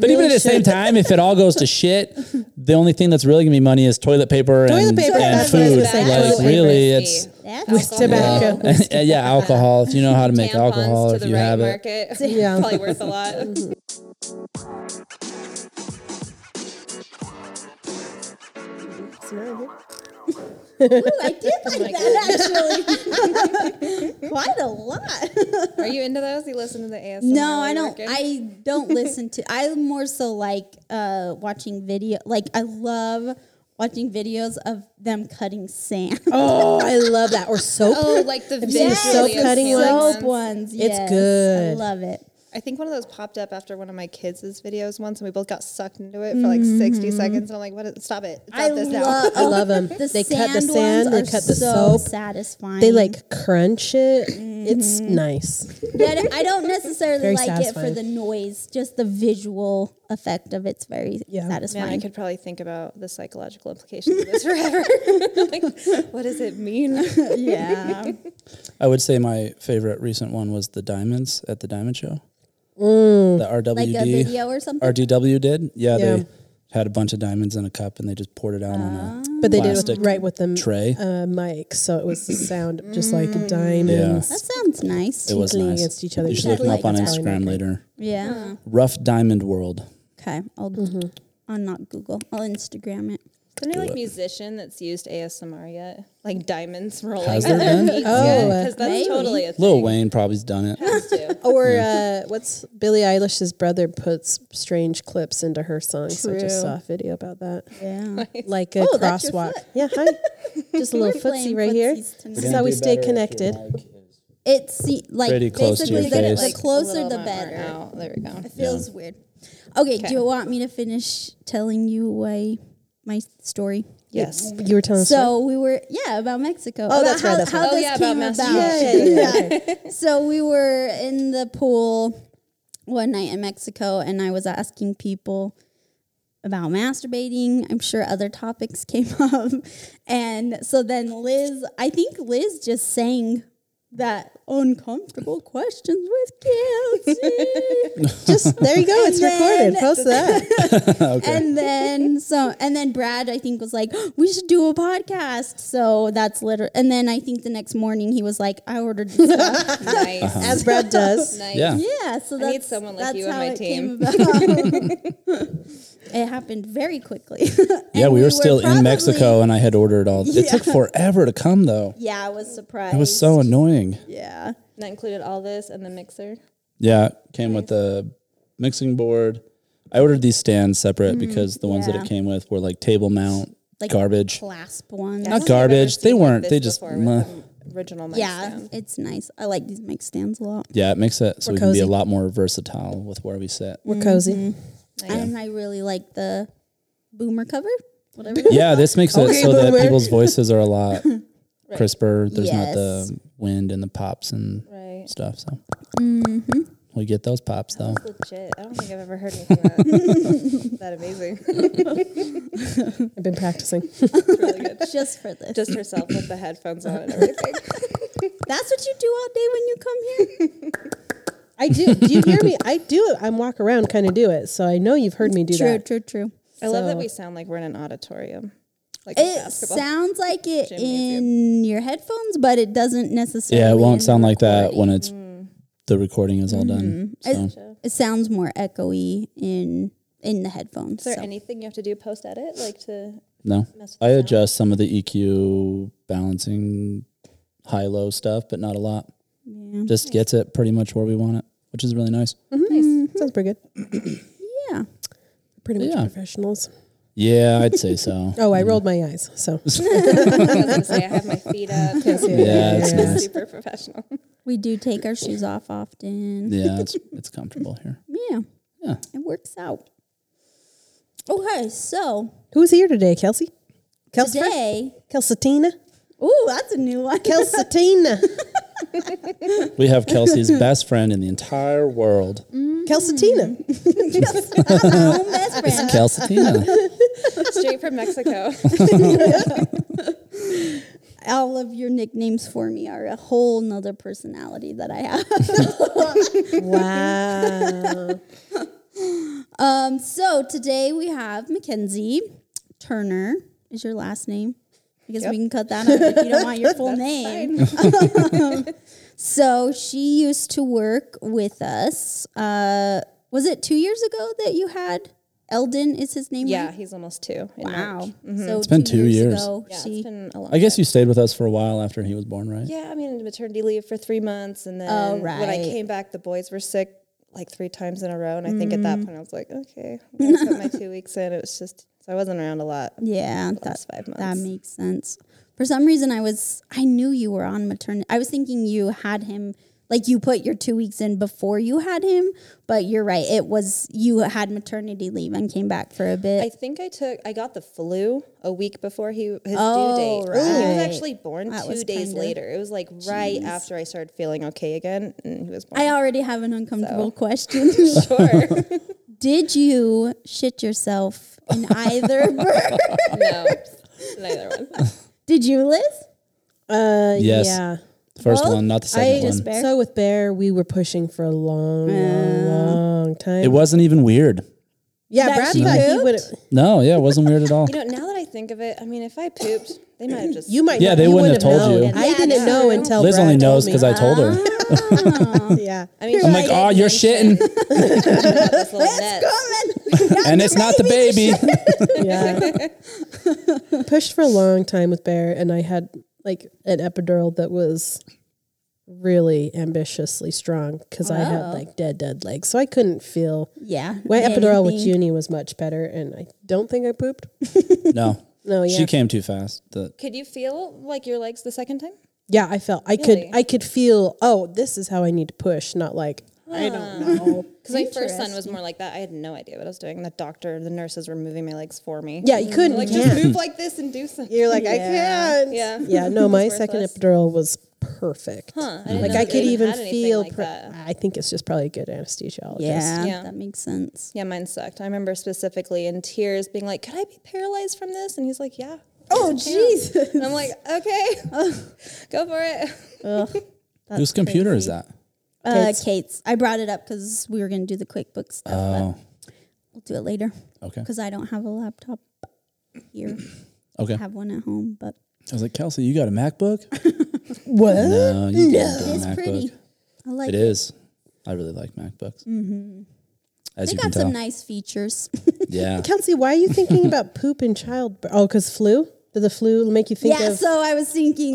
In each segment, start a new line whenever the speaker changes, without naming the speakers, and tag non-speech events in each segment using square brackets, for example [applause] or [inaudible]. But even at the same
Bullshit.
time, if it all goes to shit, the only thing that's really gonna be money is toilet paper
Toilet
and,
paper,
and
that's what I was
food.
gonna say,
Like
toilet paper
really,
is
it's uh,
key.
That's
With
awesome.
tobacco.
[laughs] yeah. alcohol. If you know how to make
Tampons
alcohol,
to
if
the
you
right
have it,
market. [laughs]
Yeah.
probably worth
[laughs]
a lot.
Ooh,
[laughs]
I did
Oh
like that actually. [laughs] Quite a lot.
Are you into those? You listen to the ASMR?
No,
while
I
you're
don't.
working? [laughs]
I don't listen to. I'm more so like uh, watching video. Like I love watching videos of them cutting sand.
Oh, I love that. Or soap.
Oh,
[laughs]
like the
Have you seen the
visually
soap
appealing
cutting
ones.
soap ones.
It's
yes. I
good.
love it.
I think one of those popped up after one of my kids' videos once, and we both got sucked into it for like 60 seconds. And I'm like, "What? Is, stop it! Stop
I
this
love.
Mm-hmm. I love them.
The
they cut
sand
the sand. They
ones
cut the
so
soap.
Satisfying.
They like crunch it. It's
Mm-hmm.
nice.
But I don't
[laughs]
necessarily
Very
like it for
satisfying.
the noise. Just the visual effect of it's very
Yeah. Man, I
now."
satisfying.
Man, I could probably think about the psychological implications of this [laughs] forever. like, what does
[laughs]
it mean?
[laughs] yeah.
I would say my favorite recent one was the diamonds at the diamond show.
Mm.
The RWD.
like a video or something.
RDW did. Yeah,
uh, Yeah.
they had a bunch of diamonds in a cup and they just poured it out on a
But they did it
Plastic
right with the
tray.
uh, mic, so it was the sound of just
Mm.
like diamonds.
that sounds nice.
it was
tinkling
nice.
against each other.
You should
Yeah,
look them
like
up on
it's
Instagram later.
Yeah.
Rough Diamond World.
Okay. I'll. I'll not Google. I'll Instagram it.
Isn't there like musician that's used ASMR yet? Like diamonds rolling.
Has there
[laughs]
been?
Oh,
because that's
maybe.
totally a
Lil
thing.
Wayne probably's done it.
[laughs]
Has to.
Or uh, what's Billie Eilish's brother puts strange clips into her songs. I
True.
just saw a video about that.
Yeah.
Like a
Oh, that's your
crosswalk. Yeah,
[laughs]
hi. Just a little
playing
footsie right here.
footsies tonight.
This is how we stay connected.
It's se- like
Pretty close to
basically
your
the,
face.
the
Like
closer
Little
the
amount
better.
Out. There we go.
It feels weird. Okay, Do you want me to finish telling you why my story?
Yes.
You were telling us.
[laughs] So we were yeah about Mexico. about
that's right,
how,
that's
how
right. Oh,
this
yeah, about
came about.
masturbation.
[laughs] Yeah. so we were in the pool one night in Mexico, and I was asking people about masturbating. I'm sure other topics [laughs] came up, and so then Liz, I think Liz just sang that uncomfortable questions with kids.
just there you go. It's
And then-
recorded. Post
[laughs]
that.
And then so and then Brad I think was like we should do a podcast. So that's literally and then I think the next morning he was like
[laughs]
I ordered this stuff.
Nice.
As Brad does.
Nice.
Uh-huh. Yeah.
yeah, so that's
need someone like
that's
you on
how
my
it
team. [laughs]
came about. it happened very quickly. [laughs] And
Yeah, we were still
probably-
in Mexico and I had ordered all. It took forever to come though.
Yeah, I was surprised.
It was so annoying.
yeah.
And that included all this and the mixer.
Yeah, it came with the mixing board. I ordered these stands separate because the ones that
yeah.
it came with were like table mount,
Like
garbage.
Clasp ones.
Not garbage. They weren't. They just. meh.
original.
yeah, it's nice. I like these mic stands a lot.
Yeah, it makes it so
We're
we can be a
cozy.
lot more versatile with where we sit.
We're cozy.
Mm-hmm. And I really like the boomer cover. Whatever.
[laughs] Yeah, this makes it
Okay,
so that
boomer.
people's voices are a lot crisper. There's not
Yes.
the wind and the pops and
Right.
stuff. So we get those pops though.
Legit. I don't think I've ever heard anything that, that amazing. [laughs]
I've been practicing. [laughs]
It's really good.
[laughs] Just for this.
Just herself with the headphones on and everything.
That's what you do all day when you come here.
I do. Do you hear me? I do it. I'm walk around, kind of do it. So I know you've heard me do
True,
that.
true, true.
I love that
So-
we sound like we're in an auditorium. Like a
It
basketball.
sounds like it
Gymnasium.
in your headphones, but it doesn't necessarily.
Yeah, it won't
in
sound like that
recording.
when it's the recording is all done. So.
It- It sounds more echoey in in the headphones.
Is there
so.
anything you have to do post edit? Like to
No,
mess with
I
the sound.
adjust some of the EQ balancing, high low stuff, but not a lot. Just gets it pretty much where we want it, which is really nice.
Sounds pretty good.
yeah.
Pretty much
Yeah. Mm-hmm.
professionals.
Yeah, I'd say
[laughs]
so. [laughs]
Oh, I rolled my eyes. So
I was gonna say I have my feet up.
[laughs] Yeah, it's
yeah.
nice.
[laughs] Super professional.
We do take our shoes off often.
Yeah, it's it's comfortable here.
Yeah.
Yeah.
It works out. Okay, so
Who's here today, Kelsey? Kelsey?
today. [laughs]
Kelsatina?
Ooh, that's a new one. [laughs]
Kelsatina.
We have Kelsey's best friend in the entire world.
Kelsatina.
I'm my own best friend.
Kelsatina.
Straight from [laughs] Mexico.
all of your nicknames for me are a whole nother personality that I have.
Wow.
Um, so today we have Mackenzie Turner is your last name. I guess
Yep.
we can cut that out if you
[laughs]
don't want your full name. [laughs] so she used to work with us. Uh, was it two years ago that you had Eldon? Is his name?
Yeah,
right?
he's almost two. in
Wow.
March.
So it's
been two years.
ago,
Yeah,
she
it's been a long
I guess you stayed with us for a while after he was born, right?
Yeah, I mean maternity leave for three months, and then
Oh,
when I
right.
came back, the boys were sick like three times in a row, and I think at that point I was like, okay, I'm gonna put my [laughs] two weeks in. It was just so I wasn't around a lot.
Yeah,
last five
That
months.
makes sense. For some reason, I was I knew you were on maternity. I was thinking you had him like you put your two weeks in before you had him, but you're right. It was you had maternity leave and came back for a
I
bit.
think I took I got the flu a week before he his due
Oh,
date. He was
right.
actually born
That was
two days
kinda-
later. It was like right after I started feeling okay again, and he was born. [laughs]
I, already have an uncomfortable question.
sure.
[laughs] Did you shit yourself in either birth?
no, neither one.
Did you, Liz?
Uh,
Yes.
yeah.
The first
Well,
one, not the
I
second one.
Bear? Uh,
so with Bear, we were pushing for a long, long, long time.
It wasn't even weird.
yeah,
that
Brad
she
thought he
pooped?
would.
No, yeah, it wasn't weird at all.
[laughs] You know, now that I think of it, I mean, if I pooped, they might [laughs] have just
You might.
Yeah,
not-
they
you
wouldn't have told
known.
you.
I
Yeah,
didn't
that's
know
true.
until
Liz
Brad
only
told
knows
me.
because I told her.
Yeah.
I mean,
I'm like, oh, you're shitting,
[laughs]
This little net.
[laughs] and it's not the baby. [laughs]
[laughs]
Yeah. Pushed for a long time with Bear, and I had like an epidural that was really ambitiously strong because I had
Wow.
like dead, dead legs. So I couldn't feel.
Yeah.
My epidural with
Anything.
Junie was much better, and I don't think I pooped.
no,
No, yeah.
she came too fast. The-
Could you feel like your legs the second time?
yeah, I felt. I
Really?
could I could feel, oh, this is how I need to push, not like, I don't know.
Because my first son was more like that. I had no idea what I was doing. The doctor, the nurses were moving my legs for me.
Yeah, you couldn't.
Like,
yeah.
just move like this and do something.
You're like, I can't.
[laughs] Yeah.
Yeah, no, my second
worthless.
epidural was perfect.
Huh, I didn't
Like
know
I
they
could even
had anything
feel.
like
pre-
that.
I think it's just probably a good anesthesiologist.
Yeah,
Yeah.
that makes sense.
Yeah, mine sucked. I remember specifically in tears being like, could I be paralyzed from this? And he's like, yeah.
Oh, Jesus.
And I'm like, okay, [laughs] go for it.
whose computer is that?
Uh, Kate's. I brought it up because we were going to do the QuickBooks stuff,
Oh,
but we'll do it later
okay,
because I don't have a laptop here. I
okay.
have one at home, but
I was like, Kelsey, you got a MacBook?
What?
No, you didn't get a
it's
MacBook.
pretty. I like
It
it.
is. I really like MacBooks. Mm-hmm. As
They
you can
got
tell,
some nice features.
yeah.
Kelsey, why are you
[laughs]
thinking about poop in childbirth? Oh, because flu? Did the flu make you think
yeah,
of?
so I was thinking,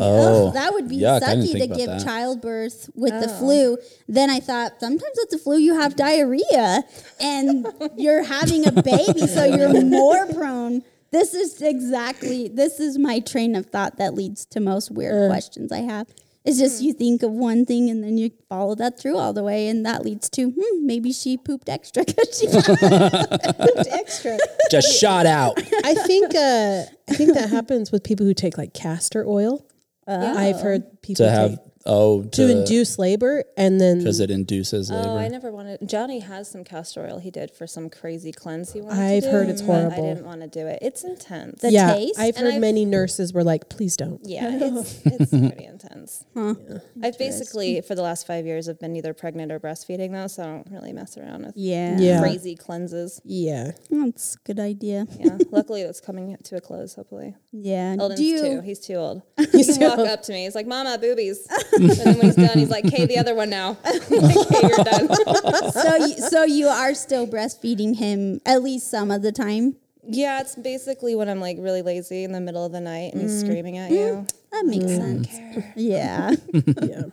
Oh,
oh, that would be
yuck, I didn't
sucky
think
to
about
give
that.
childbirth with the flu. Then I thought, sometimes with the flu, you have diarrhea
[laughs]
and you're having a baby, so you're more prone. This is exactly, this is my train of thought that leads to most weird questions I have. It's just you think of one thing and then you follow that through all the way, and that leads to hmm, maybe she pooped extra because she [laughs] got
[laughs]
extra.
Just shot out.
I think. Uh, I think that happens with people who take like castor oil.
Oh.
I've heard people
to have
take,
oh
to
to
induce labor, and then
because it induces labor.
Oh, I never wanted. Johnny has some castor oil he did for some crazy cleanse he wanted
I've
to do,
heard it's
but I
horrible.
didn't want to do it. It's intense.
the
yeah,
taste.
I've
And
heard
I've-
many nurses were like, "Please don't." [laughs]
Yeah, it's, it's pretty intense. I've basically, for the last five years, I've been either pregnant or breastfeeding, though, so I don't really mess around with
yeah.
Yeah.
crazy cleanses.
[laughs]
Yeah.
That's a good idea.
[laughs]
Yeah, luckily it's coming to a close, hopefully.
Yeah.
Eldon's
Do you,
too. He's too old.
[laughs]
He can walk up to me. He's like, Mama, boobies. and then when he's done, he's like, Hey, the other one now. [laughs] I'm like, okay, you're done.
so you, so you are still breastfeeding him at least some of the time.
yeah, it's basically when I'm like really lazy in the middle of the night and
Mm.
he's screaming at you.
That makes sense. Yeah.
Yeah.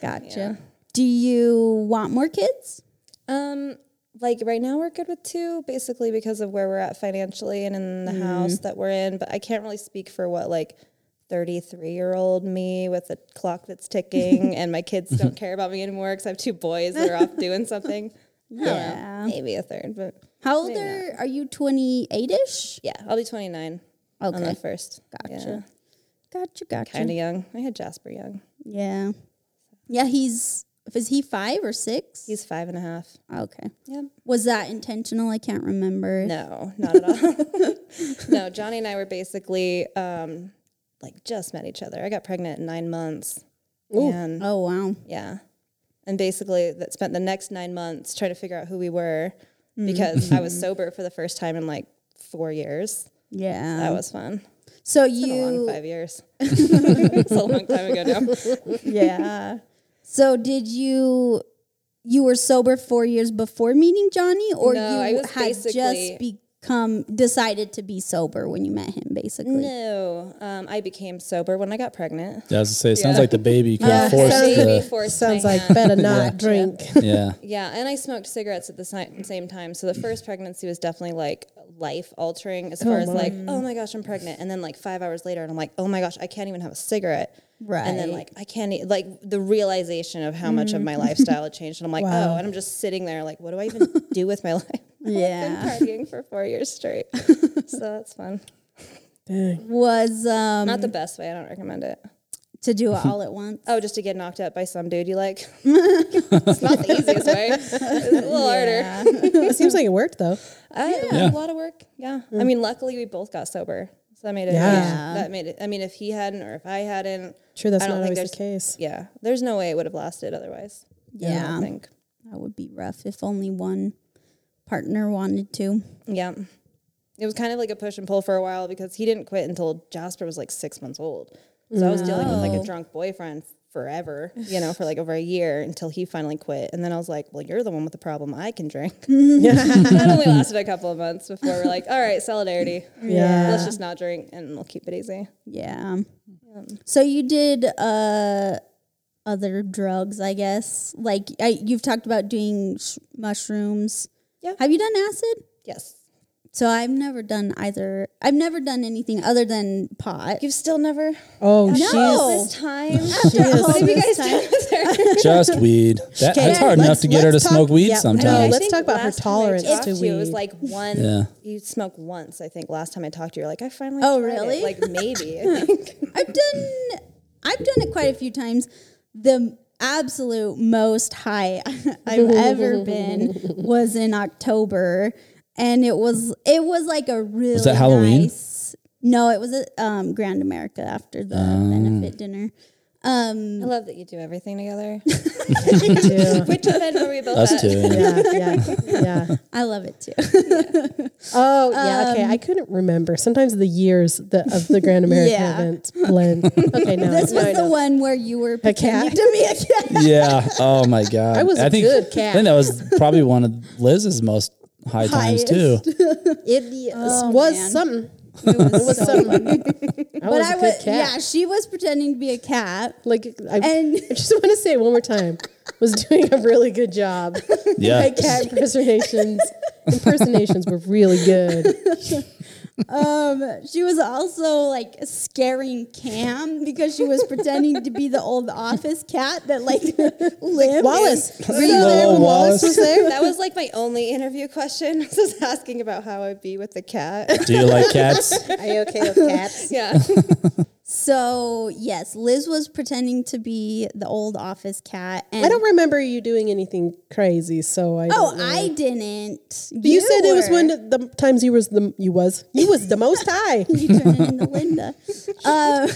Gotcha. Do you want more kids?
Um, like right now we're good with two, basically because of where we're at financially and in
Mm.
the house that we're in. But I can't really speak for what like thirty-three year old me with a clock that's
[laughs]
ticking and my kids don't care about me anymore because I have two boys that are off doing
[laughs]
something. Yeah,
Yeah.
maybe a third, but
How old are, are you? Twenty eight ish.
yeah, I'll be twenty-nine on
Okay.
the first.
Gotcha. Gotcha. Gotcha.
kind of young. I had Jasper young.
Yeah. Yeah. He's is he five or six?
He's five and a half.
okay.
Yeah.
Was that intentional? I can't remember.
No, not at all. [laughs] no, Johnny and I were basically um, like just met each other. I got pregnant in nine months, and
Oh wow.
yeah, and basically that spent the next nine months trying to figure out who we were. because I was sober for the first time in like four years.
Yeah.
That was fun.
so
It's been a long
Um, you
five years. [laughs] it's a long time ago now.
yeah. So did you you were sober 4 years before meeting Johnny or
No, I
you
was
had
basically-
just become decided to be sober when you met him basically?
No, um, I became sober when I got pregnant.
Yeah, I was to say, it sounds like the baby kind of forced
Baby
the.
forced
Sounds
my
like
hand.
better not drink. [laughs]
Yeah.
Yeah, and I smoked cigarettes at the si- same time. So the
Mm.
first pregnancy was definitely like life altering as far as like, oh my gosh, I'm pregnant. And then like five hours later, and I'm like, oh my gosh, I can't even have a cigarette. And then
Right. Mm-hmm.
like, I can't, e- like the realization of how much of my lifestyle had changed. And I'm like, oh, and I'm just sitting there like, what do I even do with my [laughs] life?
Yeah.
I've been partying for four years
[laughs]
straight. so that's fun.
Dang.
Was um
Not the best way. I don't recommend it.
to do it
[laughs]
all at once.
Oh, just to get knocked up by some dude you like.
[laughs]
it's not the easiest way. It's a little harder.
it seems like it worked though.
I, it was
Yeah.
Uh, A lot of work. Yeah. I mean, luckily we both got sober, so that made it.
Mm. Yeah.
Yeah.
That made it. I mean, if he hadn't or if I hadn't,
Sure, that's
I don't
not
think
always the case.
there's- yeah, there's no way it would have lasted otherwise. I
yeah.
don't think.
That would be rough if only one partner wanted to.
Yeah. It was kind of like a push and pull for a while because he didn't quit until Jasper was like six months old. So I was dealing with like a drunk boyfriend forever, you know, for like over a year until he finally quit. And then I was like, well, you're the one with the problem. I can drink. [laughs] that only lasted a couple of months before we're like, all right, solidarity.
Yeah.
Let's just not drink and we'll keep it easy.
Yeah. So you did uh other drugs, I guess. Like I, you've talked about doing sh- mushrooms.
Yeah.
Have you done acid?
Yes.
So I've never done either. I've never done anything other than pot.
You've still never.
Oh,
No.
This time.
After all
What have you guys
this time-
[laughs] done with her?
Just weed. That,
Okay,
it's hard
let's-
enough to get her to
let's talk-
smoke weed
yeah, no,
sometimes.
let's-
I think
talk about her
last time I
tolerance
talked
to
you, It was
weed.
like one.
Yeah.
You smoke once, I think. Last time I talked to you, you're like, I finally.
Oh,
tried it."
really?
Like maybe. I
[laughs]
think.
I've done I've done it quite a few times. The absolute most high [laughs] I've ever been was in October and it was it was like a really
that Halloween?
nice- no, it was at um, Grand America after the benefit dinner. Um,
I love that you do
[laughs]
everything together.
yeah,
[laughs] Which event were we both
Us
at?
too. yeah.
yeah, yeah, yeah.
I love it too. [laughs]
Oh, yeah. Okay, I
Um,
couldn't remember. Sometimes the years the, of the
[laughs]
Grand American
Yeah.
events blend.
[laughs]
Okay, now
This was the one where you were pretending to [laughs] be a cat.
Yeah. Oh my god. I
was a
think,
good cat.
I think that was probably one of Liz's most high times too.
It was something. Oh, It was something. I
Oh, But
was a
I
good
was,
cat.
yeah, she was pretending to be a cat.
Like I,
And-
[laughs]
[laughs]
I just want to say it one more time. Was doing a really good job.
[laughs]
Yeah.
My cat impersonations impersonations were really good.
[laughs] Um, she was also like scaring Cam because she was pretending to be the old office cat that like [laughs] lived.
Wallace, were you
Hello,
there when
Wallace.
Wallace was
[laughs]
there?
That was like my only interview question. [laughs] I was just asking about how I'd be with
[laughs]
the cat.
Do you like cats?
Are you okay with cats?
Yeah.
So yes, Liz was pretending to be the old office cat. And,
I don't remember you doing anything crazy, so I.
Oh,
don't know.
I didn't.
But you, said it was
were.
one of the times you was the you was you was the most
[laughs]
high.
you turning into Linda. Uh,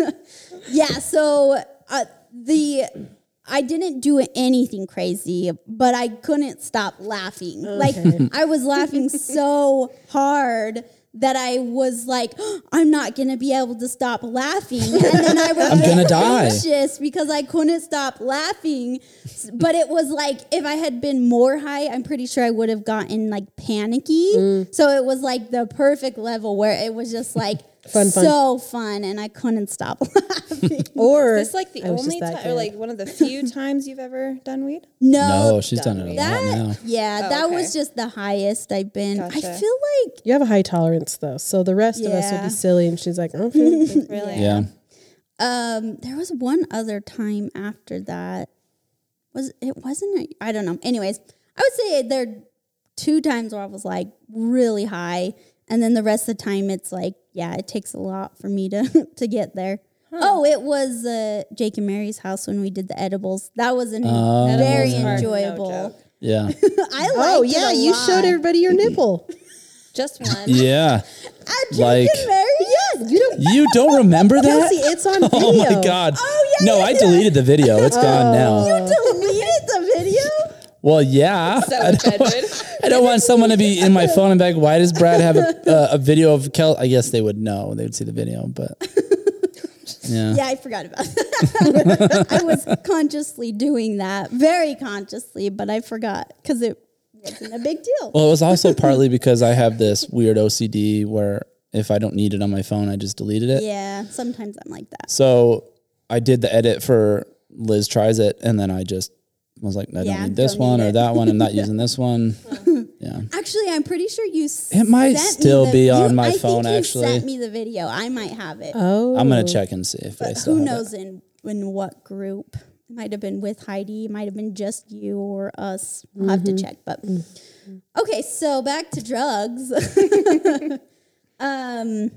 [laughs] yeah, so uh, the I didn't do anything crazy, but I couldn't stop laughing. Like I was laughing so hard that I was like, [gasps] I'm not gonna be able to stop laughing, and then I was
I'm
[laughs]
gonna die.
anxious because I couldn't stop laughing. S- But it was like if I had been more high, I'm pretty sure I would have gotten like panicky.
Mm.
So it was like the perfect level where it was just like
[laughs] Fun, fun.
so fun, and I couldn't stop [laughs] laughing.
Or
It's like the
I was just
only
that
time, or
good.
like one of
[laughs]
the few times you've ever done weed.
No,
No, she's done it a lot now.
that yeah, that
Oh, okay.
was just the highest I've been. I
Gotcha.
feel like
you have a high tolerance though, so the rest of us will
Yeah.
be silly. And she's like, okay. [laughs]
Really?
Yeah.
um there was one other time after that was it wasn't a- I don't know anyways i would say there are two times where i was like really high and then the rest of the time it's like yeah it takes a lot for me to [laughs] to get there oh it was uh, jake and mary's house when we did the edibles that was an very
Edibles are no
enjoyable
Yeah.
i liked
oh yeah,
it a
you
lot.
showed everybody your [laughs] nipple.
[laughs]
Just one.
Yeah.
At uh, jake
like-
and mary yes you don't [laughs]
You don't remember that?
Kelsey, it's [laughs] on video.
[laughs] Oh my god.
Oh, yeah,
No,
yeah,
I
yeah.
deleted the video. It's gone now.
deleted the video
Well, yeah. [laughs]
So offended.
I don't want someone to be in my phone and be like, why does Brad have a, uh, a video of Kel? I guess they would know. They would see the video, but yeah.
Yeah, I forgot about that. [laughs] I was consciously doing that, very consciously, but I forgot because it wasn't a big deal.
Well, it was also partly because I have this weird OCD where if I don't need it on my phone, I just deleted it.
yeah, sometimes I'm like that.
So I did the edit for Liz Tries It, and then I just was like, I
Yeah,
don't need this
don't
one
need
or
it.
that one. I'm
[laughs]
not using this one. yeah.
Actually, I'm pretty sure you. s-
It might
sent me
still
the-
be
you-
on my
I think
phone,
you
actually.
sent me the video. I might have it.
Oh,
I'm going to check and see if I
but
still
who
have
knows in in what group? It might have been with Heidi. It might have been just you or us. I'll have to check. But okay, so back to drugs. [laughs] um,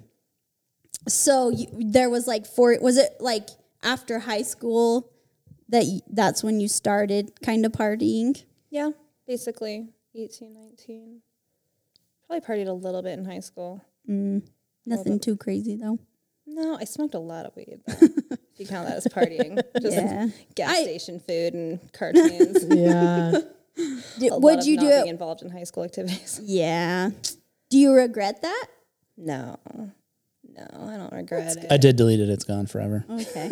so you, there was like four. Was it like after high school that y- that's when you started kind of partying?
Yeah, basically 18, 19. Probably partied a little bit in high school.
Nothing too crazy though.
No, I smoked a lot of
[laughs]
weed. Though, if you count that as partying. Just
Yeah.
gas station food and
[laughs]
cartoons.
Yeah.
Did,
A lot
would
of
you
not
do
being
it?
involved in high school activities? [laughs]
Yeah. Do you regret that?
No, no, I don't regret
I
it.
did delete it. It's gone forever.
[laughs] Okay.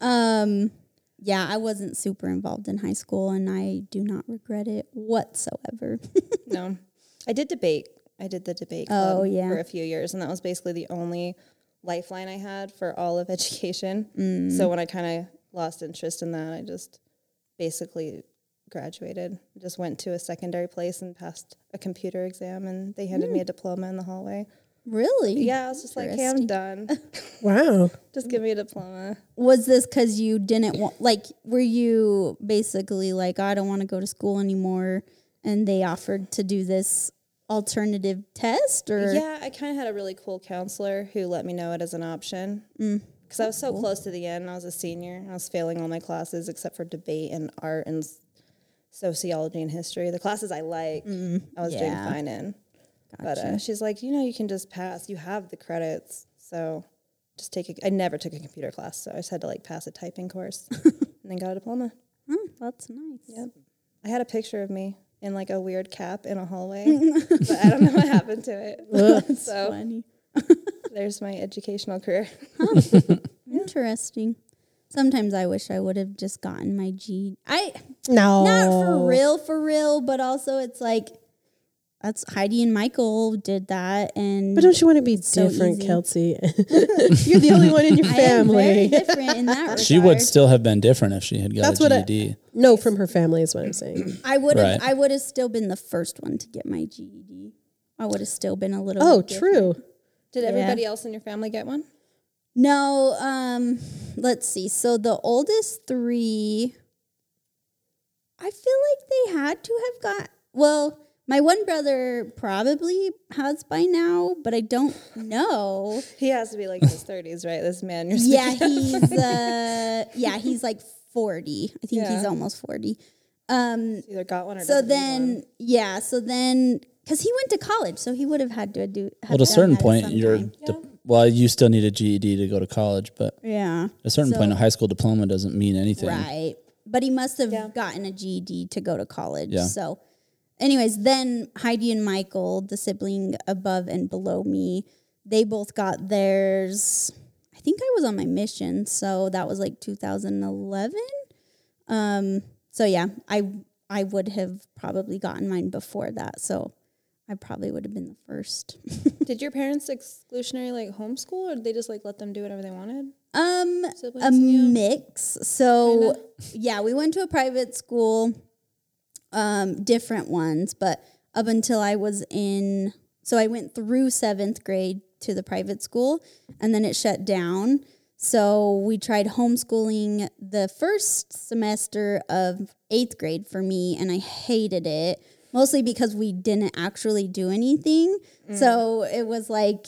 um, yeah, I wasn't super involved in high school, and I do not regret it whatsoever. [laughs]
No, I did debate. I did the debate club
Oh, yeah.
for a few years, and that was basically the only lifeline I had for all of [laughs] education.
Mm.
So when I kind of lost interest in that, I just basically graduated. Just went to a secondary place and passed a computer exam, and they handed
Mm.
me a diploma in the hallway.
really?
Yeah, I was just like, "Hey, I'm
[laughs]
done.
[laughs] Wow.
just give me a diploma."
Was this because you didn't want? Like, were you basically like, I don't want to go to school anymore, and they offered to do this alternative test, or
Yeah, I kind of had a really cool counselor who let me know it as an option.
Mm,
Because I was so close to the end. I was a senior. I was failing all my classes except for debate and art and s- sociology and history. The classes I liked, I was doing
Mm, yeah.
fine in. But uh, she's like, you know, you can just pass. You have the credits. So just take a, I never took a computer class. So I just had to like pass a typing
[laughs]
course and then got a diploma.
Huh, that's nice.
Yep. I had a picture of me in like a weird cap in a [laughs] hallway, but I don't know what happened to [laughs] it. so
Funny.
there's my educational career.
Interesting. Sometimes I wish I would have just gotten my G. I
No.
not
Oh.
for real, for real, but also it's like that's Heidi and Michael did that, and
But don't you want to be
so
different, [laughs]
easy.
Kelsey? You're the only one in your
I am
family. [laughs]
very different in that regard.
She would still have been different if she had got
That's
a E
what I-
GED.
No, from her family is what I'm
[clears throat]
saying.
I would have.
Right.
I would have still been the first one to get my GED. I would have still been a little.
Oh,
bit different.
true.
[laughs] Did everybody else in your family get one?
No, um, let's see. So the oldest three, I feel like they had to have got. Well, my one brother probably has by now, but I don't know.
He has to be like in his 30s, right? This man you're [laughs]
yeah,
speaking of.
he's uh, yeah, he's like forty. I think he's
Yeah.
almost forty. Um,
Either got one or
so
doesn't need one.
then, yeah, so then, because he went to college, so he would have had to do.
Well,
have
at a
done
certain
that
point,
some
you're,
time.
de- well, you still need a GED to go to college, but
yeah,
at a certain
So-
point, a high school diploma doesn't mean anything.
right. But he must have
Yeah.
gotten a GED to go to college.
Yeah.
So, anyways, then Heidi and Michael, the sibling above and below me, they both got theirs. I think I was on my mission, so that was like 2011. Um, so yeah, I I would have probably gotten mine before that. So I probably would have been the first.
Did your parents exclusionary like homeschool or did they just like let them do whatever they wanted?
Um, a
Siblings, yeah.
mix. So yeah, we went to a private school, um, different ones, but up until I was in, so I went through seventh grade to the private school, and then it shut down. So we tried homeschooling the first semester of eighth grade for me, and I hated it mostly because we didn't actually do anything. So it was like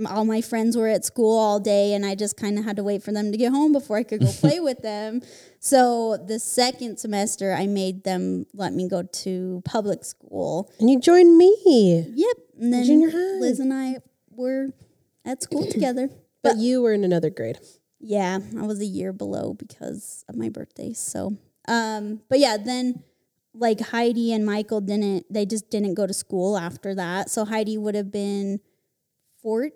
m- all my friends were at school all day and I just kind of had to wait for them to get home before I could
[laughs]
go play with them. So the second semester I made them let me go to public school.
And you joined me.
Yep. And then
Junior high.
Liz and I were
[clears throat]
at school together.
But you were in another grade.
Yeah, I was a year below because of my birthday. So, um, but yeah, then like Heidi and Michael didn't they just didn't go to school after that. So Heidi would have been 14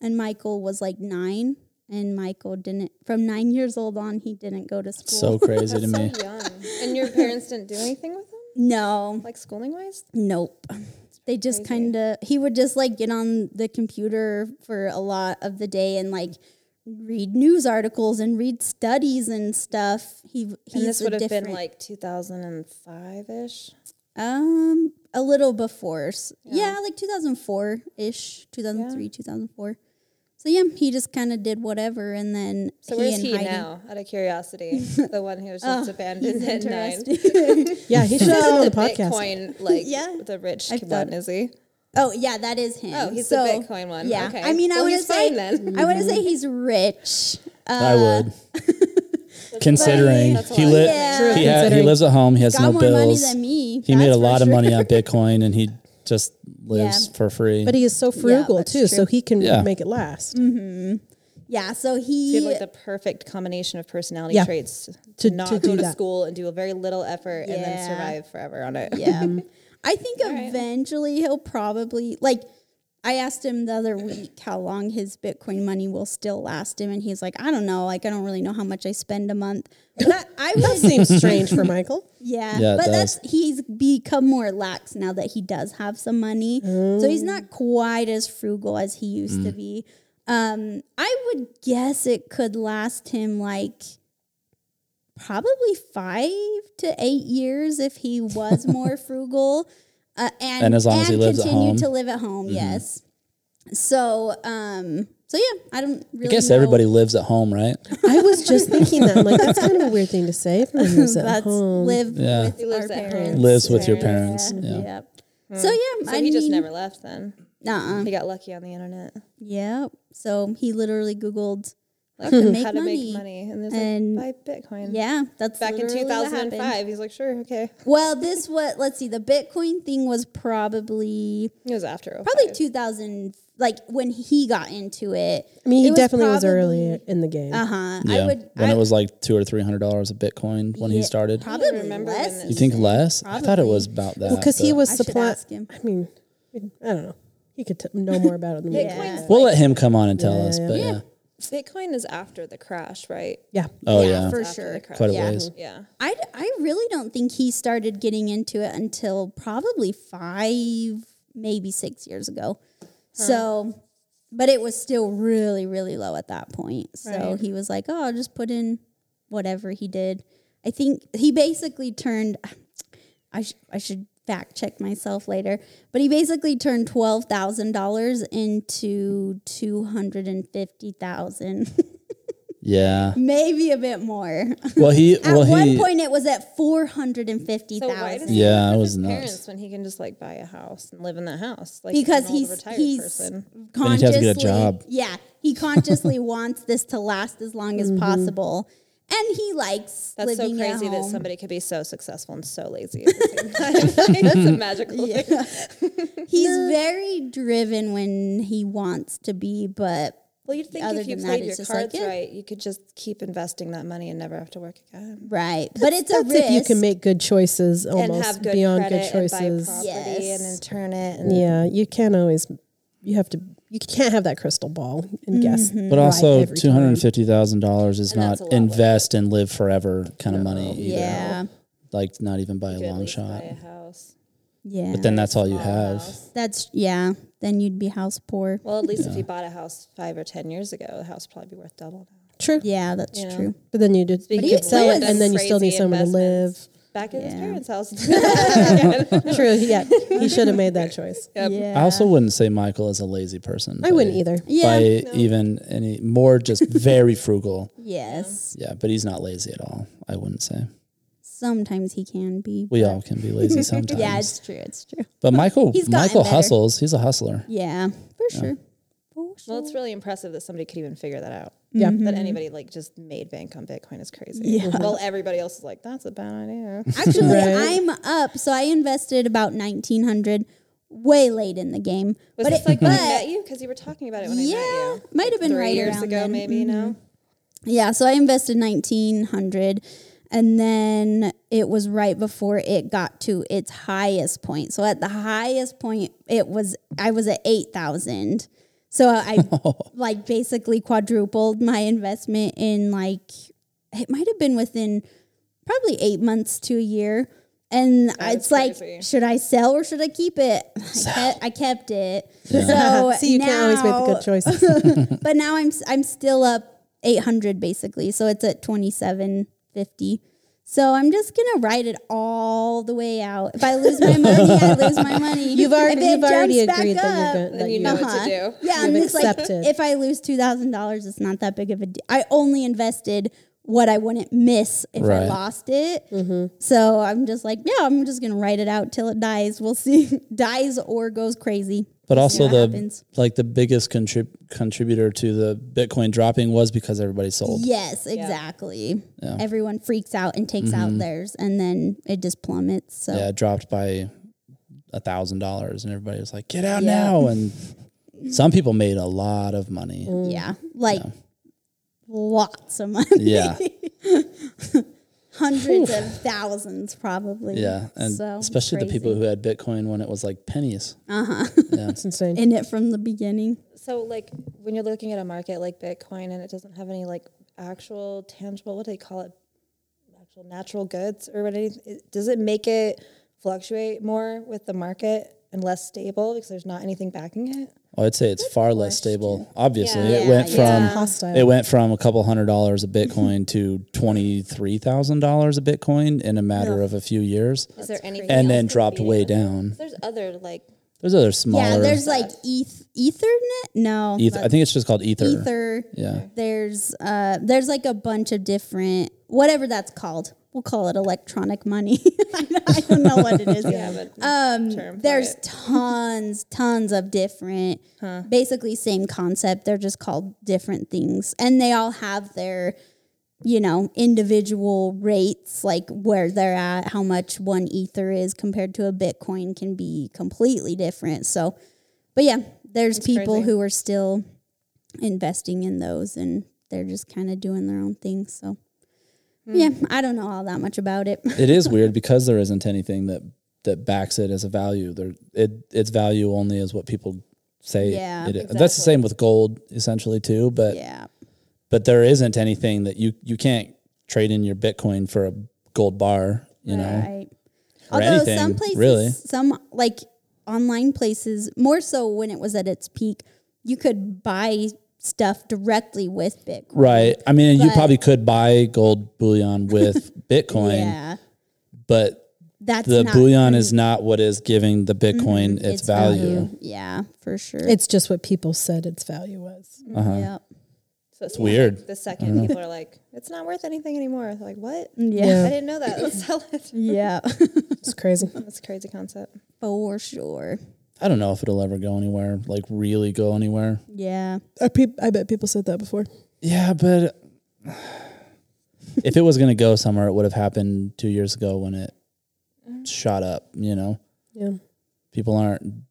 and Michael was like 9 and Michael didn't from 9 years old on he didn't go to school.
So crazy to me.
Young. And your parents didn't do anything with him?
no.
Like schooling wise?
Nope. They just kind of he would just like get on the computer for a lot of the day and like read news articles and read studies and stuff. He he's
And this
a
would have
different,
been like 2005 ish.
Um, a little before. s- Yeah, like 2004 ish, 2003, 2004. So yeah, he just kind of did whatever, and then
So where's
and
he
Heidi-
now? Out of [laughs] curiosity, the one who was just abandoned at nine.
[laughs] Yeah, he should have been on the podcast.
Bitcoin, like
[laughs] Yeah.
the rich
I've thought-
one, is he?
Oh yeah, that is him.
Oh, he's the
so,
Bitcoin one.
Yeah,
Okay.
I mean, I
Well,
would
he's
say
fine then. Mm-hmm.
I would say he's rich.
I
[laughs]
would. Considering
That's a
he
lot.
lit,
Yeah. True,
he, ha- he
considering-
lives at home. He has
Got
no
more
bills.
money than me.
he made a
that's for
lot of
sure.
money on Bitcoin, and he just lives
Yeah.
for free.
But he is so frugal
that's
too,
true.
so he can
Yeah.
make it last. [laughs]
Yeah, so
He
he.
had like the perfect combination of personality
Yeah.
traits to,
To-
not
to
go
do
to
that.
school and do a very little effort and
Yeah.
then survive forever on it.
Yeah. I think eventually he'll probably like I asked him the other week how long his Bitcoin money will still last him and he's like, I don't know, like I don't really know how much I spend a month. But I, I
That [laughs]
would
seems strange for Michael.
yeah.
Yeah, it
but that's he's become more lax now that he does have some money. So he's
Oh.
not quite as frugal as he used
Mm.
to be. Um I would guess it could last him like probably 5 to 8 years if he was
[laughs]
more frugal. Uh, and,
And as long as he lives at
continue
home. Mm-hmm.
to live at home, yes. So, um, so yeah, I don't really.
I guess
know.
everybody lives at home, right?
I was just thinking that. I'm like, that's kind of a weird thing to say. Everyone lives at
[laughs] that's
home.
live
Yeah.
with
He lives
our
at home. Hmm.
parents.
lives with your parents. Yeah.
Yeah. So yeah,
[laughs] So
I
he
mean,
just never left then.
nuh-uh.
He got lucky on the internet.
Yeah. So he literally Googled
Like [laughs]
to make
how to
money.
make money. And there's
And-
like buy Bitcoin.
Yeah, that's
Back in
literally what happened.
2005, he's like, sure, okay.
Well, this was let's see, the Bitcoin thing was probably
It was after. 05.
probably 2000, like when he got into it.
I mean, he
It
definitely was early in the game.
Uh huh.
Yeah.
I would.
when
I,
it was like two or three hundred dollars a Bitcoin when he
Yeah,
started.
probably
remember when
less.
this-
You think less? I thought it
Probably.
was about that.
well, because he
but-
was
I should
supply.
ask him.
I mean, I don't know. He could t- know more about
[laughs]
it than we. do.
Yeah.
We'll let him come on and tell us. But uh, yeah,
Bitcoin is after the crash, right?
Yeah.
oh yeah,
for
After
sure.
the crash.
quite a
yeah.
ways.
Yeah.
I, d- I really don't think he started getting into it until probably five, maybe six years ago. So, but it was still really, really low at that point. So
Right.
he was like, oh, I'll just put in whatever he did. I think he basically turned, I, sh- I should fact check myself later, but he basically turned $12,000 into 250000
Yeah.
[laughs] maybe a bit more.
Well, he.
At
well,
one
he.
point, it was at four hundred and fifty
So why does
thousand.
he
Yeah,
live
I
with
was
his
nuts.
parents when he can just like buy a house and live in that house? Like
Because
an old
he's
retired
he's
person.
he
consciously
has to get a job.
yeah
[laughs]
he consciously wants this to last as long
Mm-hmm.
as possible, and he likes
That's so
living
crazy
at
that
home.
somebody could be so successful and so lazy. At the same time. [laughs] That's a magical thing.
[laughs] He's very driven when he wants to be, but
Well, you'd think
Other
if you
than that,
played
it's
your
just
cards
like, yeah.
right, you could just keep investing that money and never have to work again.
right, but it's a
That's
risk.
if you can make good choices, almost
and have good
beyond good
credit and buy
choices.
property and
Yes.
then turn it. And
Yeah, you can't always. You have to. You can't have that crystal ball and guess.
But also,
every
two hundred and fifty thousand dollars is
And
not
that's a lot
invest and live forever kind of money either.
yeah,
Like not even by a
you could at
long
least
shot.
Buy a house.
yeah.
But then that's all you
Small
have.
house.
that's yeah. Then you'd be house poor.
Well, at least if you bought a house five or ten years ago, the house would probably be worth double now.
True.
Yeah, that's
Yeah.
true.
But then you just you
But he
could sell
was-
it, and then you still need
crazy
somewhere to live.
investments. Back at his
Yeah.
parents'
[laughs]
house. [laughs]
True. Yeah, he should have made that choice.
Yeah,
I also wouldn't say Michael is a lazy person.
I
but
wouldn't
he-
either.
yeah,
by even any more, just very [laughs] frugal.
yes.
Yeah, but he's not lazy at all. I wouldn't say
Sometimes he can be.
we
but-
all can be
[laughs]
lazy sometimes.
Yeah, it's true. It's true.
but Michael,
[laughs] He's gotten
Michael
better.
hustles. He's a hustler.
Yeah, for sure. For
[laughs] Well,
sure.
it's really impressive that somebody could even figure that out.
Yeah.
That anybody like just made bank on Bitcoin is crazy.
Mm-hmm. Yeah.
Well, everybody else is like, that's a bad idea.
Actually,
Right.
I'm up. So I invested about 1900 way late in the game.
Was
but
this
it,
like
but
when I met you? Because you were talking about it when I
yeah,
met you.
might have been
Three
right
years
around
ago,
then.
maybe, no?
Yeah, so I invested 1900 And then it was right before it got to its highest point. So at the highest point, it was I was at eight thousand. So I like basically quadrupled my investment in like it might have been within probably eight months to a year. And it's
crazy.
like, should I sell or should I keep it? I, kept, I kept it. So
Uh, [laughs] See, you
Oh, now,
can't always make the good choices.
but now I'm I'm still up 800 basically. So it's at 2750. So I'm just gonna ride it all the way out. If I lose my money, I lose my money.
[laughs] You've already-
If it
you've already
jumps back
agreed that you're
up, uh-huh.
gonna- that
Then you
you-
know what to do.
Yeah, I'm
You've
just
accepted.
like if I lose two thousand dollars, it's not that big of a deal. I only invested what I wouldn't miss if I
Right.
lost it.
Mm-hmm.
So I'm just like, yeah, I'm just gonna write it out till it dies. We'll see, [laughs] dies or goes crazy.
But
We'll see
also
what
the
happens.
like the biggest contrib- contributor to the Bitcoin dropping was because everybody sold.
Yes, exactly. Everyone freaks out and takes out theirs, and then it just plummets. So
Mm-hmm. Yeah, it dropped by a thousand dollars, and everybody was like, "Get out now!" And some people made a lot of
[laughs]
money.
yeah, like lots of money,
Yeah,
hundreds of thousands probably.
yeah, and
So
especially the people who had Bitcoin when it was like pennies.
It's insane.
in it from the beginning.
So like when you're looking at a market like Bitcoin and it doesn't have any like actual tangible what do they call it actual natural goods or what any- it- does it make it fluctuate more with the market and less stable because there's not anything backing it?
Well, I'd say it's far less stable. Obviously, it
Yeah,
went
yeah.
from
Um, Hostile.
it went from a couple hundred
[laughs]
dollars a Bitcoin to twenty three thousand dollars a Bitcoin in a matter of a few years,
Is there anything
and
else
then
that's
dropped
being-
way down.
There's other like
There's other smaller.
Yeah, there's like eth ethernet. No,
Ether, I think it's just called Ether.
ether.
Yeah.
There's uh there's like a bunch of different whatever that's called. We'll call it electronic money. [laughs] I don't know what it is.
um
There's tons, tons of different, basically same concept. They're just called different things, and they all have their, you know, individual rates, like where they're at, how much one ether is compared to a Bitcoin can be completely different. So, but yeah, there's people
crazy.
who are still investing in those, and they're just kind of doing their own thing. So. Yeah, I don't know all that much about it.
it is
[laughs]
weird because there isn't anything that that backs it as a value. There, it its value only is what people say.
Yeah,
it is. that's the same with gold essentially too. But
yeah.
but there isn't anything that you you can't trade in your Bitcoin for a gold bar. You know,
Right.
Or
Although
anything,
some places,
really.
some like online places, more so when it was at its peak, you could buy stuff directly with Bitcoin.
right? I mean, you
But-
probably could buy gold bullion with Bitcoin,
[laughs] Yeah,
but
that's
the
not Mm-hmm.
bullion is not what is giving the Bitcoin its,
its
value.
Yeah, for sure.
It's just what people said its value was.
Uh-huh.
Yep.
so it's
weird.
the second people are like, it's not worth anything anymore. They're like, what? I
Yeah.
didn't know that. [laughs] Let's sell it.
Yeah.
It's crazy.
That's a crazy concept.
for sure.
I don't know if it'll ever go anywhere, like really go anywhere.
Yeah.
I, pe- I bet people said that before.
Yeah, but [sighs] if it was going to go somewhere, it would have happened two years ago when it
Mm-hmm.
shot up. You know,
Yeah.
people aren't.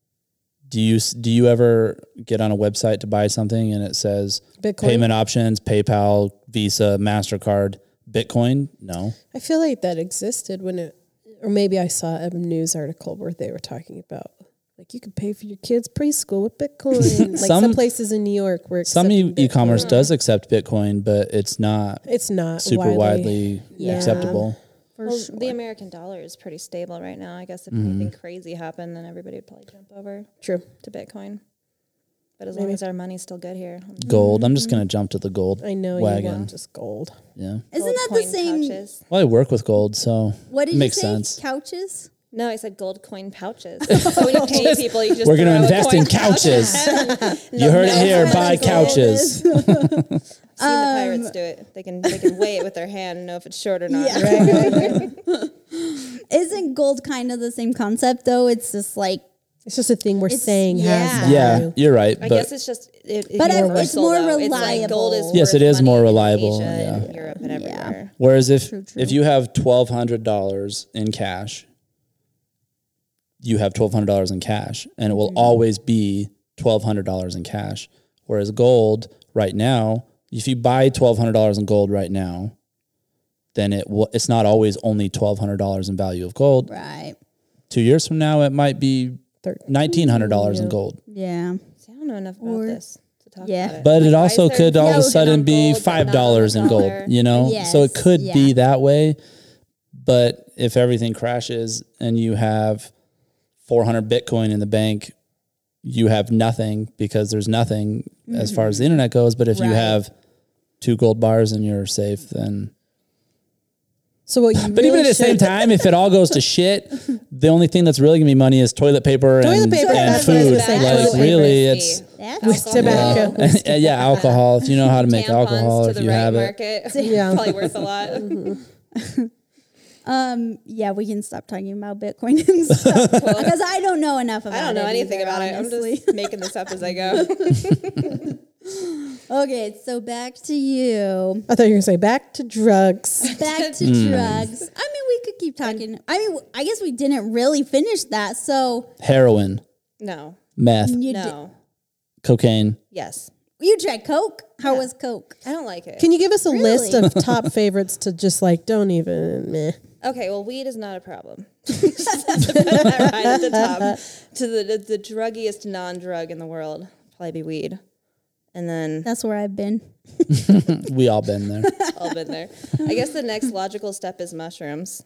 Do you s- do you ever get on a website to buy something and it says
Bitcoin.
payment options, PayPal, Visa, Mastercard, Bitcoin? No.
I feel like that existed when it, or maybe I saw a news article where they were talking about like you could pay for your kids' preschool
[laughs]
with Bitcoin. like some,
Some-
places in New York were
Some e-
accepting Bitcoin.
e-commerce does accept Bitcoin, but it's not
It's not
super widely,
Yeah.
acceptable.
For
Well,
sure.
the American dollar is pretty stable right now. I guess if anything crazy happened, then everybody would probably jump over
True.
to Bitcoin. But as long as our money's still good here, I'm-
Gold. I'm just going to jump to the gold
I know you
wagon.
want just gold.
Yeah.
Isn't
gold
that the
coin
same?
Pouches.
Well, I work with gold, so
What did
makes
you say?
sense.
Couches?
No, I said gold coin pouches. so when you pay people, you just
We're going to
throw a
invest
coin
in
pouch. [laughs]
couches. you heard it here.
no,
Buy
no,
couches.
I've Seen the pirates do it. They can they can weigh it with their hand and know if it's short or not.
Yeah. Isn't gold kind of the same concept though? It's just like
It's just a thing we're
It's-
saying
yeah.
has
Yeah,
value.
you're right.
I
but
guess it's just it, it's
But I- it's
universal,
more
though. It's like gold is
reliable.
Yes,
worth
it is
money
more
in
reliable,
Asia and
yeah.
Europe and everywhere.
whereas if
true.
if you have twelve hundred dollars in cash, you have twelve hundred dollars in cash, and it
Mm-hmm.
will always be twelve hundred dollars in cash. Whereas gold, right now, if you buy twelve hundred dollars in gold right now, then it wa it's not always only twelve hundred dollars in value of gold.
Right.
Two years from now, it might be
Thir-
nineteen hundred dollars in gold.
Yeah.
See, I don't know enough about
Or-
this to talk
yeah.
about it.
But it
Like, why
also
is there
could all of a
thousand on
sudden be
gold, but not
five dollars in gold.
$1?
You know, so it
Yes,
could
yeah.
be that way. But if everything crashes and you have four hundred Bitcoin in the bank, you have nothing because there's nothing as far as
Mm-hmm.
the internet goes. But if you
Right.
have two gold bars and you're safe, then
So what you
But even at the same time, if it all goes to shit,
[laughs]
the only thing that's really gonna be money is toilet paper
Toilet
and,
paper,
and
that's what I was
food.
gonna say,
like
toilet paper.
really, it's
That's
With
awesome.
tobacco.
[laughs] uh, yeah, alcohol. If you know how to make alcohol, if you have it,
market. [laughs]
Yeah.
probably worth a lot.
[laughs] Um, yeah, we can stop talking about Bitcoin and [laughs] stuff because I don't know enough about it.
I don't know anything
either,
about
honestly.
it. I'm just [laughs] making this up as I go.
[laughs] Okay, so back to you.
I thought you were gonna say back to
[laughs]
drugs.
Back to drugs. I mean, we could keep talking. I mean, I guess we didn't really finish that. So
heroin,
no,
meth,
you did-
no,
cocaine.
yes,
you tried Coke. How was Coke?
I don't like it.
Can you give us a list of top [laughs] favorites to just like don't even meh.
okay, well, weed is not a
[laughs]
problem. [laughs] That right at the top, to the, the the druggiest non-drug in the world, probably be weed, and then
That's where I've been.
We all been there.
all been there. I guess the next logical step is mushrooms.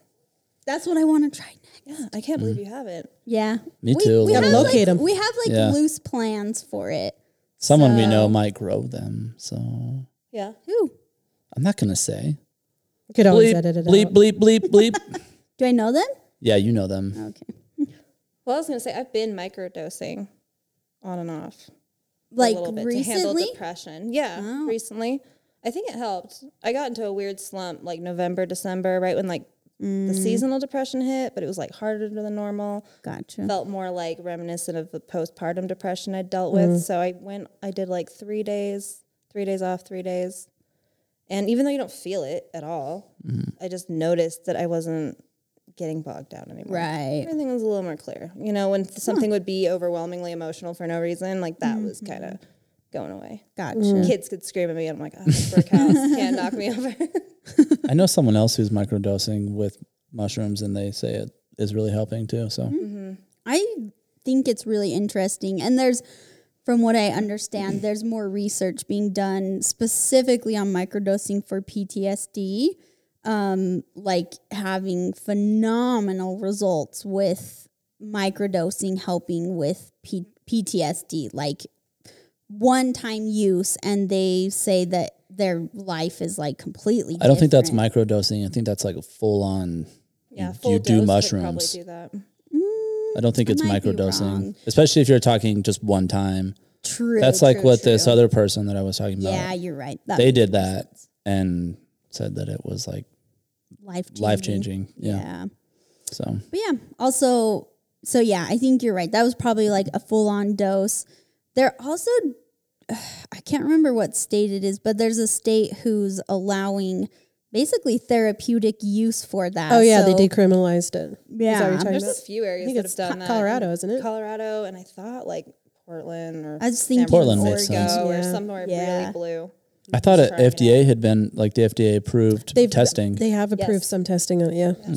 That's what I want to try next.
Yeah, I can't believe you haven't.
Yeah.
Me too,
We, we
Gotta
have
locate
like,
'em.
We have like
Yeah.
loose plans for it.
Someone we know might grow them, so
Yeah,
Who?
I'm not gonna say.
You could always
Bleep,
edit it
bleep,
out.
bleep, bleep, bleep.
Do I know them?
yeah, you know them.
Okay.
Well, I was gonna say I've been microdosing on and off a
Like
little bit to handle
recently?
depression. Yeah, recently. I think it helped. I got into a weird slump like November, December, right when like the
Mm.
seasonal depression hit, but it was like harder than normal.
Gotcha.
Felt more like reminiscent of the postpartum depression I dealt
Mm.
with. So I went. I did like three days, three days off, three days, and even though you don't feel it at all,
Mm.
I just noticed that I wasn't getting bogged down anymore.
Right.
Everything was a little more clear. You know, when something would be overwhelmingly emotional for no reason, like that was kind of going away.
Gotcha.
Kids could scream at me, and I'm like, oh, brick house can't knock me [laughs] over.
I know someone else who's microdosing with mushrooms, and they say it is really helping too. So
I think it's really interesting. And there's, from what I
[clears throat]
understand, there's more research being done specifically on microdosing for PTSD, um, like having phenomenal results with microdosing helping with P- PTSD, like one time use. And they say that their life is like completely
I don't think that's
different.
microdosing. I think that's like a full on.
yeah,
you
full
do
dose
mushrooms.
Could probably do that.
I don't think it's
might be
microdosing,
wrong.
especially if you're talking just one time.
true.
That's like
true,
what this
true.
other person that I was talking about.
Yeah, you're right. That
they did that and said that it was like
life changing.
life changing. Yeah.
yeah.
So
But yeah, also, so yeah, I think you're right. That was probably like a full on dose. They're also, [sighs] I can't remember what state it is, but there's a state who's allowing basically therapeutic use for that.
Oh yeah,
So-
they decriminalized it. Is that what
Yeah.
you're talking
There's
about?
a few areas
think
that have
it's
done
Co-
that.
Colorado, isn't it?
Colorado, and I thought like Portland or
I was
San
thinking
Portland
Francisco
makes sense.
or
Yeah.
somewhere
Yeah.
really blue.
I thought it,
trying it
FDA had been like the FDA approved testing.
They have approved
Yes.
some testing on it, yeah.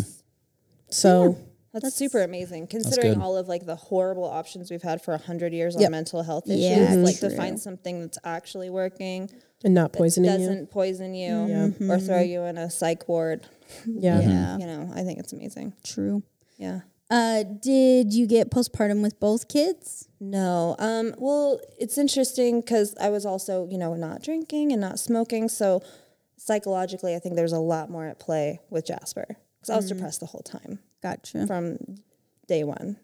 So
That's, super amazing, considering
good.
all of like the horrible options we've had for a hundred years on
Yep.
mental health issues.
Yeah,
Like
true.
to find something that's actually working,
and not poisoning
doesn't
you.
poison you, or throw you in a psych ward.
Yeah.
Yeah,
Mm-hmm.
You know, I think it's amazing.
true.
Yeah.
Uh, did you get postpartum with both kids?
No. Um, well, it's interesting because I was also, you know, not drinking and not smoking. So psychologically, I think there's a lot more at play with Jasper because I was depressed the whole time
Gotcha.
from day one.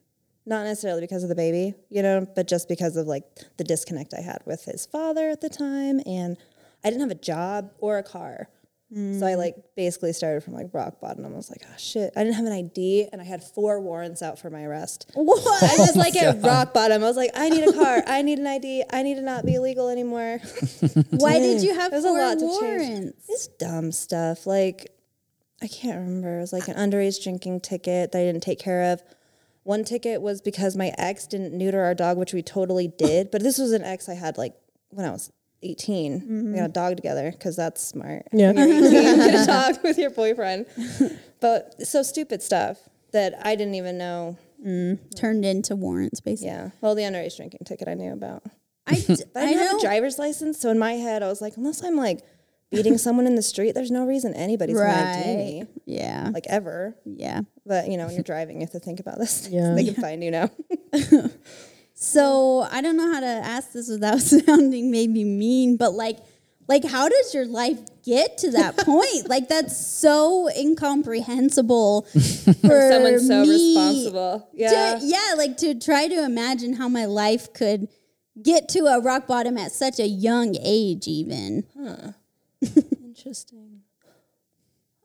Not necessarily because of the baby, you know, but just because of like the disconnect I had with his father at the time. And I didn't have a job or a car. So I like basically started from like rock bottom. I was like, oh shit, I didn't have an ID and I had four warrants out for my arrest.
What?
I was like at rock bottom. I was like, I need a car. I need an ID. I need to not be illegal anymore.
Why did you have
There's a
four
lot to change.
warrants?
it's dumb stuff. Like, I can't remember. It was like an underage drinking ticket that I didn't take care of. One ticket was because my ex didn't neuter our dog, which we totally did. But this was an ex I had like when I was 18. We got a dog together because that's smart.
Yeah.
When you're 18, [laughs] you get a dog with your boyfriend. But so stupid stuff that I didn't even know.
turned into warrants basically.
Yeah. Well, the underage drinking ticket I knew about.
I,
[laughs]
d-
But I
I
didn't have
don't-
a driver's license. So in my head, I was like, unless I'm like beating someone in the street, there's no reason anybody's going to ID me,
right. Yeah.
like ever.
yeah.
But you know, when you're driving, you have to think about this. [laughs]
Yeah.
they can find you now.
So I don't know how to ask this without [laughs] sounding maybe mean, but like, like how does your life get to that point? Like that's so incomprehensible for
Someone so
me
responsible.
to-
Yeah.
yeah, like to try to imagine how my life could get to a rock bottom at such a young age, even.
Interesting.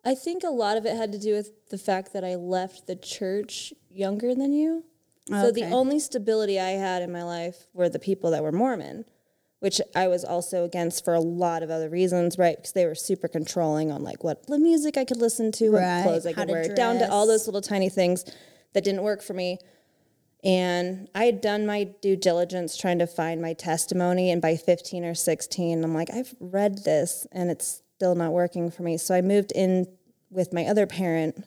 I think a lot of it had to do with the fact that I left the church younger than you. So the
Okay.
only stability I had in my life were the people that were Mormon, which I was also against for a lot of other reasons, right? Because they were super controlling on like what the music I could listen to,
Right,
what clothes I
how
could
to
wear, down to all
dress.
those little tiny things that didn't work for me. And I had done my due diligence trying to find my testimony. And by 15 or 16, I'm like, I've read this and it's still not working for me. So I moved in with my other parent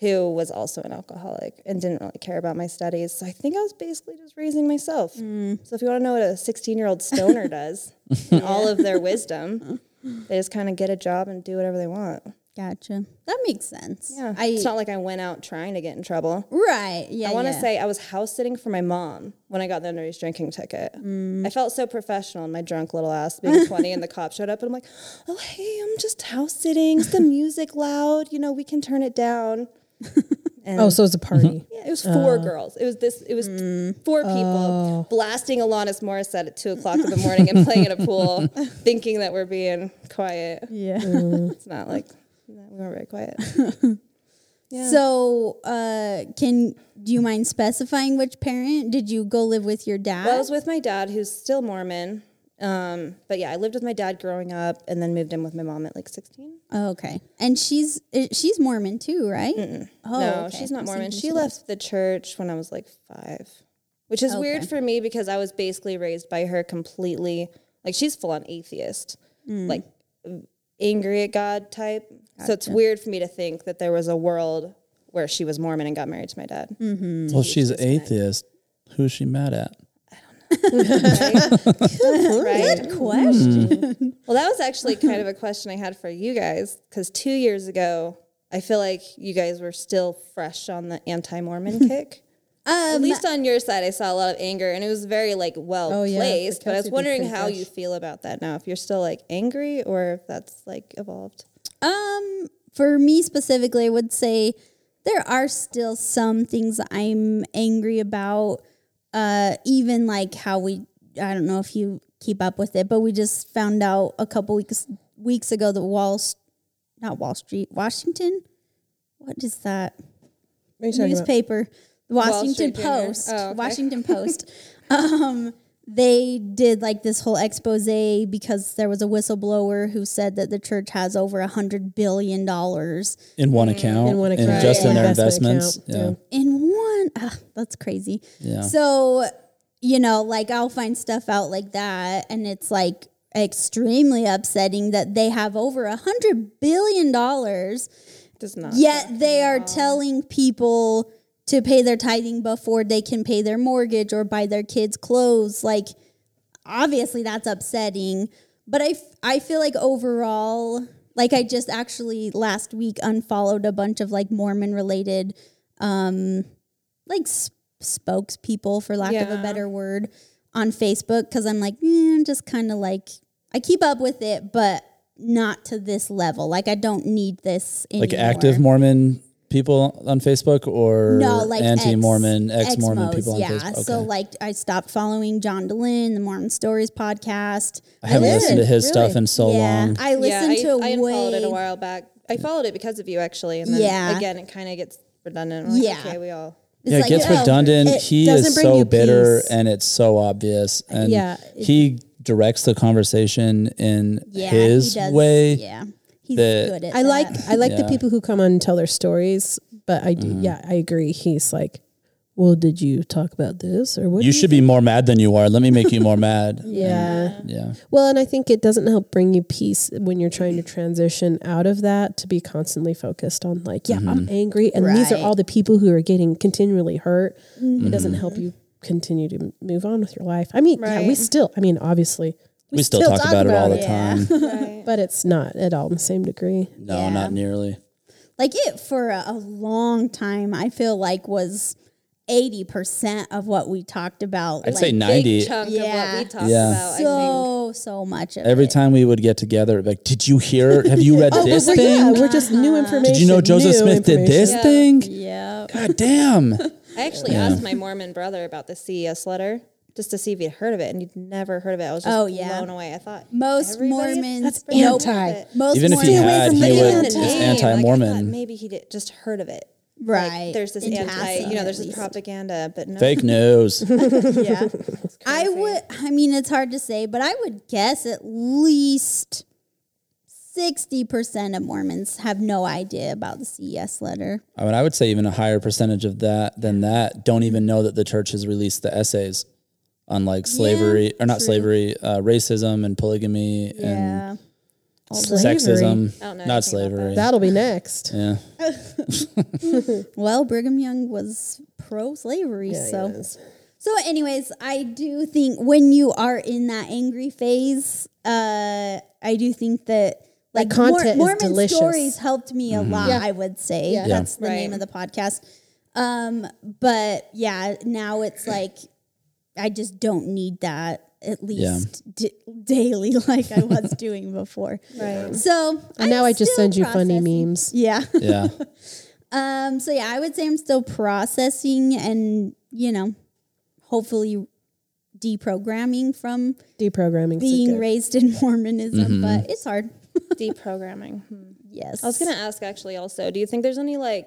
who was also an alcoholic and didn't really care about my studies. So I think I was basically just raising myself. So if you want to know what a 16 year old stoner does, and all of their wisdom, they just kind of get a job and do whatever they want.
Gotcha. That makes sense.
Yeah.
I,
it's not like I went out trying to get in trouble.
right. Yeah.
I want to
yeah.
say I was house sitting for my mom when I got the underage drinking ticket. I felt so professional in my drunk little ass
[laughs]
being 20, and the cop showed up, and I'm like, oh, hey, I'm just house sitting. Is the music loud? You know, we can turn it down. And
Oh, so it's a
Mm-hmm.
party.
yeah, it was
Uh.
four girls. It was this. It was t-
Mm.
four people
Oh.
blasting Alanis Morissette at two o'clock in the morning and playing in a
[laughs]
pool, thinking that we're being quiet.
Yeah.
[laughs]
Mm.
It's not like no, we weren't very quiet. Yeah.
So, uh, can do you mind specifying which parent did you go live with your dad?
Well, I was with my dad, who's still Mormon. Um, but yeah, I lived with my dad growing up, and then moved in with my mom at like sixteen.
Oh, okay, and she's uh, she's Mormon too, right? Oh,
no,
okay.
she's not
I was
Mormon.
thinking
She
was-
left the church when I was like five, which is weird
Okay.
for me because I was basically raised by her completely. Like she's full on atheist,
Hmm.
like angry at God type. So it's weird for me to think that there was a world where she was Mormon and got married to my dad.
Mm-hmm.
Well, she's atheist. Who's she mad at?
Right?
[laughs] Good question.
Well, that was actually kind of a question I had for you guys because two years ago, I feel like you guys were still fresh on the anti
[laughs]
Mormon kick. At
Um, Oh,
least on your side, I saw a lot of anger and it was very like well
yeah,
placed.
it
but I
has
was
to be
wondering
pretty
how
fresh.
you feel about that now, if you're still like angry or if that's like evolved.
um, for me specifically, I would say there are still some things I'm angry about. Uh, even like how we, I don't know if you keep up with it, but we just found out a couple weeks weeks ago that Wall, S- not Wall Street, Washington. What is that?
What are you talking about?
newspaper, the Washington
Street Journal.
Post,
Oh, okay. [laughs]
Washington Post. um, they did like this whole expose because there was a whistleblower who said that the church has over a hundred billion dollars
In one account,
In one
and
account,
just
yeah.
in their
Investment
investments.
account,
Yeah.
in one. Ugh, that's crazy.
Yeah.
So, you know, like I'll find stuff out like that, and it's like extremely upsetting that they have over a hundred billion dollars
Does not.
Yet they are telling people to pay their tithing before they can pay their mortgage or buy their kids clothes. Like, obviously, that's upsetting. But I, f- I feel like overall, like, I just actually last week unfollowed a bunch of like Mormon related, um, like, s- spokespeople, for lack of a
Yeah.
better word, on Facebook because I'm like, mm, just kind of like, I keep up with it, but not to this level. Like, I don't need this anymore.
Like active Mormon people on Facebook or
No, like
anti-Mormon,
ex-
ex-Mormon
ex-mos,
people on
yeah.
Facebook. Okay.
So like I stopped following John DeLynn, the Mormon Stories podcast.
I haven't listened to his
really.
stuff in so long.
I listened
yeah,
to
I, I
way.
unfollowed it a while back. I followed it because of you actually. And then
Yeah.
again, it kind of gets redundant. I'm like,
Yeah.
Okay, we
[laughs]
all.
It's
yeah, it
like,
gets
oh,
redundant.
it
he
doesn't
is
bring
so
you
bitter
peace.
and it's so obvious. And
Yeah.
he directs the conversation in
yeah, he
his
does.
way.
Yeah, he's
that-
good at.
I
that.
like I like
Yeah. Mm-hmm.
the people who come on and tell their stories, but I do yeah, I agree. He's like well, did you talk about this or what?
you
do
should be more mad than you are. Let me make you more mad.
Yeah.
Yeah.
Well, and I think it doesn't help bring you peace when you're trying to transition out of that to be constantly focused on like, yeah,
Mm-hmm.
I'm angry and these are
Right.
all the people who are getting continually hurt. It doesn't help you continue to m- move on with your life. I mean, yeah, we
Right.
still, I mean, obviously,
We, still, talk, about, it all the time.
[laughs] Right.
but it's not at all the same degree.
No,
Yeah.
not nearly.
like it for a, a long time i feel like was 80% of what we talked about
I'd
like
say
Big
90.
chunk
Yeah.
of what we talked
Yeah.
about. I think.
so so much of
Every
it.
time we would get together, it'd be like, did you hear? Have you read
[laughs] But
this
we're,
thing?
yeah, we're just new Oh, information.
Did you know Joseph
new
Smith did this
information.
thing?
yeah
God damn.
I actually asked my Mormon brother about the CES letter just to see if he'd heard of it, and he'd never heard of it. I was just
Oh, yeah.
blown away. I thought
most
everybody-
mormons
that's
nope.
anti.
most
Even if he
mormons
had, he
But even
would.
the
It's
name, Like, I thought
anti-Mormon.
maybe he did, just heard of it. Like,
right
there's this
in
anti,
passing
you know,
at
there's this
least.
propaganda, but no.
Fake news.
yeah i would i mean it's hard to say but i would guess at least 60% of mormons have no idea about the ces letter
I mean, I would say even a higher percentage of that than that don't even know that the church has released the essays on like slavery or not slavery, uh, racism and polygamy and
yeah All the-
sexism.
don't
Not
know anything about
slavery.
That'll be next.
yeah.
well brigham young was pro-slavery so
Yes.
So, anyways, I do think when you are in that angry phase, uh, I do think that like Mor-
content is
Mormon
delicious.
stories helped me a lot. I would say
Yeah.
Yeah.
that's the name of
Right.
the podcast. Um, but yeah, now it's like I just don't need that at least d- daily, [laughs] like
[laughs]
I was doing before.
Right.
So
And now I just
still
send you funny
processing.
memes.
Yeah. [laughs]
Yeah.
Um, so yeah, I would say I'm still processing and, you know, hopefully deprogramming from
Deprogramming.
being raised in [laughs] Mormonism,
Mm-hmm.
but it's hard.
Deprogramming. Hmm.
Yes.
I was going to ask actually also, do you think there's any like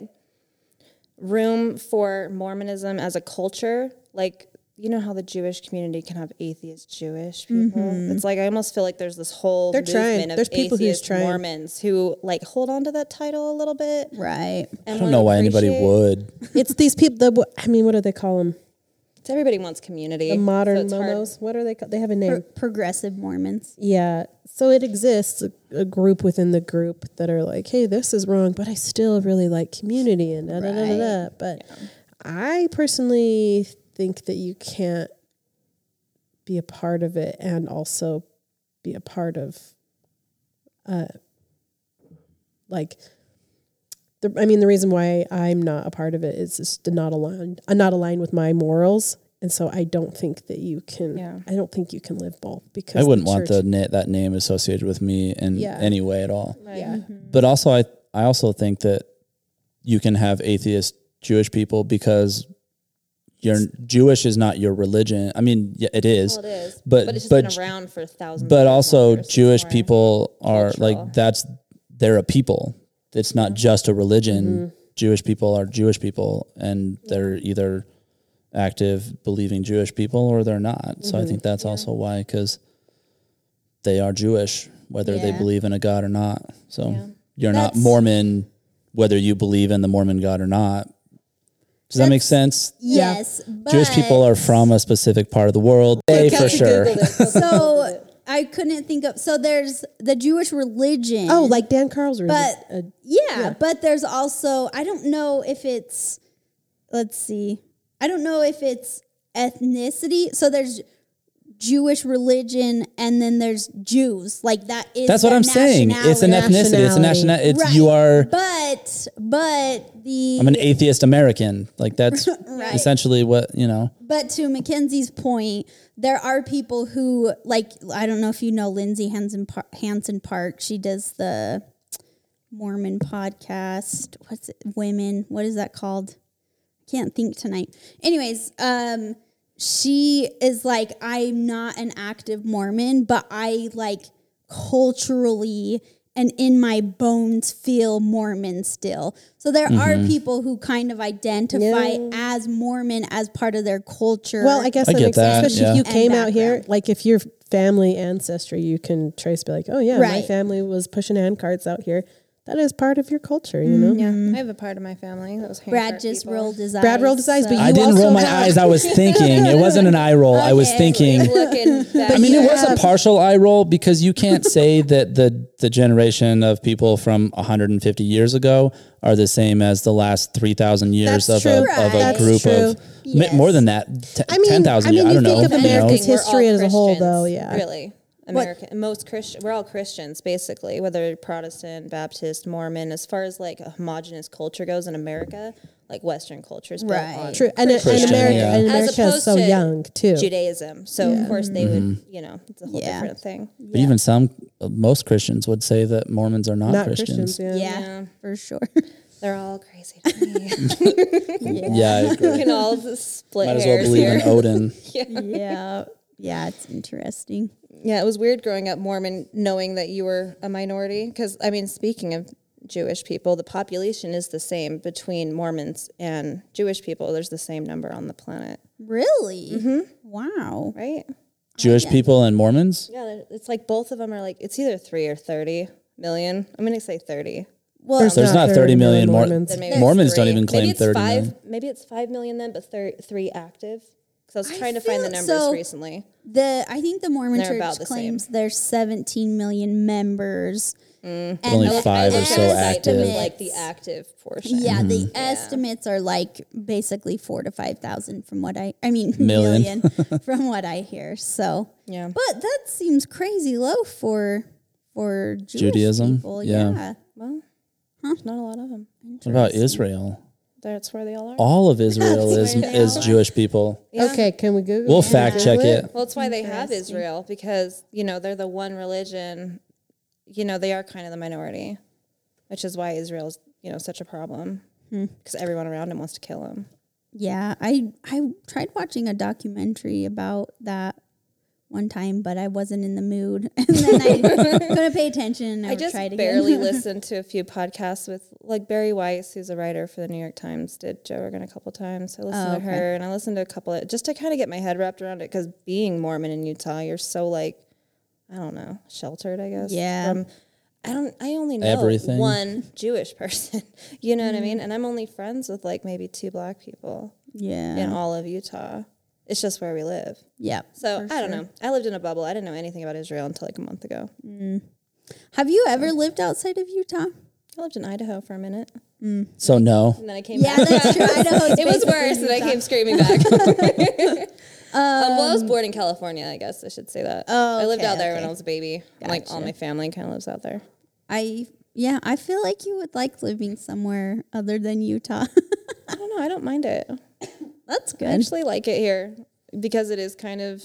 room for Mormonism as a culture? Like, you know how the Jewish community can have atheist Jewish people? It's like I almost feel like there's this whole
They're
movement
trying.
of
There's people who's
atheist
trying.
Mormons who like hold on to that title a little bit.
Right.
And
I don't know why anybody would.
it's these people. The, I mean, what do they call them?
everybody wants community.
The
so
modern
it's hard.
momos. What are they called? They have a name.
Pro- progressive Mormons.
Yeah. So it exists a, a group within the group that are like, hey, this is wrong, but I still really like community and da da da da. da. But I personally think that you can't be a part of it and also be a part of, uh, like, the, I mean, the reason why I'm not a part of it is just to not aligned. I'm not aligned with my morals, and so I don't think that you can.
Yeah.
I don't think you can live both because
I wouldn't want
church-
the na- that name associated with me in
Yeah.
any way at all.
Yeah.
Mm-hmm.
But also, I I also think that you can have atheist Jewish people because your Jewish is not your religion. I mean, yeah, it is.
Well, it is.
But-
But, it's just
but-
been around for thousands
but
of
also
years
Jewish
before.
people are
Cultural.
like that's they're a people. It's not just a religion.
Mm-hmm.
Jewish people are Jewish people, and they're either active believing Jewish people or they're not. So
Mm-hmm.
I think that's also why because they are Jewish, whether they
Yeah.
believe in a God or not. So you're
That's-
not Mormon, whether you believe in the Mormon God or not. Does that make sense?
Yeah.
Yes. But
Jewish people are from a specific part of the world. They for
Kelsey
sure.
Googled it.
[laughs] so I couldn't think of so there's the Jewish religion.
Oh, like Dan Carl's room.
But-
a,
yeah, but there's also I don't know if it's let's see. I don't know if it's ethnicity. So there's Jewish religion and then there's Jews. Like that is
That's what
their
I'm saying. It's an
nationality.
ethnicity. It's a national. It's
Right.
you are.
But but the
I'm an e- atheist American. Like
[laughs]
that's essentially what you know.
But to Mackenzie's point, there are people who like I don't know if you know Lindsay Hansen Par- Hansen Park. She does the Mormon podcast. What's it? Women. What is that called? Can't think tonight. Anyways, um, she is like I'm not an active Mormon, but I like culturally and in my bones feel Mormon still. So there are people who kind of identify as Mormon as part of their culture.
well, I guess
I
that
get
makes sense.
that,
Especially if
yeah.
you came
And
out here, like if your family ancestry, you can trace, be like, oh yeah, my
Right.
family was pushing hand carts out here. that is part of your culture, you know?
Yeah, I have a part of my family that was.
Brad just rolled his eyes.
Brad rolled his eyes, but
so-
I
You
didn't roll
also
my
have-
eyes. I
[laughs]
was thinking. It wasn't an eye roll. I was
Okay.
thinking. [laughs]
Looking back,
I mean, it was a partial eye roll because you can't say that the the generation of people from 150 years ago are the same as the last 3,000 years
That's
of a,
true.
of a
That's
group of
true.
m- more than that, t-
I mean-
10,000
I mean,
years. I
you
don't know.
think of
you know?
Americans- history as a whole, though, yeah.
really. American, most Christian, we're all Christians basically, whether Protestant, Baptist, Mormon. As far as like a homogenous culture goes in America, like Western culture is built
Right.
on
True. And, and
Christian,
America,
yeah.
and
As
America is
opposed
so
to
young, too.
Judaism. So of course they would, you know, it's a whole
Yeah.
different thing.
But even some, most Christians would say that Mormons are not,
Not
Christians.
Christians, yeah.
Yeah,
Yeah.
for
[laughs]
sure.
They're all crazy. To me.
Yeah,
[laughs]
I agree.
[laughs] we can all split
Might as well
hairs
believe
here.
in Odin.
yeah. [laughs] Yeah, it's interesting.
Yeah, it was weird growing up Mormon, knowing that you were a minority. Because I mean, speaking of Jewish people, the population is the same between Mormons and Jewish people. There's the same number on the planet,
Really? Wow.
Mm-hmm. right?
Jewish people and Mormons?
Yeah, there- it's like both of them are like it's either three or thirty million. I'm gonna say thirty.
Well,
There's
There's
Not
not
30
30 million,
million
Mor-
Mormons. Then
maybe it's
Mormons don't
three.
even claim
maybe it's
30
five.
million.
Maybe it's five million then, but thir- three active. Because I was trying to
feel
find the numbers
so-
recently.
the I think the Mormon
They're
Church
about the
claims there's 17 million members, and
Only
the
five are so
Kinda
estimates-
like
active. Mm-hmm.
the- Mm. Like the active portion.
Yeah, the estimates are like basically four to five thousand from what I I mean [laughs]
Million.
million,
[laughs]
from what I hear. So
Yeah.
but that seems crazy low for for Jewish
Judaism,
People.
yeah.
Yeah.
Well, there's Mm-hmm. not a lot of them.
What about Israel?
That's where they all are.
All of Israel is,
where they
is
all are.
Jewish
[laughs]
people.
Okay, can we Google
We'll
it?
fact check
Google
it.
Well, that's why they have Israel because you know they're the one religion. You know they are kind of the minority, which is why Israel's you know such a problem because everyone around him wants to kill him.
Yeah, I I tried watching a documentary about that one time, but I wasn't in the mood, [laughs] and then
[laughs]
I couldn't pay attention. And I,
I just
tried [laughs]
barely
again.
listened to a few podcasts with like Barry Weiss, who's a writer for the New York Times, did Joe Rogan a couple times. I
Oh,
listened to her and I listened to a couple of, just to kind of get my head wrapped around it because being Mormon in Utah, you're so like, I don't know, sheltered, I guess.
Yeah.
from- I don't. I only know
Everything.
one Jewish [laughs] person. You know what I
Mm-hmm.
mean? And I'm only friends with like maybe two black people
yeah,
in all of Utah. It's just where we live.
yeah.
So I don't know. I lived in a bubble. I didn't know anything about Israel until like a month ago.
Have you ever lived outside
[laughs]
of Utah?
I lived in Idaho for a minute.
So, no.
And then I came
Yeah,
back. [laughs]
that's true. Idaho's
It was
basically
worse, and I
Utah.
came screaming back. um,
[laughs]
well, I was born in California, I guess I should say that. I lived
Um, okay,
out there when
okay.
I was a baby. And, Like all my family kind of lives out there.
I yeah, I feel like you would like living somewhere other than Utah. [laughs]
I don't know. I don't mind it.
That's
I
good.
actually like it here because it is kind of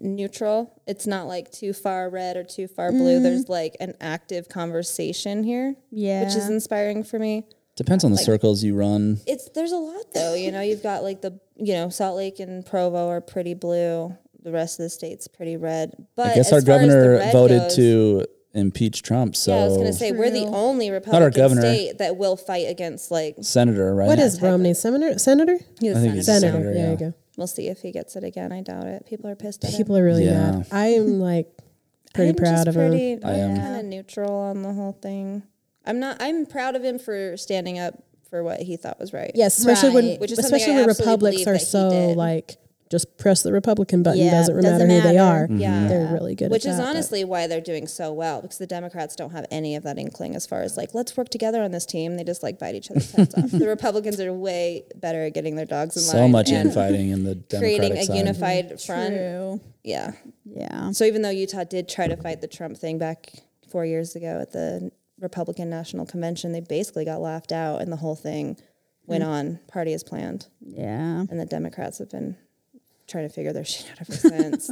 neutral. It's not like too far red or too far blue. There's like an active conversation here, which
Mm-hmm. Yeah.
is inspiring for me.
Depends on the circles you run.
it's there's a lot though. You know, you've got like the you know Salt Lake and Provo are pretty blue. The rest of the state's pretty red. But
I guess
as
our
far as the
governor
red
voted
goes-
to impeach Trump. So
Yeah, I was gonna say we're the
True.
only Republican
governor.
state that will fight against like
senator, right?
What is Romney? Senator? Senator?
the
I think
Senate.
he's
Senator.
senator,
there
yeah.
you go.
We'll see if he gets it again. I doubt it. People are pissed at him.
People are really
Yeah.
mad. I am like pretty
I'm
proud
just
of him.
pretty,
I
I'm
am.
kind of neutral on the whole thing. I'm not. I'm proud of him for standing up for what he thought was right.
Yes, especially when
Right.
Which is something
especially
I
when
absolutely
republics
believe
are
that he
so
did.
like just press the Republican button
Yeah,
doesn't,
doesn't
matter who they
matter.
are.
Yeah.
They're really good
Which
at
is
that, but-
honestly why they're doing so well because the Democrats don't have any of that inkling as far as like, let's work together on this team. They just like bite each other's heads off.
[laughs]
The Republicans are way better at getting their dogs in
So
line
much
and
infighting in the Democratic
[laughs] creating a
side.
unified front.
True.
Yeah.
Yeah.
So even though Utah did try to fight the Trump thing back four years ago at the Republican National Convention, they basically got laughed out and the whole thing went
Mm.
on party as planned.
Yeah.
And the Democrats have been trying to figure their [laughs] shit out ever since.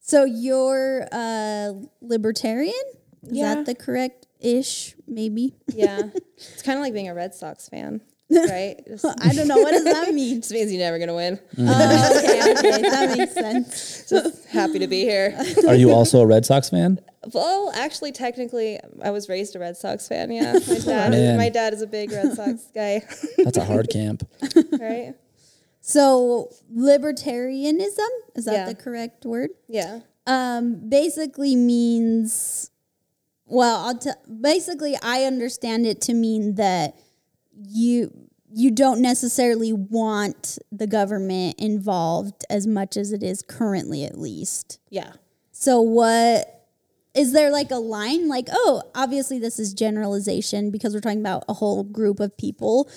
So you're uh libertarian? Is
Yeah.
that the correct ish maybe?
Yeah. it's kind of like being a Red Sox fan, right? It just,
I don't know what does [laughs] that mean.
just means you're never going to win. [laughs]
oh, okay, okay, that makes sense.
Just happy to be here.
Are you also a Red Sox
[laughs]
fan?
Well, actually, technically, I was raised a Red Sox fan. Yeah. My dad,
Man.
my dad is a big Red Sox guy, [laughs]
That's a hard camp.
right?
So libertarianism is that
Yeah.
the correct word?
Yeah.
Um, basically means well, I'll t- basically I understand it to mean that you you don't necessarily want the government involved as much as it is currently at least.
Yeah.
So what is there like a line like oh obviously this is generalization because we're talking about a whole group of people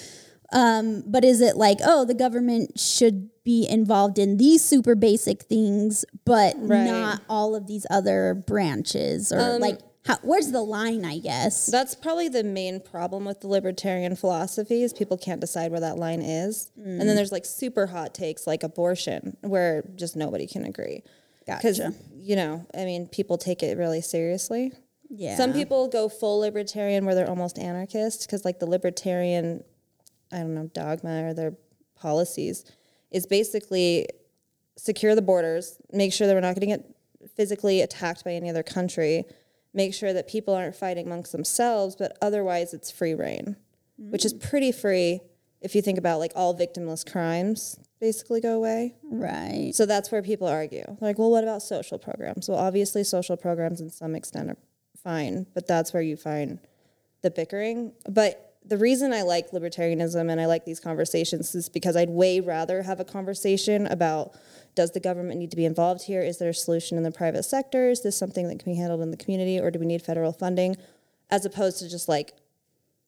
um, but is it like oh the government should be involved in these super basic things but
Right.
not all of these other branches or like how, where's the line I guess
That's probably the main problem with the libertarian philosophy is people can't decide where that line is. And
Mm.
then there's like super hot takes like abortion where just nobody can agree. 'Cause,
Gotcha.
you know, I mean, people take it really seriously.
yeah
Some people go full libertarian where they're almost anarchist because, like, the libertarian, I don't know, dogma or their policies is basically secure the borders, make sure that we're not going to get physically attacked by any other country, make sure that people aren't fighting amongst themselves, but otherwise it's free reign, which is pretty free if you think about like all victimless crimes basically go away.
right
So that's where people argue. They're like, well, what about social programs? Well, obviously, social programs in some extent are fine, but that's where you find the bickering. But the reason I like libertarianism and I like these conversations is because I'd way rather have a conversation about does the government need to be involved here? Is there a solution in the private sector? Is this something that can be handled in the community or do we need federal funding? As opposed to just like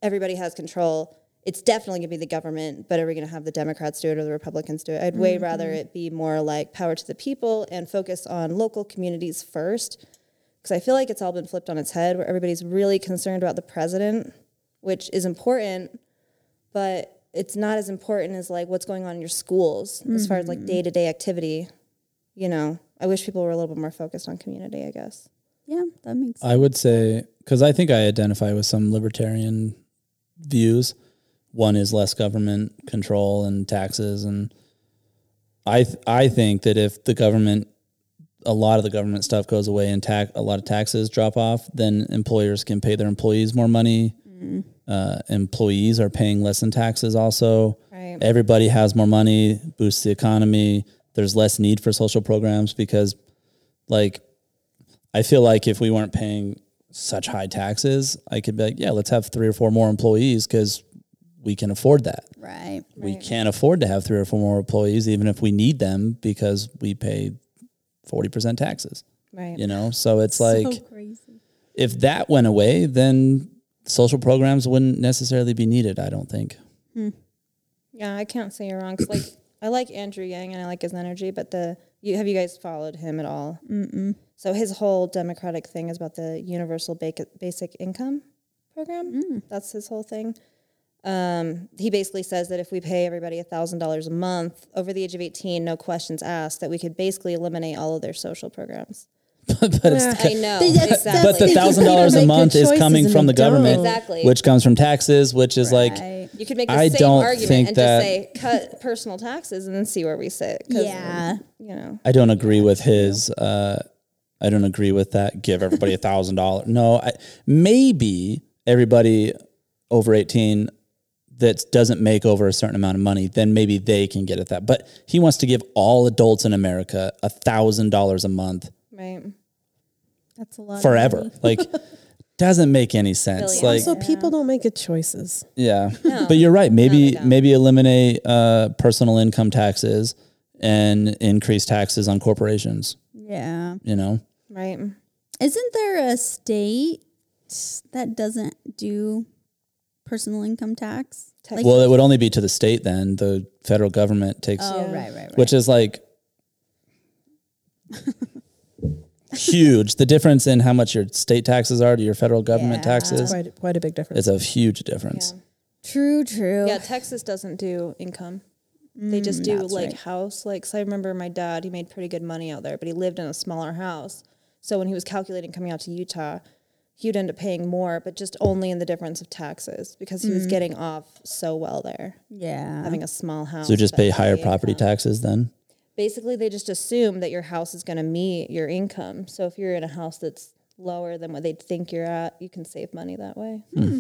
everybody has control. It's definitely going to be the government, but are we going to have the Democrats do it or the Republicans do it? I'd way rather it be more like power to the people and focus on local communities first. Because I feel like it's all been flipped on its head where everybody's really concerned about the president, which is important, but it's not as important as like what's going on in your schools as far as like day to day activity. You know, I wish people were a little bit more focused on community, I guess.
yeah that makes
I would say because I think I identify with some libertarian views. One is less government control and taxes, and I th- I think that if the government a lot of the government stuff goes away and tax a lot of taxes drop off, then employers can pay their employees more money. Uh, employees are paying less in taxes. Also,
Right.
everybody has more money, boosts the economy. There's less need for social programs because, like, I feel like if we weren't paying such high taxes, I could be like, yeah, let's have three or four more employees because we can afford that.
right
We can't afford to have three or four more employees, even if we need them because we pay 40% taxes,
Right.
you know? So it's like,
so crazy
if that went away, then social programs wouldn't necessarily be needed, I don't think.
Yeah, I can't say you're wrong. 'cause, like, I like Andrew Yang and I like his energy, but the you have you guys followed him at all? Mm-mm. So his whole Democratic thing is about the universal ba- basic income program.
Mm.
That's his whole thing. Um, he basically says that if we pay everybody thousand dollars a month over the age of eighteen, no questions asked, that we could basically eliminate all of their social programs.
but it's
I know
They- that's-
exactly.
but the
[laughs]
Like,
thousand dollars a
make good
month is
choices
coming
and
from the
they don't.
government,
Exactly.
which comes from taxes, which is
Right.
like
you could make the
I
same
don't think
argument and
that-
just say cut personal taxes and then see where we sit. 'cause,
yeah
you know.
I don't agree with his. Uh, I don't agree with that. Give everybody a thousand dollars. No, I, maybe everybody over eighteen that doesn't make over a certain amount of money, then maybe they can get at that. But he wants to give all adults in America a thousand dollars a month
Right.
that's a lot of
forever. Like, doesn't make any sense.
Billion.
Like,
So people don't make good choices.
Yeah, but you're right. Maybe
don't.
maybe eliminate uh, personal income taxes and increase taxes on corporations.
yeah
You know,
Right.
Isn't there a state that doesn't do personal income tax? Like,
well, it would only be to the state then. The federal government takes,
oh, right, right, right.
which is like huge. The difference in how much your state taxes are to your federal government
Yeah.
taxes
Quite, quite a big difference.
is a huge difference.
true, true.
Yeah, Texas doesn't do income.
Mm,
They just do like house. Like, so I remember my dad, he made pretty good money out there, but he lived in a smaller house. So when he was calculating coming out to Utah, he would end up paying more, but just only in the difference of taxes because he was
Mm.
getting off so well there,
Yeah.
having a small house.
So just
but
pay higher
income.
property taxes then.
Basically, they just assume that your house is going to meet your income. So if you're in a house that's lower than what they think you're at, you can save money that way.
Hmm.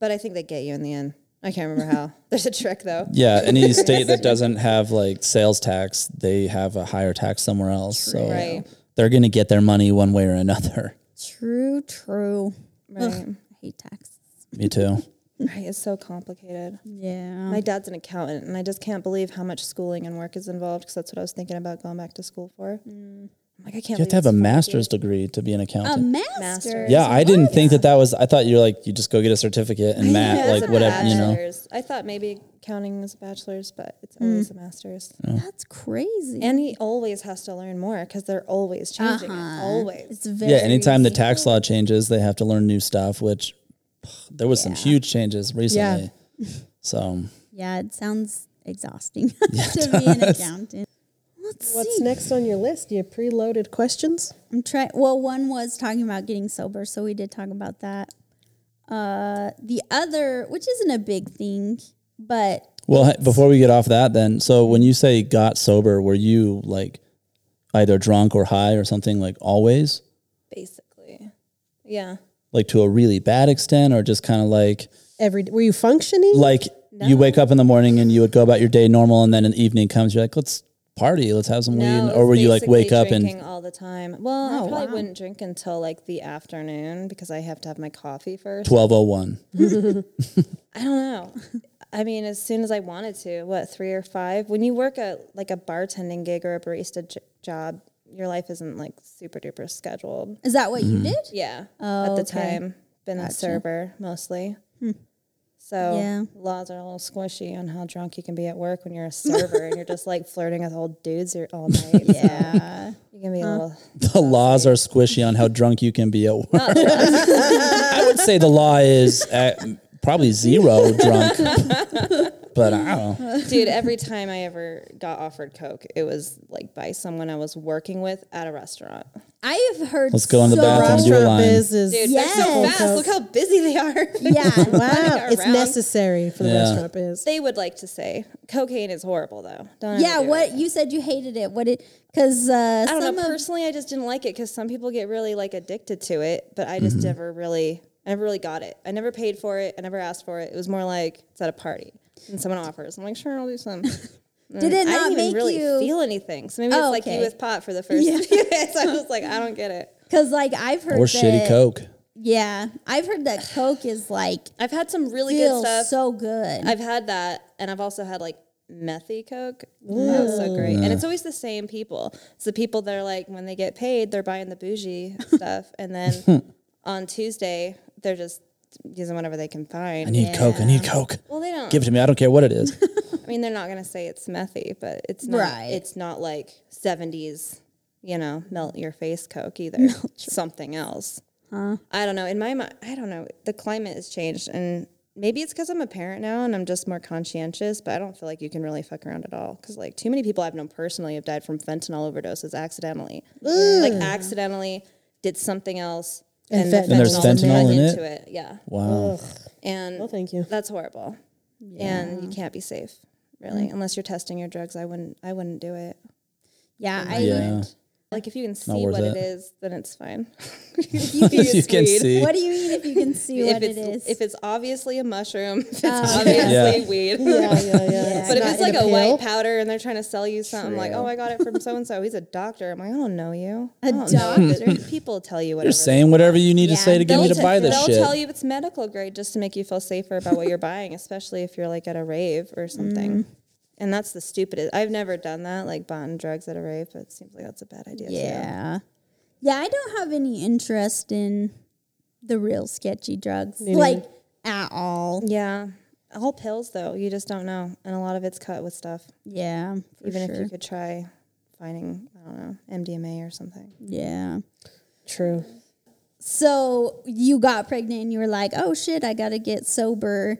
But I think they get you in the end. I can't remember how. [laughs] There's a trick though.
Yeah, any state that doesn't have like sales tax, they have a higher tax somewhere else. So
Right.
they're going to get their money one way or another.
true, true.
Right.
I hate tax.
[laughs] Me too.
right. It's so complicated.
Yeah.
My dad's an accountant, and I just can't believe how much schooling and work is involved because that's what I was thinking about going back to school for.
Mm.
I'm like, I can't
You have
believe
to have a
it's
master's
48.
degree to be an
a
accountant.
master.
yeah, I didn't think that that was. I thought you were like you just go get a certificate and math,
[laughs] Yeah, it's
like
a
whatever you know.
bachelor's. I thought maybe accounting is a bachelor's, but it's
Mm.
always a master's.
That's crazy.
And he always has to learn more because they're always changing. it,
Uh-huh.
Always.
It's very
Yeah, anytime the
easy.
tax law changes, they have to learn new stuff. Which [sighs] there was some huge changes recently.
[laughs]
So
Yeah, it sounds exhausting [laughs] to be an accountant. Let's
What's
see.
next on your list? Your preloaded questions?
I'm trying. Well, one was talking about getting sober, so we did talk about that. Uh, the other, which isn't a big thing, but
Well, he- before we get off that, then, so when you say got sober, were you like either drunk or high or something like always,
Basically. Yeah.
like to a really bad extent, or just kind of like
Every were you functioning?
like you wake up in the morning and you would go about your day normal, and then in the evening comes, you're like, let's party, let's have some
No,
weed,
it
or
was
were you like
basically
wake up and
drinking all the time? Well,
Oh,
I probably
wow.
wouldn't drink until like the afternoon because I have to have my coffee first.
twelve oh one? [laughs]
I don't know. I mean, as soon as I wanted to, what three or five? When you work a like a bartending gig or a barista j- job, your life isn't like super duper scheduled.
is that what
Mm-hmm.
you did?
Yeah.
Oh,
at the
okay. Hmm.
time, been a server mostly. So
Yeah.
laws are a little squishy on how drunk you can be at work when you're a server and you're just like [laughs] flirting with old dudes your- all night.
Yeah.
You can be a
[laughs]
little.
The laws are squishy on how drunk you can be at work.
Oh,
[laughs] I would say the law is at probably zero drunk, but I don't know.
Dude, every time I ever got offered Coke, it was like by someone I was working with at a restaurant.
I have heard.
Let's go in the
so
bathroom. You're
Restaurant
lying.
biz is
Dude, they're so
Yes.
fast. Look how busy they are.
Yeah.
[laughs] wow, it's
around.
necessary for the
Yeah.
restaurant biz.
[laughs] they would like to say cocaine is horrible, though. Don't ever
yeah.
do
What
it.
you said you hated it. What it? Because uh,
I don't
some
know.
of
Personally, I just didn't like it because some people get really like addicted to it, but I just never really, I never really got it. I never paid for it. I never asked for it. It was more like it's at a party and someone offers. I'm like, sure, I'll do [laughs] some.
did it
I
not
didn't even
make
really
you
feel anything. So maybe
Oh,
it's like
okay.
you with pot for [laughs] the first few minutes. I was like, I don't get it.
Because like I've heard
Or
that,
shitty Coke.
Yeah, I've heard that Coke is like
I've had some really good
feels
stuff.
so good.
I've had that, and I've also had like methy coke. That was so great, and it's always the same people. It's the people that are like when they get paid, they're buying the bougie stuff, and then on Tuesday they're just using whatever they can find.
I need Coke. I need Coke.
well, they don't.
Give it to me. I don't care what it is.
I mean, they're not gonna say it's methy, but it's not.
Right.
It's not like seventies. You know, melt your face Coke either. Something else. I don't know. In my mind, I don't know. The climate has changed, and maybe it's because I'm a parent now and I'm just more conscientious. But I don't feel like you can really fuck around at all because, like, too many people I've known personally have died from fentanyl overdoses accidentally. Like, accidentally did something else,
And
and,
fentanyl
the
And
there's
fentanyl,
fentanyl
fed
in
into it. Yeah,
Wow.
and
No, thank you.
that's horrible. And you can't be safe, really,
Mm.
unless you're testing your drugs. I wouldn't. I wouldn't do it.
yeah, I
Yeah.
Like if you can see
worth
what
it.
it is, then it's
[laughs]
fine. [laughs]
you can see.
What do you mean if you can
[laughs]
see
if
what
it's
it is?
if it's obviously a mushroom, [laughs]
[laughs]
if it's obviously weed.
yeah, yeah, [laughs] yeah.
[laughs] But if
not in
it's like a
pill.
white powder and they're trying to sell you something, like, oh, I got
[laughs]
it from so and so. He's a doctor. I'm like, I don't know you.
A
I don't know
[laughs]
doctor.
you. People tell you whatever.
You're saying whatever you need
Yeah.
to say to get me to
They'll-
buy this
they'll
shit.
tell you it's medical grade just to make you feel safer about what you're [laughs] buying, especially if you're like at a rave or
Mm.
something. And that's the stupidest. I've never done that, like buying drugs at a rave, but it seems like that's a bad idea. too.
yeah, yeah, I don't have any interest in the real sketchy drugs,
Me
like at all.
Yeah. All pills, though, you just don't know. And a lot of it's cut with stuff.
Yeah, for
Even if
sure.
you could try finding, I don't know, MDMA or something.
yeah.
True.
So you got pregnant and you were like, oh shit, I got to get sober.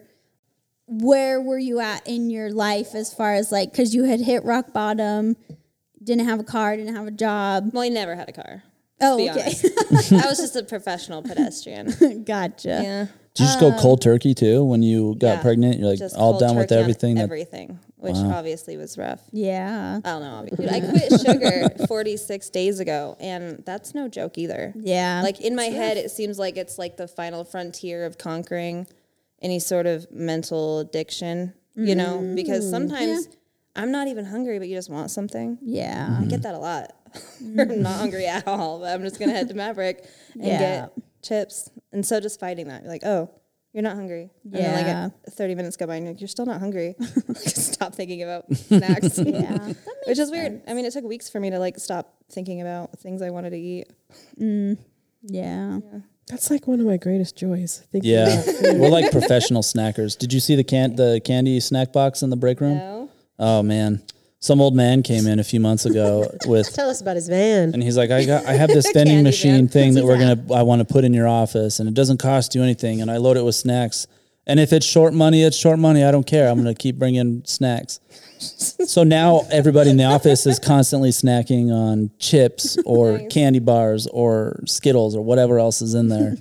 Where were you at in your life as far as like, because you had hit rock bottom, didn't have a car, didn't have a job.
Well, I never had a
[laughs]
car.
Oh,
be
okay.
I was just a professional pedestrian.
[laughs] gotcha.
Yeah.
Did you just go cold turkey too when you got
Yeah.
pregnant? You're like
um, Just
all
cold
done with
turkey on
everything. that-
Everything, which obviously was rough.
Yeah.
I don't know. Obviously. Dude, I quit
[laughs]
sugar 46 days ago, and that's no joke either.
Yeah.
Like in my head, it seems like it's like the final frontier of conquering any sort of mental addiction, you
Mm-hmm.
know? Because sometimes I'm not even hungry, but you just want something.
yeah.
[laughs] I get that a lot. I'm not hungry at all, but I'm just gonna head to Maverick and
Mm-hmm. Yeah.
get chips, and so just fighting that, you're like, oh, you're not hungry. And then, like,
Yeah.
at 30 minutes go by, and you're like, you're still not
[laughs]
hungry. [laughs] stop thinking about snacks.
Yeah, that
Which is weird. I mean, it took weeks for me to like stop thinking about things I wanted to eat.
Yeah.
That's like one of my greatest joys. Thinking
Yeah,
[laughs]
about-
we're like professional snackers. Did you see the can the candy snack box in the break room?
No.
Oh man, some old man came in a few months
[laughs]
ago with,
[laughs] Tell us about his van.
and he's like, I got, I have this vending
Candy
machine
man.
thing that we're gonna, I want to put in your office, and it doesn't cost you anything, and I load it with snacks, and if it's short money, it's short money. I don't care. I'm gonna keep bringing snacks. So now everybody in the office is constantly snacking on
[laughs]
chips or candy bars or Skittles or whatever else is in
[laughs]
there.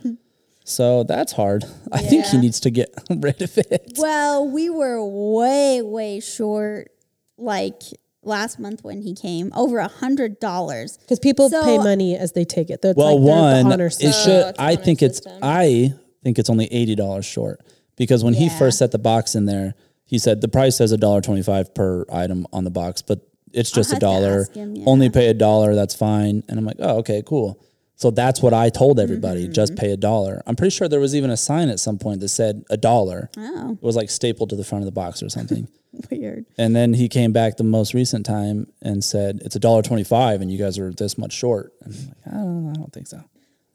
So that's hard. I think he
Yeah.
needs to get [laughs] rid of it.
Well, we were way, way short. Like last month when he came, over a hundred dollars. [laughs]
Because people
So-
pay money as they take it. That's
Well,
like they're the
one,
honor
it
system.
should.
it's
I
honor
think it's.
system.
I think it's only eighty dollars short because when he
Yeah.
first set the box in there, he said the price says a dollar twenty-five per item on the box, but it's just a
have to
dollar.
ask him, yeah.
Only pay a dollar. That's fine. And I'm like, oh, okay, cool. So that's what I
Mm-hmm,
told everybody. Just pay a dollar. I'm pretty sure there was even a sign at some point that said a dollar.
Oh,
It was like stapled to the front of the box or something. [laughs]
weird.
And then he came back the most recent time and said, "It's a dollar twenty-five, and you guys are this much short." And I'm like, I don't, I don't think so.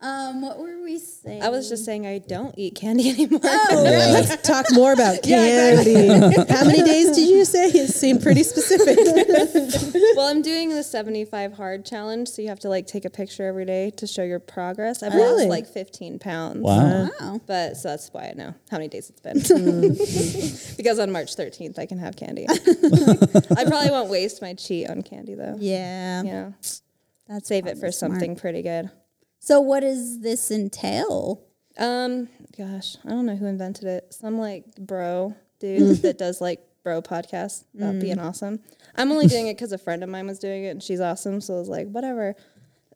Um, what were we saying?
I was just saying I don't eat candy [laughs] anymore.
Let's
[laughs]
talk more about [laughs] candy. [laughs] How many days did you say? It seemed pretty specific.
well, I'm doing the 75 hard challenge, so you have to like take a picture every day to show your progress. I've
Really?
lost like 15 pounds.
Wow.
Wow.
But so that's why I know how many days it's
[laughs]
been.
Mm.
[laughs] because on March 13th, I can have
[laughs]
candy. I probably won't waste my cheat on candy though.
Yeah.
Yeah.
That's
Save it for
probably smart.
something pretty good.
So, what does this entail?
Um, gosh, I don't know who invented it. Some like bro dude that does like bro podcasts about being awesome. I'm only doing it because a friend of mine was doing it and she's awesome. So I was like, whatever.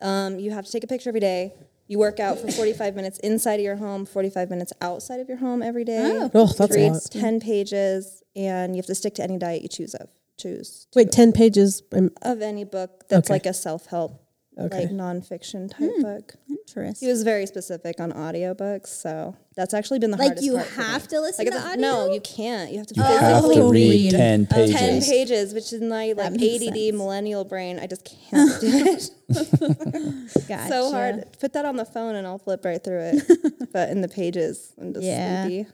Um, you have to take a picture every day. You work out for 45 minutes inside of your home, 45 minutes outside of your home every day.
Oh.
Oh, that's a
Read
lot.
10 pages and you have to stick to any diet you choose of. Choose
[laughs] Wait, 10 pages. I'm,
of any book that's
Okay.
like a self-help, like nonfiction type book. He
Interesting.
was very specific on audiobooks, so that's actually been the
Like
hardest
you
part for me.
have to listen
Like,
to
it's-
audio.
No, you can't. You have to
You
physically
have to
Oh,
read
read.
ten pages.
ten pages, which is my like
makes
ADD
sense.
millennial brain. I
[laughs]
just can't do it.
Gotcha.
so hard. Put that on the phone and I'll flip right through
[laughs]
it. but in the pages, I'm just
Yeah.
sleepy.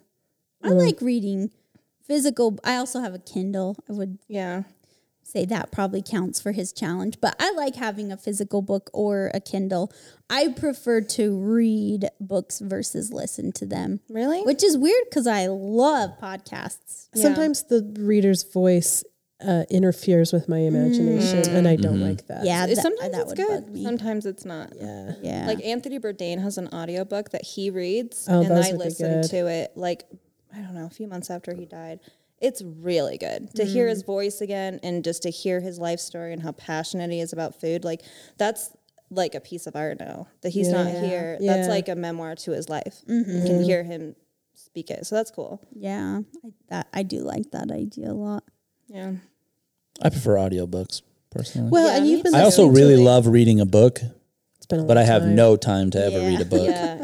I like reading physical. I also have a Kindle. I would
Yeah.
say that probably counts for his challenge, but I like having a physical book or a Kindle. I prefer to read books versus listen to them,
Really?
which is weird because I love podcasts.
Yeah.
Sometimes the reader's voice uh, interferes with my imagination, and I
Mm-hmm.
don't like that.
Yeah,
It-
tha-
sometimes
that
it's
would bug
good.
me.
Sometimes it's not.
Yeah.
yeah,
Like Anthony Bourdain has an audiobook that he reads
Oh,
and
those
I
would be
listened
good.
to it like I don't know, a few months after he died. It's really good to
Mm.
hear his voice again and just to hear his life story and how passionate he is about food. Like that's like a piece of art now that he's not here.
Yeah. Mm-hmm.
That's like a memoir to his life. You can hear him speak it. So that's cool.
yeah, I, that I do like that idea a lot.
Yeah.
I prefer audiobooks personally.
Well,
Yeah,
and
me
you've been
I also
listening to,
really
like-
love reading a book,
It's been a
but
long
I have
time.
no time to ever read a
[laughs]
book.
Yeah,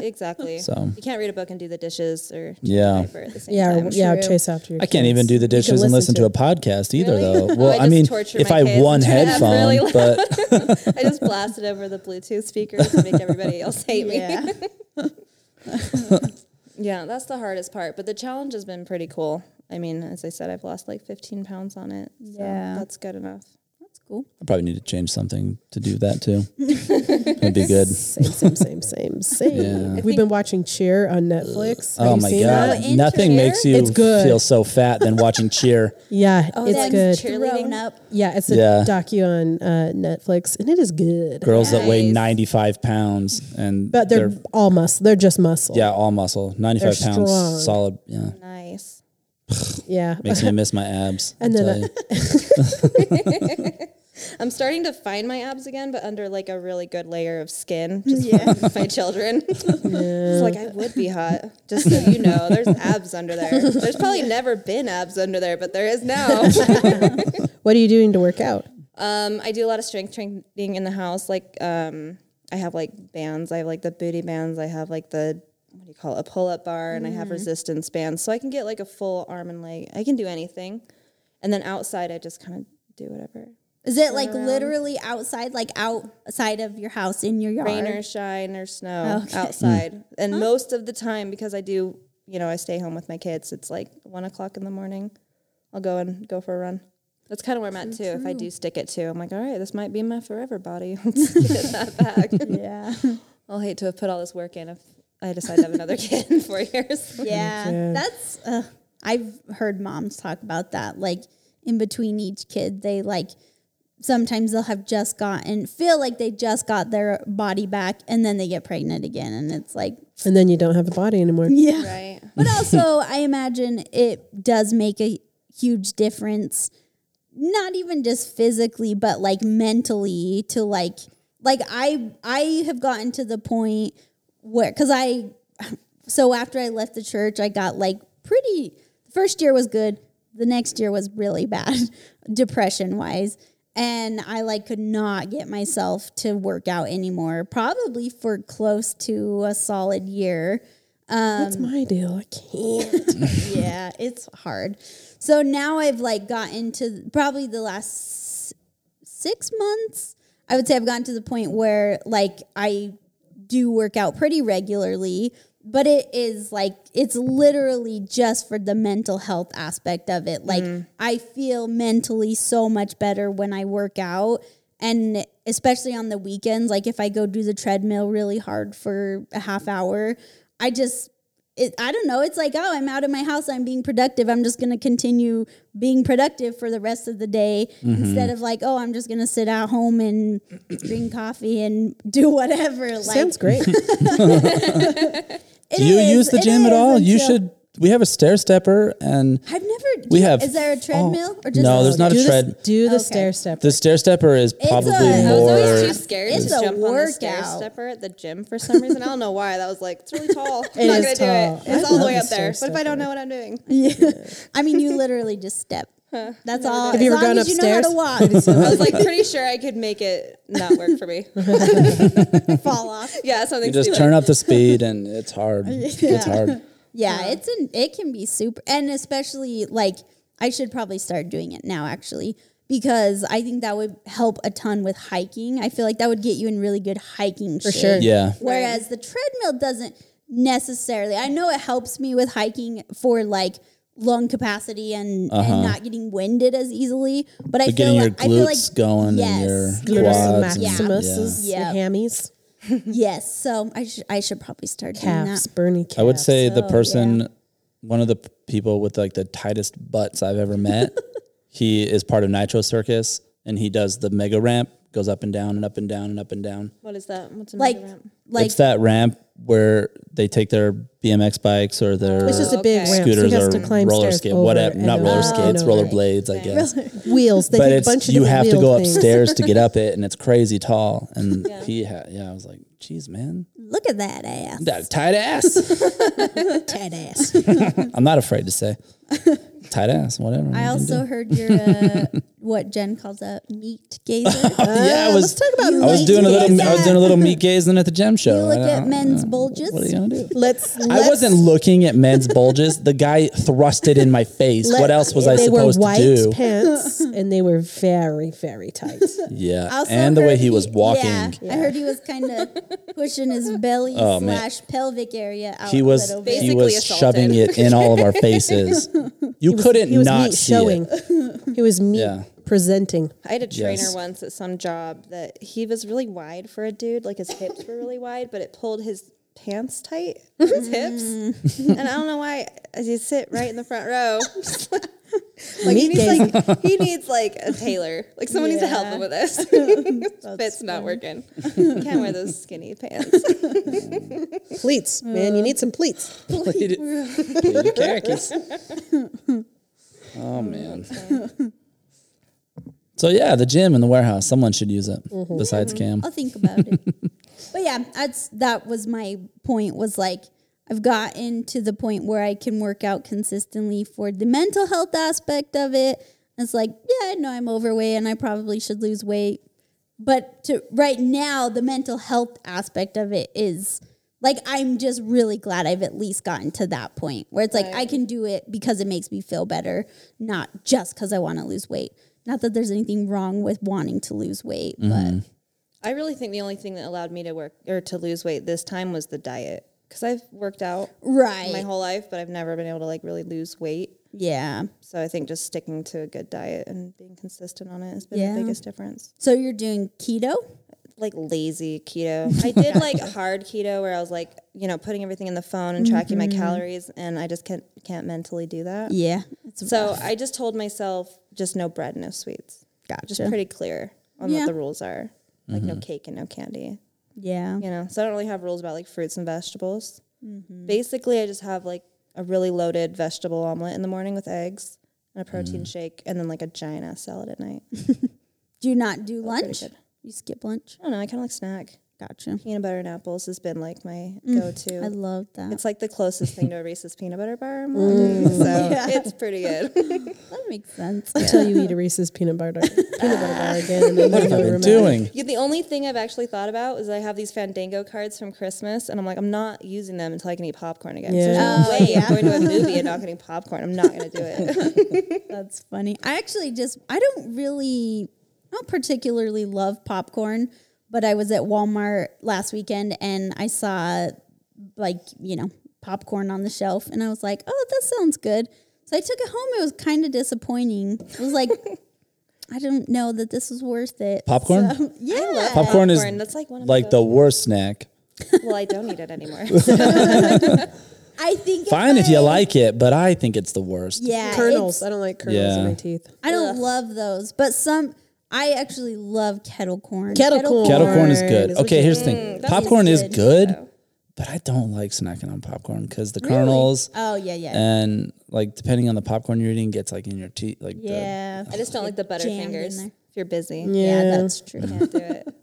[laughs]
exactly.
So
You can't read a book and do the dishes or
yeah.
paper at the same
Yeah,
time.
or- yeah.
True.
Chase after your.
I can't even do the dishes and listen to, a podcast either,
Really?
though.
Oh,
Well,
I
I,
just
mean,
torture
if
my
I
kids
have
and
one
turn it up
headphone,
really loud.
but
I just blasted over the Bluetooth speakers to make everybody else
[laughs]
hate me.
Yeah.
Yeah, that's the hardest part. But the challenge has been pretty cool. I mean, as I said, I've lost like 15 pounds on it. So
Yeah.
That's good enough.
[laughs] That's cool.
I probably need to change something to do that too. It'd be good.
Same, same, same, same,
[laughs]
same.
Yeah.
We've been watching Cheer on Netflix. Have
oh
you
my
seen
god,
that?
that?
nothing makes you
It's good.
feel so fat than watching cheer.
Yeah, it's
that's
good.
true. Cheerleading?
Thrown up.
Yeah, it's a
Yeah.
docu on uh, Netflix, and it is good.
Girls that weigh
Nice.
95 pounds and
But they're, all muscle. They're just muscle.
yeah, all muscle, 95
They're
pounds,
strong.
solid. Yeah,
Nice.
yeah.
makes me miss my abs.
And
I'll
then
tell you.
I'm starting to find my abs again, but under like a really good layer of skin. [laughs] Just yeah. my children. [laughs] it's like I would be hot. Just so you know, there's abs under there. There's probably never been abs under there, but there is now. [laughs]
What are you doing to work out?
Um, I do a lot of strength training in the house, like um, I have like bands. I have like the booty bands. I have like the what do you call it? A pull up bar, and I have resistance bands. So I can get like a full arm and leg. I can do anything. And then outside, I just kind of do whatever.
Is it like literally outside, like outside of your house in your yard?
Rain
[laughs]
or shine or snow
Okay.
outside. And most of the time, because I do, you know, I stay home with my kids. It's like one o'clock in the morning. I'll go and go for a run. That's kind of where I'm at too. If I do stick it to, I'm like, all right, this might be my forever body. [laughs] Let's get that back.
Yeah.
I'll hate to have put all this work in if I decide to have another [laughs] kid in four years.
Yeah, that's. Uh, I've heard moms talk about that. Like in between each kid, they like sometimes they'll have just gotten feel like they just got their body back, and then they get pregnant again, and it's like,
And then you don't have a body anymore.
yeah.
[laughs] Right.
But also, I imagine it does make a huge difference. Not even just physically, but like mentally to like like I I have gotten to the point where cuz I so after I left the church, I got like pretty the first year was good, the next year was really bad [laughs] depression wise. And I like could not get myself to work out anymore, probably for close to a solid year.
That's my deal. I can't.
[laughs] yeah, it's hard. So now I've like gotten to probably the last s- six months. I would say I've gotten to the point where like I do work out pretty regularly, but it is like it's literally just for the mental health aspect of it. Like I feel mentally so much better when I work out. And especially on the weekends, like if I go do the treadmill really hard for a half hour, I just it, I don't know. It's like, oh, I'm out of my house. I'm being productive. I'm just going to continue being productive for the rest of the day
Mm-hmm.
instead of like, oh, I'm just going to sit at
[clears throat]
home and drink coffee and do whatever. Like,
[laughs]
Sounds great.
it
Do you
is-
use the
it
gym at
is
all? You
until-
should. We have a stair stepper, and
I've never. do
We
you-
have- Oh.
Is there a treadmill or just
no, there's not
do
a
the,
tread.
do the
Okay.
stair step.
the stair stepper is
a-
probably
I was
I
more.
was
always
too scared
It's
to
a
jump on the stair
workout.
stepper at the gym for some reason. I don't know why. That was like it's [laughs] really tall. I'm
It
not
is
gonna
tall.
do it. It's
I
all the
love
way
the
up there.
stair
What if I don't know what I'm doing?
Yeah. I mean, you literally just step. That's all.
Have you
as
ever
long
gone
as You know how to walk.
I was [laughs] like pretty sure I could make it not work for [laughs] me.
fall off.
Yeah, something
You just
stupid.
turn up
[laughs]
the speed, and it's hard. It's hard.
Yeah, it's an it can be super and especially like I should probably start doing it now actually because I think that would help a ton with hiking. I feel like that would get you in really good hiking for
sure.
Yeah.
Whereas the treadmill doesn't necessarily. I know it helps me with hiking for like lung capacity and, and not getting winded as easily, but I
But
feel
Uh-huh. getting your
like I feel like
glutes going and your
yes.
Gluteus
quads. and-
maximus,
Yeah.
your hammies,
yes. So I should I should probably start doing
calves,
that.
Bernie calves.
I would say the
So,
person, one of the p- people with like the tightest butts I've ever
[laughs]
met, he is part of Nitro Circus and he does the mega ramp, goes up and down and up and down and up and down.
What is that? What's
Like like
it's that ramp where they take their BMX bikes or their
it's just a big
Okay.
ramp. so
scooters
he has
or
to climb
roller
stairs
skate,
over
whatever,
and
not
over
roller
and
skates,
over. [laughs]
roller blades, I guess.
wheels. They
But
do a
it's
bunch of
you
different
have to
wheel
go
things.
upstairs to get up it,
[laughs]
and it's crazy tall. And he had, yeah, I was like, "Geez, man,
look at that ass.
that tight
[laughs]
ass." [laughs]
Tight ass.
I'm not afraid to say tight ass, whatever.
I also heard
[laughs]
your uh, what Jen calls a meat gazer.
yeah, I was
Talk about
You
I was
like
doing a
to
little.
gaze
I was
at-
doing a
[laughs]
little meat gazing at the gym show.
You
I
look
don't-
at men's
What are
bulges.
you gonna do?
let's.
I wasn't looking at men's bulges. The guy thrust it in my face. what else was I
they
supposed
were white
to do?
[laughs] pants and they were very very tight.
Yeah,
I also
and the way
heard
he was walking,
Yeah, I heard he was kind
[laughs]
of pushing his belly
Oh, man.
slash pelvic area out.
he
a
was
little bit.
he
Basically
was
assaulted.
shoving it in all
[laughs]
of our faces. You [laughs] couldn't
he was
not
meat
see [laughs]
showing.
it.
[laughs] he was meat
Yeah.
presenting.
I had a trainer
Yes.
once at some job that he was really wide for a dude. Like his hips were really wide, but it pulled his pants tight, his hips. And I don't know why. As you sit right in the front row, just like, like, he
Meat
needs like he needs like a tailor. Like someone needs to help him with this. His [laughs] Fit's not working. You can't wear those skinny pants.
Pleats, man, you need some
[laughs]
pleats.
Played it- played the khakis. oh man. So yeah, the gym and the warehouse. Someone should use it
Mm-hmm.
besides Cam.
Mm-hmm. I'll think about it. but yeah, that's that was my point. Was like I've gotten to the point where I can work out consistently for the mental health aspect of it. It's like yeah, I know I'm overweight and I probably should lose weight, But to right now, the mental health aspect of it is like I'm just really glad I've at least gotten to that point where it's like I can do it because it makes me feel better, not just because I want to lose weight. Not that there's anything wrong with wanting to lose weight, but
I really think the only thing that allowed me to work or to lose weight this time was the diet because I've worked out
right,
my whole life, but I've never been able to like really lose weight.
yeah.
So I think just sticking to a good diet and being consistent on it has been
Yeah.
the biggest difference.
So you're doing keto?
Like lazy [laughs] keto. I did like hard keto where I was like, you know, putting everything in the phone and tracking my calories and I just can't can't mentally do that.
Yeah, it's
So I just told myself just no bread, no sweets. Just
gotcha.
pretty clear on
Yeah.
what the rules are. Like no cake and no candy.
Yeah,
You know, so I don't really have rules about like fruits and vegetables. Basically, I just have like a really loaded vegetable omelet in the morning with eggs and a protein shake and then like a giant ass salad at night. I
do you not do
pretty
lunch?
good.
You skip lunch?
don't know, I kind of like snack.
Gotcha.
Peanut butter and apples has been like my go
I
to.
love that.
It's like the closest thing to a Reese's peanut butter bar. I'm on. So it's pretty good.
that makes sense.
Until you eat a Reese's peanut [laughs] butter peanut butter bar again, and then
What
you
have I
remember.
been doing?
Yeah, the only thing I've actually thought about is I have these Fandango cards from Christmas, and I'm like, I'm not using them until I can eat popcorn again. So
Yeah.
there's no way I'm going to a movie and not getting popcorn. I'm not going to do it.
[laughs] That's funny. I actually just I don't really I don't particularly love popcorn, but I was at Walmart last weekend and I saw like, you know, popcorn on the shelf and I was like, "Oh, that sounds good." So I took it home. It was kind of disappointing. It
[laughs]
was like I don't know that this was worth it.
Popcorn?
So, yeah.
popcorn is
That's like one of
like the worst snack.
Well, I don't eat
[laughs]
it anymore.
I think
Fine if you
I-
like it, but I think it's the worst.
Yeah.
Kernels.
it's-
I don't like kernels
Yeah.
in my teeth.
I don't love those, but some I actually love kettle corn.
Kettle corn.
Kettle corn is good.
is what
okay,
you-
here's the thing. Popcorn is good, but I don't like snacking on popcorn because the kernels
Oh, yeah, yeah.
and like depending on the popcorn you're eating gets like in your teeth. Like the-
yeah.
I just don't like the
Jammed in
Butterfingers.
there.
If you're busy,
Yeah,
Yeah.
that's true.
can't
[laughs]
do it.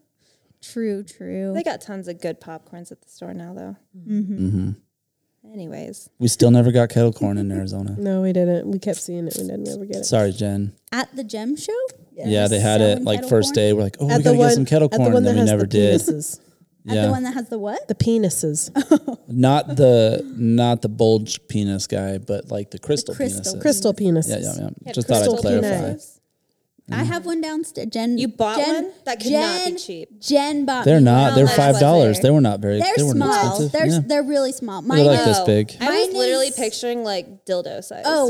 True, true.
They got tons of good popcorns at the store now, though. Mm-hmm. Anyways,
we still never got kettle corn in Arizona.
No, we didn't. We kept seeing it. We didn't ever get it.
Sorry, Jen.
At the gem show?
Yeah, they had it
selling
like
kettle
first
corn?
day. We're like, oh, we gotta get some kettle corn, and then we never did.
penises.
At the
Yeah,
one that has the what?
The penises. [laughs]
not the not the bulge penis guy, but like the crystal,
crystal.
penises.
Crystal penises.
Yeah, yeah, yeah.
Had
Just thought I'd
crystal
clarify.
penis.
I have one downstairs. Jen,
You bought
Jen,
one? That could not be cheap.
Jen bought.
They're
me
not.
one.
They're
much was
five dollars.
it?
They were not very.
They're
they were not
small.
expensive.
They're
[laughs] yeah.
they're really small. Mine
They're like
is-
this big.
Oh, I was
Mine
literally
is-
picturing like dildo size.
Oh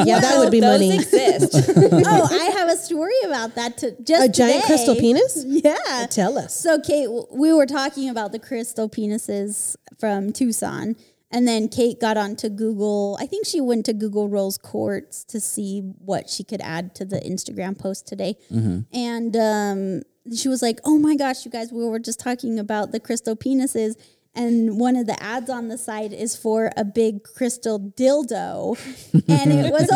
[laughs]
Oh, yeah, that would be
those
money.
[laughs] exist.
oh, I have a story about that. To just
A giant
today.
crystal penis?
Yeah.
Tell us.
So, Kate, w- we were talking about the crystal penises from Tucson. And then Kate got onto Google. I think she went to Google Rose Quartz to see what she could add to the Instagram post today. And um, she was like, oh my gosh, you guys, we were just talking about the crystal penises. And one of the ads on the side is for a big crystal dildo. and it was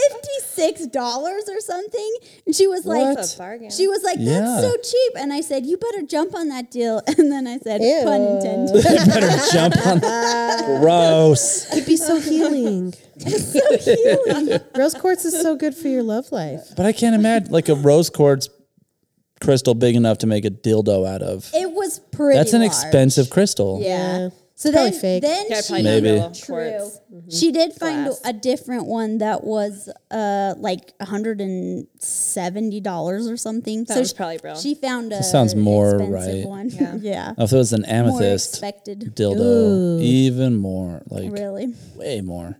only $56 or something. And she was like,
That's a bargain.
she was like, "That's
Yeah.
so cheap," and I said, "You better jump on that deal." [laughs] And then I said, "Pun
[laughs]
intended."
better jump on.
[laughs]
Gross.
It'd be so [laughs] healing. Rose quartz is so good for your love life.
But I can't imagine like a rose quartz crystal big enough to make a dildo out of.
It was pretty.
That's an
large.
expensive crystal.
Yeah.
Yeah.
So
Probably
then,
fake.
then
Yeah, I
she
probably Mm-hmm.
Maybe.
don't know.
True.
Quartz.
She did find
Glass.
a different one that was uh like hundred and seventy dollars or something.
That
so
was
she,
probably real.
she found a
sounds more
expensive
right.
One. [laughs] Yeah,
Yeah.
Now, if it was an
more
amethyst
expected.
dildo, even more, like
[laughs] Really,
way
[laughs]
more.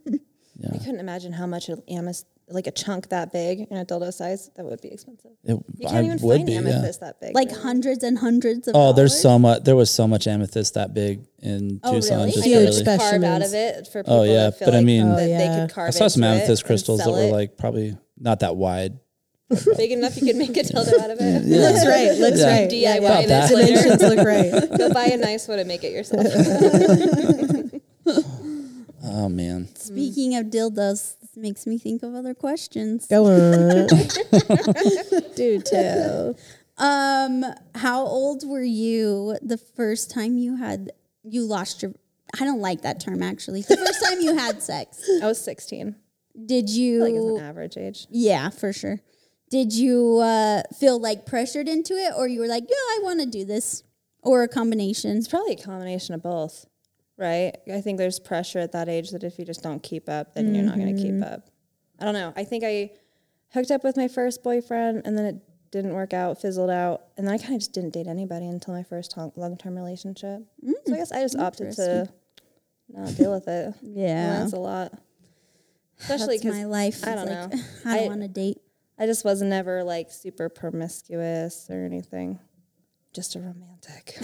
I couldn't imagine how much an amethyst, like a chunk that big in a dildo size, that would be expensive.
It,
You can't
I
even
would
find
be. Yeah.
amethyst that big.
like
really.
hundreds and hundreds of.
Oh, there's
dollars.
so much. There was so much amethyst that big in
Oh,
Tucson.
really?
Just
Huge
barely.
spec-
carve out
Specimens.
of it for people.
Oh, yeah,
that feel
but I
like
mean-
that they
yeah.
could carve
I saw some
into it
amethyst
and
crystals that
sell
were
it.
like probably not that wide.
[laughs] big enough you could
[laughs]
make a dildo out of it.
Looks right. Looks
Yeah. [laughs]
right.
DIY
About
this
that.
later.
Dimensions
[laughs]
look right.
Go buy a nice one and make it yourself.
Oh
[laughs]
man.
Speaking of dildos, this makes me think of other questions.
Go on. Do tell.
Um, how old were you the first time you had you lost your? I don't like that term actually. The first time you had sex,
[laughs] I was 16.
did
[laughs] I feel like it's
you?
an average age.
Yeah, for sure. Did you uh, feel like pressured into it, or you were like, "Yeah, I want to do this," or a combination?
It's probably a combination of both, right? I think there's pressure at that age that if you just don't keep up, then you're not going to
Mm-hmm.
keep up. I don't know. I think I hooked up with my first boyfriend and then it didn't work out, fizzled out. And then I kind of just didn't date anybody until my first long term relationship. so
Mm,
I guess I just opted to not deal with
[laughs]
it.
Yeah.
That's a lot. Especially
That's my
because
life.
I
It's
don't
like,
know.
[laughs] I
I-
don't want to date.
I just was never like super promiscuous or anything. Just a romantic.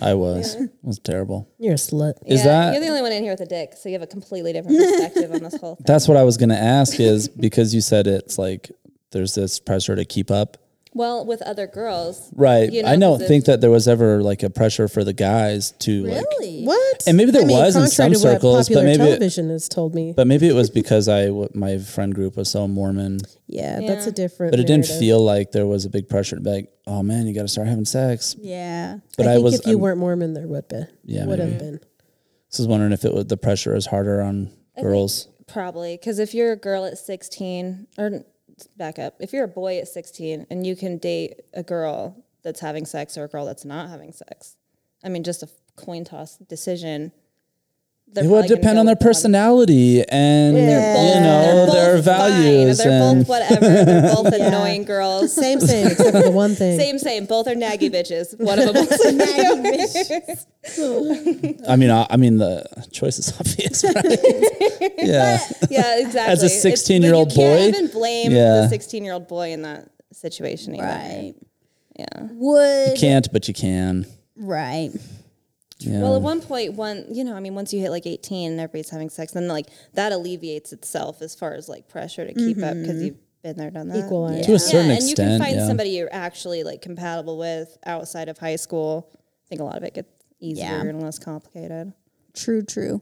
I was. It was terrible.
You're a slut.
Is that-
you're the only one in here with a dick, so you have a completely
[laughs]
different perspective on this whole thing.
That's what I was going to ask
[laughs]
is because you said it's like there's this pressure to keep up.
Well, with other girls,
Right.
You know,
I don't
'cause
think that there was ever like a pressure for the guys to like
Really?
What?
And maybe there was in
contrary
some
to what
circles, but
popular
maybe it-
television has told me.
but maybe it was because I w- my friend group was so Mormon,
yeah, that's a different.
but it didn't
narrative.
feel like there was a big pressure to be like, oh man, you got to start having sex.
Yeah.
But
I,
I,
think
was
if you
I'm-
weren't Mormon, there would be.
Yeah,
would
maybe.
have been.
I was wondering if it was the pressure is harder on girls.
probably because if you're a girl at 16, or n- back up, if you're a boy at 16 and you can date a girl that's having sex or a girl that's not having sex, I mean, just a coin toss decision.
It would depend on their personality and you know their values
They're
and
both whatever.
[laughs]
They're both annoying girls.
Same, same, except for the one thing.
Same, same. Both are naggy bitches.
[laughs]
One of them. [laughs] Was a naggy
I mean I, I mean the choice is [laughs] obvious. Right?
[laughs]
yeah. [laughs]
Yeah, exactly. It's-
16-year-old
but you
boy?
can't even blame
Yeah.
the sixteen-year-old boy in that situation either.
Right.
Yeah.
You
Would
can't but you can.
right.
Yeah.
Well, at one point, one you know, I mean, once you hit like eighteen and everybody's having sex, then like that alleviates itself as far as like pressure to keep up because you've been there, done that.
Equalize.
Mm-hmm. to a certain
yeah, and you
extent,
can find
yeah.
somebody you're actually like compatible with outside of high school. I think a lot of it gets easier
Yeah.
and less complicated.
True, true.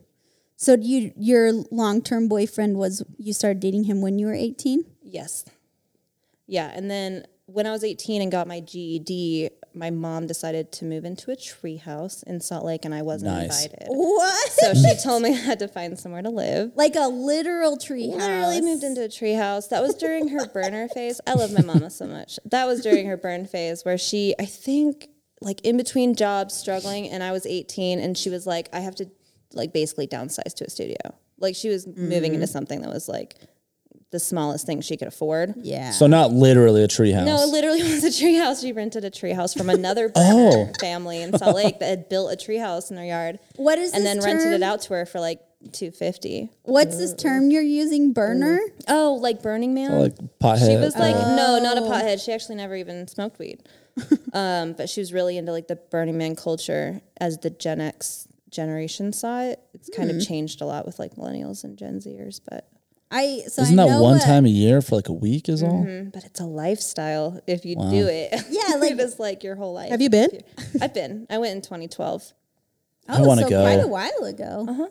So do you your long term boyfriend was you started dating him when you were eighteen?
Yes. Yeah. And then when I was 18 and got my GED, my mom decided to move into a tree house in Salt Lake and I wasn't
Nice.
invited.
What?
So she told me I had to find somewhere to live.
Like a literal tree
Literally
house.
moved into a tree house. That was during her burner phase. I love my mama so much. That was during her burn phase where she, I think, like in between jobs, struggling, and I was 18 and she was like, I have to like basically downsize to a studio. Like she was moving into something that was like the smallest thing she could afford.
Yeah.
so not literally a treehouse. Oh.
No, it literally [laughs] was a treehouse. We rented a treehouse
[laughs]
from another Bremer family in Salt Lake that had built a treehouse in their yard,
what is
and
this
then
term?
rented it out to her for like two fifty.
What's this term you're using? Burner?
Oh, like Burning Man.
like pothead.
she was like, no, not a pothead. She actually never even smoked weed, um, but she was really into like the Burning Man culture as the Gen X generation saw it. It's kind of changed a lot with like millennials and Gen Zers, but
I so
Isn't
I
that
know
one
what-
time a year for like a week
Mm-hmm.
is all?
but it's a lifestyle if you do it.
Yeah,
[laughs]
like-
it is like your whole life.
Have you been?
I've been. I went in 2012,
I wanna
Oh, so
go.
quite a while ago.
Uh-huh.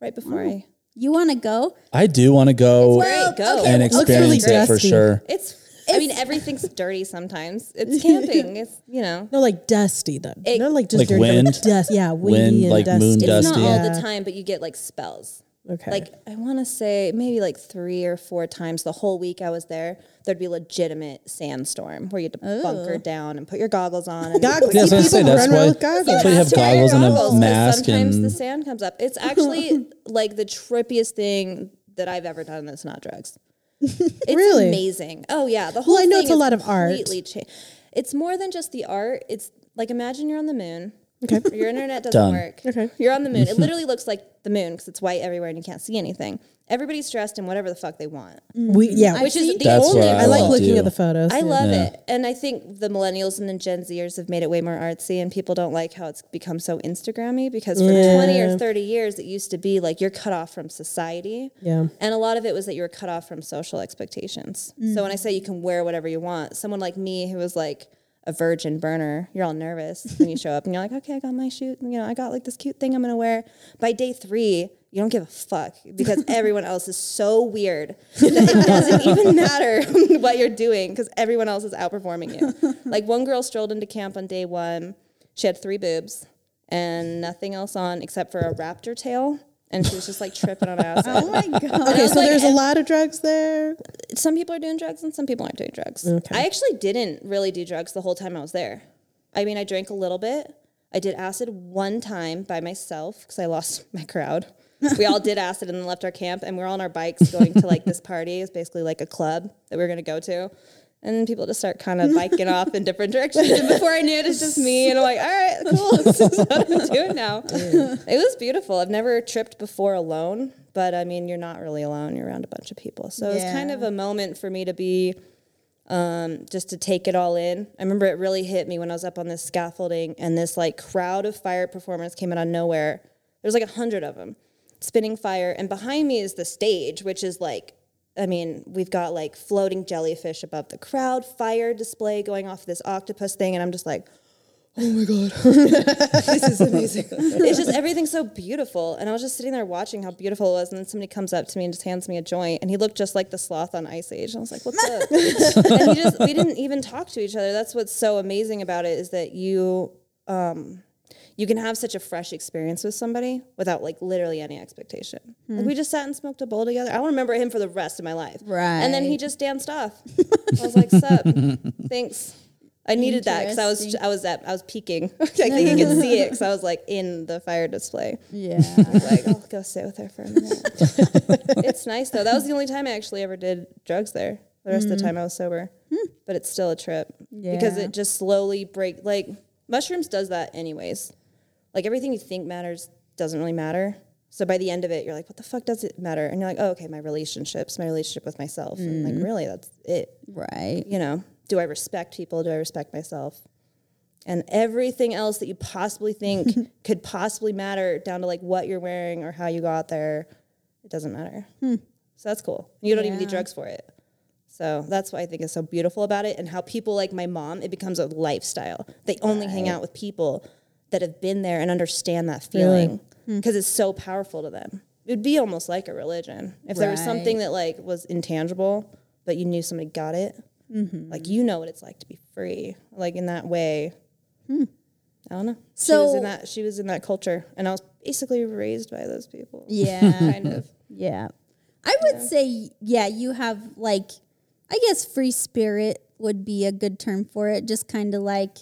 right before I.
You wanna go?
I do want to go
Well,
go.
and
looks really
experience it for
dusty.
sure.
It's, I mean, everything's [laughs] dirty sometimes. It's [laughs] camping. It's, you know,
No, like dusty though.
It-
Not like just
Like
dirty, but
wind?
Dust. Yeah, windy
Wind,
and
like
dusty.
moon dust.
it's not
Dusty.
all
Yeah.
the time, but you get like spells.
Okay.
Like, I want to say maybe like three or four times the whole week I was there, there'd be legitimate sandstorm where you had to bunker down and put your Oh. [laughs] goggles on. And
goggles.
Yeah, that's what I
people
say. That's
run
why,
around with goggles.
that's why you have
to wear your
goggles and a
'cause
mask.
Sometimes the
And
sand comes up. It's actually like the trippiest thing that I've ever done that's not drugs. It's
Really?
amazing. Oh yeah, the whole.
I know
thing
it's a
is
lot of art.
Completely cha- It's more than just the art. It's like imagine you're on the moon.
Okay.
[laughs] Your internet doesn't
Done.
work. Okay. You're on the moon. It literally looks like the moon because it's white everywhere and you can't see anything. Everybody's dressed in whatever the fuck they want,
We, yeah,
which is the
That's
only.
what I
I like
love
looking
too.
at the photos.
I
yeah.
love it. And I think the millennials and the Gen Zers have made it way more artsy and people don't like how it's become so Instagrammy because for 20 or 30 years it used to be like you're cut off from society.
Yeah.
And a lot of it was that you were cut off from social expectations. So when I say you can wear whatever you want, someone like me who was like a virgin burner, you're all nervous when you show up and you're like, okay, I got my shoot. You know, I got like this cute thing I'm going to wear. By day three, you don't give a fuck because everyone else is so weird [laughs] that it doesn't even matter [laughs] what you're doing because everyone else is outperforming you. Like one girl strolled into camp on day one. She had three boobs and nothing else on except for a raptor tail and she was just like tripping on acid.
Oh
[laughs]
my god.
Okay,
was
so
like,
there's a lot of drugs there.
some people are doing drugs and some people aren't doing drugs.
Okay.
I actually didn't really do drugs the whole time I was there. I mean, I drank a little bit. I did acid one time by myself because I lost [laughs] my crowd. we all did acid and then left our camp, and we were all on our bikes going to like this party. It's basically like a club that we were going to go to. And people just start kind of biking off in different directions. And before I knew it, it's just me. And I'm like, all right, cool. [laughs] This is what I'm doing now. It was beautiful. I've never tripped before alone, but I mean, you're not really alone. You're around a bunch of people. So it was kind
Yeah.
of a moment for me to be um, just to take it all in. I remember it really hit me when I was up on this scaffolding and this like crowd of fire performers came out of nowhere. There's like a hundred of them spinning fire, and behind me is the stage, which is like, I mean, we've got like floating jellyfish above the crowd, fire display going off this octopus thing, and I'm just like, it's just everything's so beautiful. And I was just sitting there watching how beautiful it was. And then somebody comes up to me and just hands me a joint. And he looked just like the sloth on Ice Age. And I was like, what's up? and he just, we didn't even talk to each other. That's what's so amazing about it is that you, um, you can have such a fresh experience with somebody without like literally any expectation. Like we just sat and smoked a bowl together. I'll remember him for the rest of my life. And then he
Right.
just danced off. [laughs] I was like, sup, thanks. I needed that because I was
Interesting.
I was at I was peeking. [laughs] I think you could see it because I was like in the fire display.
Yeah.
Like, I'll go sit with her for a minute. it's nice though. That was the only time I actually ever did drugs there. The rest of the time I was sober, but it's still a trip because
Mm. Hmm. Yeah.
it just slowly break. Like mushrooms does that anyways. Like everything you think matters doesn't really matter. So by the end of it, you're like, what the fuck does it matter? And you're like, oh, okay, my relationships, my relationship with myself. And
Mm.
I'm like, really, that's it
Right.
you know, do [laughs] I respect people? Do I respect myself? And everything else that you possibly think could possibly matter, down to like what you're wearing or how you got there, it doesn't matter. So that's cool. You don't even need
Yeah.
drugs for it. So that's what I think is so beautiful about it, and how people like my mom, it becomes a lifestyle. They only hang out with people that have been there and understand that feeling
Hmm.
because it's so powerful to them. It would be almost like a religion if there was something that like was intangible, but you knew somebody got it.
Mm-hmm.
Like you know what it's like to be free, like in that way. I don't know. she was
Hmm. So-
in that she was in that culture, and I was basically raised by those people.
Yeah.
kind
[laughs]
of.
Yeah. I would say, yeah, you have like, I guess free spirit would be a good term for it. Just kind of like,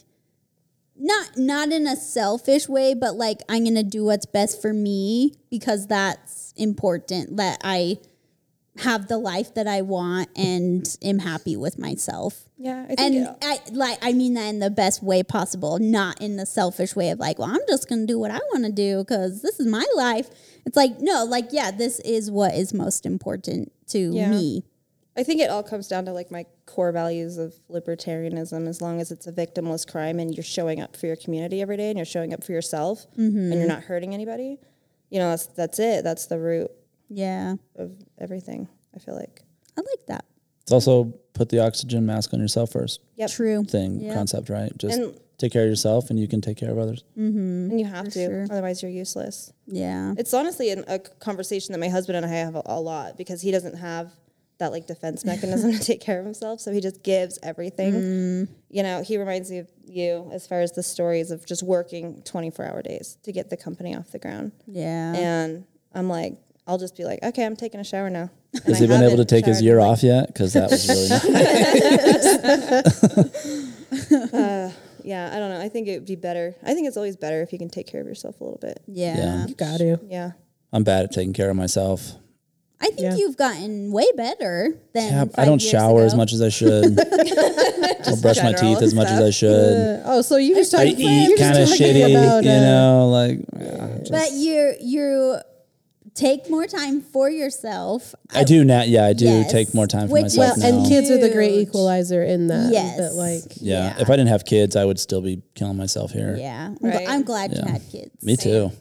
not not in a selfish way, but like I'm gonna do what's best for me because that's important. That I have the life that I want and am happy with myself.
Yeah, I think
And
it-
I like I mean that in the best way possible, not in the selfish way of like, well, I'm just gonna do what I want to do because this is my life. It's like no, like yeah, this is what is most important to
Yeah.
me.
I think it all comes down to like my core values of libertarianism. As long as it's a victimless crime and you're showing up for your community every day and you're showing up for yourself and
Mm-hmm.
you're not hurting anybody, you know that's that's it. That's the root
Yeah,
of everything. I feel like.
I like that.
It's also put the oxygen mask on yourself first
Yep.
True.
thing
Yeah.
concept, right? Just
And-
take care of yourself and you can take care of others.
And you have to,
sure.
otherwise you're useless.
Yeah.
It's honestly an, a conversation that my husband and I have a, a lot because he doesn't have that like defense mechanism [laughs] to take care of himself, so he just gives everything.
Mm.
You know, he reminds me of you as far as the stories of just working 24 hour days to get the company off the ground.
Yeah.
And I'm like, I'll just be like, okay, I'm taking a shower now. And
Has
I
he been able to
haven't
take his
showered.
year off yet? Because that was really nice.
Yeah, I don't know. I think it would be better. I think it's always better if you can take care of yourself a little bit.
yeah.
Yeah.
You [laughs] got to.
Yeah.
I'm bad at taking care of myself.
I think
Yeah.
you've gotten way better than
Yeah, I
five
don't
years
shower as
ago.
much as I should. I'll brush my
general
teeth as much as I should.
Uh, oh, so you just
I
talking,
eat
you're just
kind of
talking
shitty,
about,
you
uh,
know, like yeah, just-
But you you take more time for yourself.
I do now. Yeah, I do
Yes.
take more time for
Which
myself
Well,
is-
now.
and kids are the great
Huge.
equalizer in that.
Yes.
That like,
yeah.
yeah.
if I didn't have kids, I would still be killing myself here.
Yeah. I'm,
Right.
gl- I'm glad you
Yeah.
had kids.
Me too.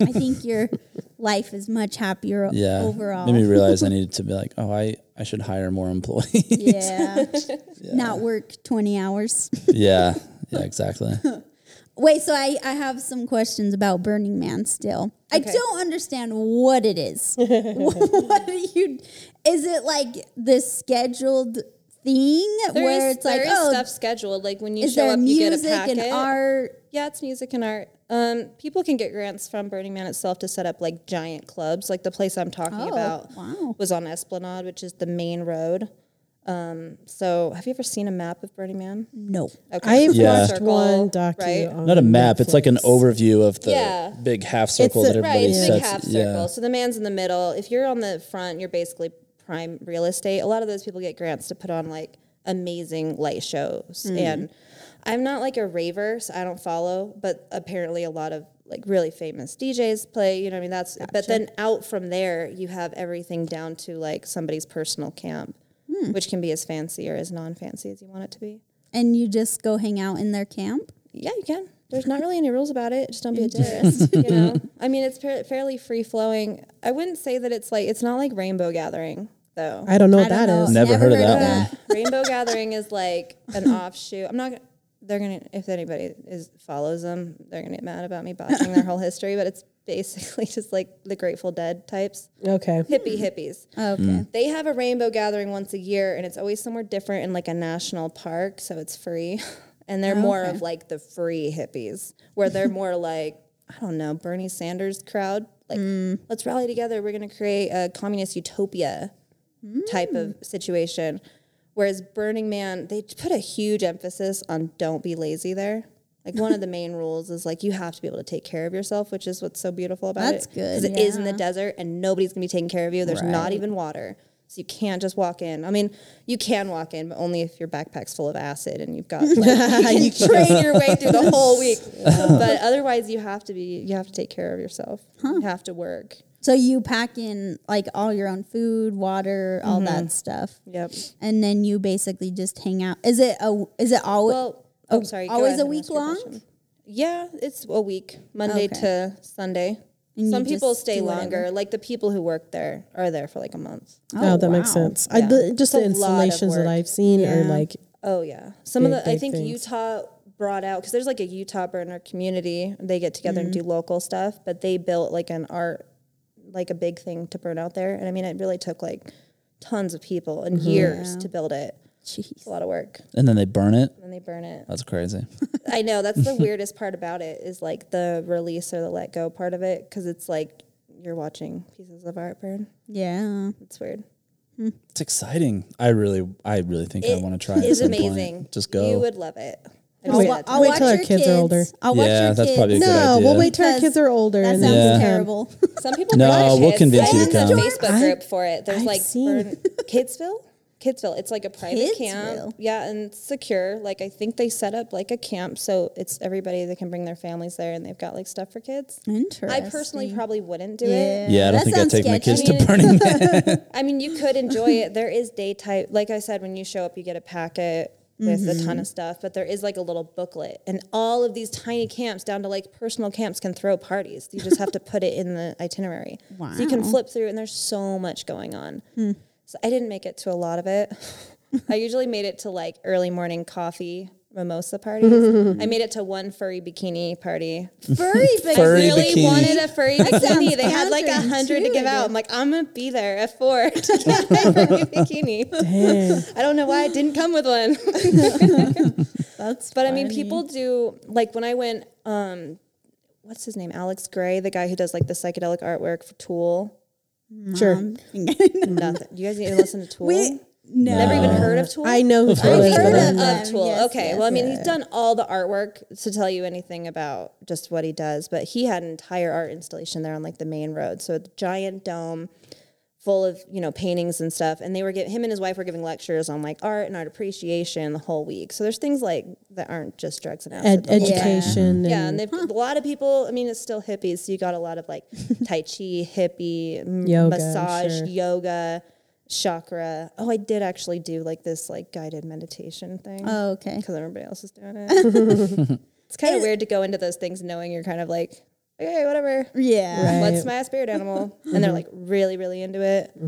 I think your life is much happier
[laughs] Yeah,
overall.
made me realize I needed to be like, oh, I I should hire more employees.
[laughs]
yeah. [laughs] Not work 20 hours.
yeah, yeah,
[laughs]
exactly.
Wait, so I, I have some questions about Burning Man still. I
Okay.
don't understand what it
[laughs]
is. what do you, is it like this scheduled thing
There is
where it's like,
there is
oh,
stuff scheduled. Like when you
is
show
there
up, you get a
music
packet.
and art?
Yeah, it's music and art. Um, people can get grants from Burning Man itself to set up like giant clubs. Like the place I'm talking
Oh,
about
wow.
was on Esplanade, which is the main road. Um, so have you ever seen a map of Burning Man?
No.
Okay.
I've
Full
Yeah.
watched
circle,
one docu
right?
on
Not a map. It's like an
Netflix.
overview of the
Yeah.
big half circle
a-
that everybody
Right, it's a big
sets.
half circle.
yeah.
So the man's in the middle. If you're on the front, you're basically prime real estate. A lot of those people get grants to put on like amazing light shows.
Mm.
And I'm not like a raver, so I don't follow, but apparently a lot of like really famous DJs play, you know what I mean? That's but then out from there you have everything down to like somebody's personal camp,
Hmm.
which can be as fancy or as non fancy as you want it to be.
And you just go hang out in their camp?
Yeah, you can. There's not really any rules about it. Just don't be a
Mm. [laughs]
tourist. [laughs] you know, I mean, it's par- fairly free flowing. I wouldn't say that it's like it's not like rainbow gathering though.
I don't [laughs] know
I
what
don't
that
know.
is.
Never heard of that one.
rainbow gathering is like an
[laughs]
offshoot. I'm not. gonna They're gonna if anybody is follows them, they're gonna get mad about me botching their whole history. But it's basically [laughs] just like the Grateful Dead types,
Okay.
hippie hippies.
Okay.
They have a rainbow gathering once a year, and it's always somewhere different in like a national park, so it's free. [laughs] And they're more of like the free hippies, where they're more [laughs] like I don't know Bernie Sanders crowd. Like, let's rally together. We're going to create a communist utopia type of
Mm.
situation. Whereas Burning Man, they put a huge emphasis on don't be lazy there. Like one
[laughs]
of the main rules is like you have to be able to take care of yourself, which is what's so beautiful about
That's
it.
good,
Because it is in the
yeah.
desert and nobody's gonna be taking care of you. There's not even water. So you can't just walk in. I mean, you can walk in, but only if your backpack's full of acid and you've got
[laughs]
like you can train your way through the whole week. But otherwise you have to be you have to take care of yourself. You have to work.
So you pack in like all your own food, water, all
Mm-hmm.
that stuff.
Yep.
And then you basically just hang out. Is it a is it always
Well, oh, sorry. go
always
ahead
a
and
week
ask your
long?
question. Yeah, it's a week, Monday
Okay.
to Sunday.
And you
Some people
just
stay
do whatever.
longer. Like the people who work there are there for like a month.
Oh, that makes
wow.
sense. I, the, just
It's
the
a lot of
installations that
work.
I've seen are
Yeah.
like
Oh yeah, some of
Big,
the I
big
think
things.
Utah brought out because there's like a Utah burner community. They get together
Mm-hmm.
and do local stuff, but they built like an art, like a big thing to burn out there. And I mean, it really took like tons of people and
Mm-hmm.
years to build it. It's
Jeez.
a lot of work,
And then they burn it.
and then they burn it.
That's
[laughs]
crazy.
I know
[laughs]
that's the weirdest part about it is like the release or the let go part of it because it's like you're watching pieces of art burn.
Yeah.
It's weird.
It's exciting. I really, I really think I want to try it. at
It's
some point.
amazing.
Just
You
go.
would love it. I'm just
I'll,
Wait,
gonna
wa-
tell
I'll
wait
watch
till
your
our kids are older.
I'll watch
Yeah,
your
that's
kids.
probably a good
no.
idea.
We'll wait till our
Because
kids are older.
That
and
sounds
then-
Yeah.
terrible.
Some people
No,
bring their
we'll
kids.
convince you to
I
come.
have a Facebook
I-
group for it. There's
I've
like
seen- [laughs]
burn, Kidsville. Kidsville. It's like a private
Kidsville.
camp. Yeah, and it's secure. Like I think they set up like a camp so it's everybody that can bring their families there and they've got like stuff for kids. [laughs]
Interesting.
I personally probably wouldn't do it.
Yeah.
yeah, I don't
that
think I'd
sounds
take my
sketchy.
kids to
I
mean- [laughs]
Burning Man.
I mean, you could enjoy it. There is day type. Like I said, when you show up, you get a packet with a ton of stuff, but there is like a little booklet. And all of these tiny camps, down to like personal camps, can throw parties. You just have to put it in the itinerary. So you can flip through, and there's so much going on. So I didn't make it to a lot of it. I usually made it to like early morning coffee mimosa parties. I made it to one furry bikini party.
[laughs] Furry
Furry
bikini.
I really
bikini.
wanted a furry bikini. They had like a
counterintuitive.
hundred to give out. I'm like, I'm gonna be there at four to get my furry bikini.
Dang.
I don't know why I didn't come with one.
That's
But I mean, people do like when I went. um What's his name? Alex Gray, the guy who does like the psychedelic artwork for Tool.
Sure.
Nothing. You guys need to listen to Tool.
we no.
Never even heard of Tool.
I know. who
I've
it is,
heard
but
of,
I'm
them.
of Tool.
Yes,
okay.
yes,
well, I mean, he's done all the artwork to tell you anything about just what he does, but he had an entire art installation there on like the main road. So a giant dome full of, you know, paintings and stuff. And they were giving him and his wife were giving lectures on like art and art appreciation the whole week. So there's things like that aren't just drugs and acid.
ed-
the whole time.
education.
Yeah,
and
and they've, a lot of people. I mean, it's still hippies, so you got a lot of like tai chi, hippie, m-
Yoga, I'm
massage,
sure.
yoga, chakra. Oh, I did actually do like this like guided meditation thing because
Oh, okay.
everybody else is doing it. it's kind of weird to go into those things knowing you're kind of like, okay, whatever.
Yeah.
Right.
What's my spirit animal? And they're like really, really into it. So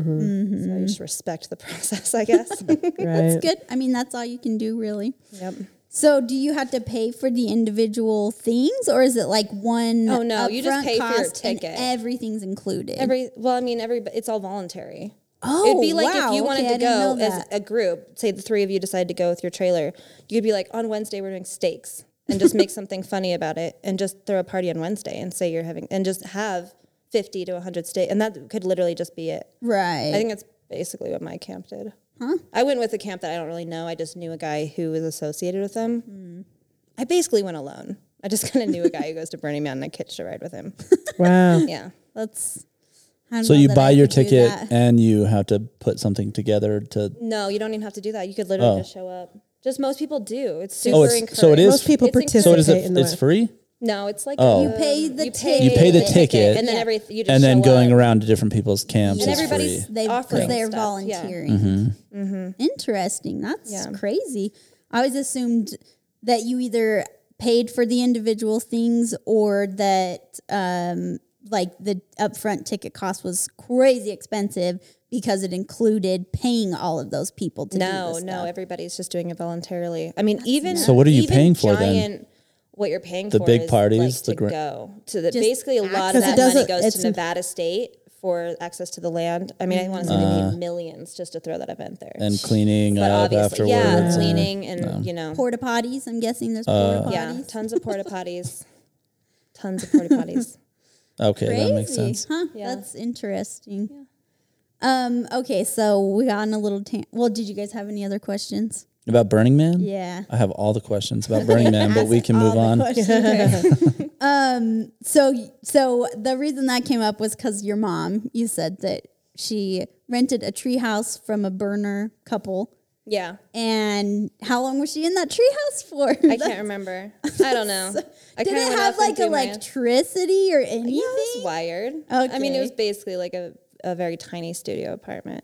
you just respect the [laughs] process, I guess.
right.
Good. I mean, that's all you can do, really.
yep.
So, do you have to pay for the individual things, or is it like one?
Oh, no, you just
upfront
pay for your
cost and
ticket.
everything's included.
Every well, I mean, every it's all voluntary.
oh,
It'd be like
wow.
if you wanted
okay,
to
I didn't
go
know
as
that.
a group, say the three of you decide to go with your trailer, you could be like, on Wednesday, we're doing steaks. and just
[laughs]
make something funny about it and just throw a party on Wednesday and say you're having and just have 50 to 100 state and that could literally just be it.
Right.
I think that's basically what my camp did. Huh? I went with a camp that I don't really know. I just knew a guy who was associated with them.
Hmm.
I basically went alone. I just kind of knew a guy who goes to Burning Man and I kitched a ride with
[laughs]
him.
Wow.
Yeah.
That's I don't
So
know
you
that
buy
I
your
could do
ticket
that.
and you have to put something together to.
No, you don't even have to do that. You could literally
Oh.
just show up. Just most people do. It's super
Oh, it's-
encouraged.
so it is-
Most people
It's encouraged.
So what is
participate
it?
in
It's
that.
free,
No, it's like
Oh.
uh,
You pay the
You pay the ticket.
and then
Yeah.
every you just
and then
show
going
up.
around to different people's camps
And
is
everybody's-
free. Mm-hmm.
they
offering
because they're
stuff, yeah. Mm-hmm.
volunteering. Interesting. That's
Yeah.
crazy. I always assumed that you either paid for the individual things or that um, like the upfront ticket cost was crazy expensive because it included paying all of those people to do
No,
this
no,
stuff.
everybody's just doing it voluntarily. I mean, even
So what are you
even
paying for then?
giant, then? What you're paying
The
for
big
is,
parties,
like,
the
to
gra-
go to the
Just
basically a lot
access. 'Cause it
of that money
doesn't-
goes to
it's-
Nevada State for access to the land. I mean, I want to say they paid millions just to throw that event there.
Uh. and cleaning
but
up
obviously,
afterwards.
yeah,
and-
cleaning and you know,
Porta potties. I'm guessing there's
Uh,
porta potties.
yeah, tons of [laughs] porta potties, tons of porta potties.
Okay,
Crazy,
that makes sense.
huh?
Yeah.
That's interesting. Um. Okay. So we got on a little tan. Well, did you guys have any other questions?
About Burning Man?
Yeah.
I have all the questions about Burning
[laughs]
Man, but we can move on.
[laughs]
um. So so the reason that came up was because your mom. You said that she rented a treehouse from a burner couple.
Yeah,
And how long was she in that treehouse for?
I can't [laughs] remember. I don't know. I
Did
kinda
it
went
have
off and
like
threw my-
electricity or anything?
Yeah, it was wired. I mean, it was basically like a, a very tiny studio [laughs] apartment.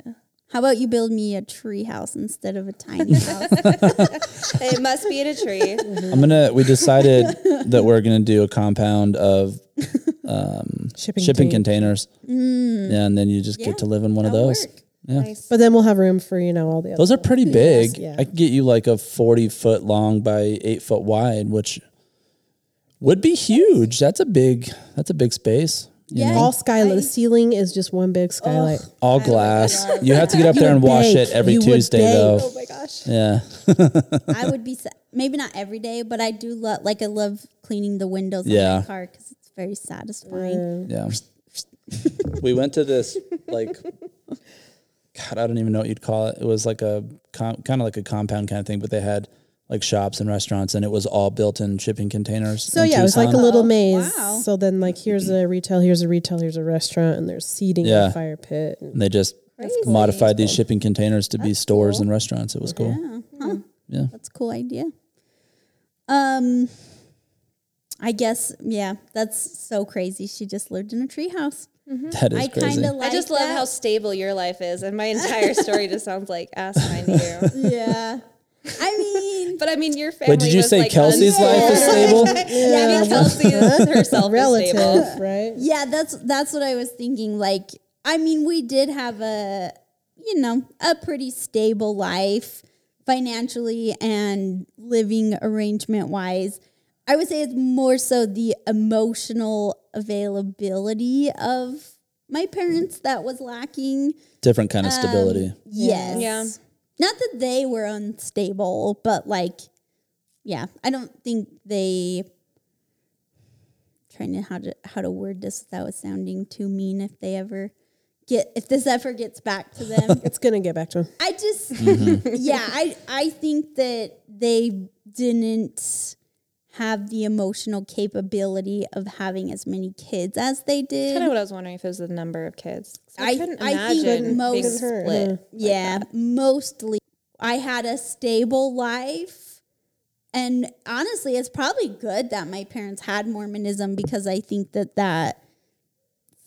How about you build me a treehouse instead of
[laughs]
a tiny house?
it must be in a [laughs] tree.
I'm gonna. We
[laughs]
decided that we're gonna do a compound of
Shipping,
shipping
container.
containers,
Mm.
yeah, and then you just
Yeah,
get to live in one of
that'll
those.
work.
Yeah,
Nice.
But then we'll have room for you know all the other.
those are pretty big.
yeah.
I could get you like a 40 foot long by eight foot wide, which would be huge. That's a big. That's a big space. you
Yeah.
know?
all skylight. The ceiling is just one big skylight.
all glass. You have to get up
You
there and
would
wash it
bake.
every
You would
Tuesday
bake.
though.
Oh my gosh.
Yeah,
I would be sa- maybe not every day, but I do love like I love cleaning the windows on
Yeah.
my car because it's very satisfying.
yeah. we went to this like. God, I don't even know what you'd call it. It was like a com- kind of like a compound kind of thing, but they had like shops and restaurants, and it was all built in shipping containers.
So
in
yeah, it was like a
Tucson.
little
Oh,
maze.
wow.
So then like here's a retail, here's a retail, here's a restaurant, and there's seating and
Yeah.
a fire pit.
And they just modified these shipping containers to be stores and restaurants. It was cool. [laughs]
Huh?
Yeah.
That's a cool idea. Um, I guess yeah, that's so crazy. She just lived in a treehouse.
That is
I
crazy.
kind of like.
I just love
that.
how stable your life is, [laughs] and my entire story just sounds like ass mine [laughs] to you.
yeah. I mean,
But I mean, your family.
Wait, did you
was,
say
like,
Kelsey's life is stable?
[laughs] Yeah, I mean, Kelsey is herself relative. Stable.
Relative, [laughs] right?
yeah, that's that's what I was thinking. Like, I mean, we did have a you know a pretty stable life financially and living arrangement wise. I would say it's more so the emotional availability of my parents that was lacking.
Different kind of stability.
Yes.
Yeah.
Not that they were unstable, but like, yeah, I don't think they. Trying to how to how to word this without sounding too mean. If they ever get if this ever gets back to
[laughs]
them,
It's gonna get back to him.
I just yeah, I I think that they didn't have the emotional capability of having as many kids as they did.
Kind of what I was wondering if it was the number of kids. 'Cause I,
I-
couldn't
I think
imagine being
most-
split.
yeah, mostly. I had a stable life. And honestly, it's probably good that my parents had Mormonism because I think that that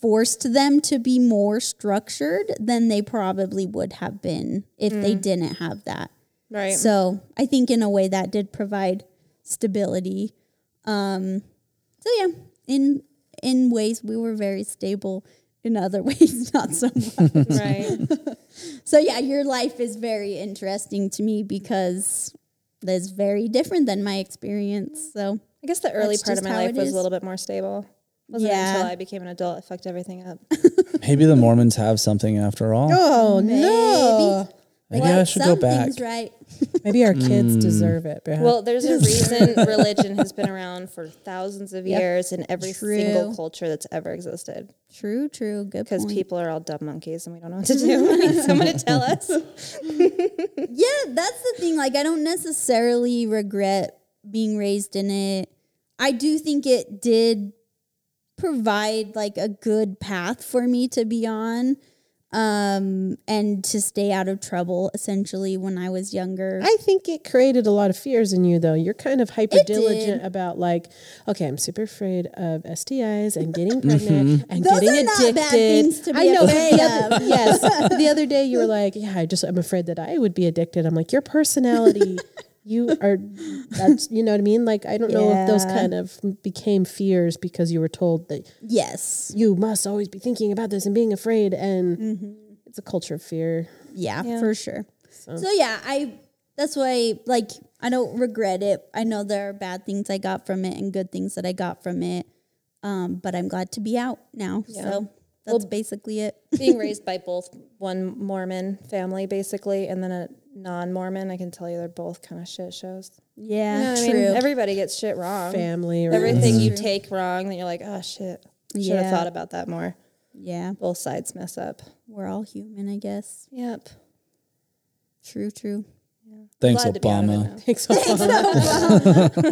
forced them to be more structured than they probably would have been if they didn't have that.
Right.
So I think in a way that did provide stability. Um, so yeah, in in ways we were very stable. In other [laughs] ways, not so much. [laughs]
right.
So yeah, your life is very interesting to me because that's very different than my experience. So
I guess the early
That's
part
just
of my
how
life
it
was
is.
a little bit more stable. Wasn't
Yeah.
until I became an adult it
[laughs]
fucked everything up.
Maybe the Mormons have something after all.
Oh no!
Maybe
Like,
I should go
some
back.
things right.
Maybe our kids deserve it. Brad.
Well, there's a
[laughs]
reason religion has been around for thousands of
Yep.
years in every
True.
single culture that's ever existed.
True, true. Good
Because
point.
people are all dumb monkeys and we don't know what to do. [laughs] We
[laughs]
need someone to tell us.
yeah, that's the thing. Like, I don't necessarily regret being raised in it. I do think it did provide like a good path for me to be on um and to stay out of trouble essentially when I was younger.
I think it created a lot of fears in you, though. You're kind of hyper diligent
did.
about like, okay, I'm super afraid of STIs and getting pregnant and
Mm-hmm. Those
getting
are not
addicted.
bad things to
I
be
know. but
afraid
the other-
of. [laughs]
yes, But the other day you were like, yeah, I just I'm afraid that I would be addicted. I'm like, your
[laughs]
personality. You are, that's you know what I mean. Like I don't know if those
Yeah.
kind of became fears because you were told that
yes.
you must always be thinking about this and being afraid, and
Mm-hmm.
it's a culture of fear.
Yeah, for sure. So. yeah, I that's why like I don't regret it. I know there are bad things I got from it and good things that I got from it. Um, but I'm glad to be out now. So that's basically it.
Being raised by both one Mormon family, basically, and then a non Mormon, I can tell you they're both kind of shit shows.
Yeah, [laughs]
I
true.
mean, everybody gets shit wrong.
Family, right?
Everything you take wrong, then you're like, oh shit. Should have
Mm-hmm. Yeah.
thought about that more.
yeah,
Both sides mess up.
we're all human, I guess.
Yep.
True, true.
Thanks,
Glad to be out of it
Obama.
now.
Thanks, Obama.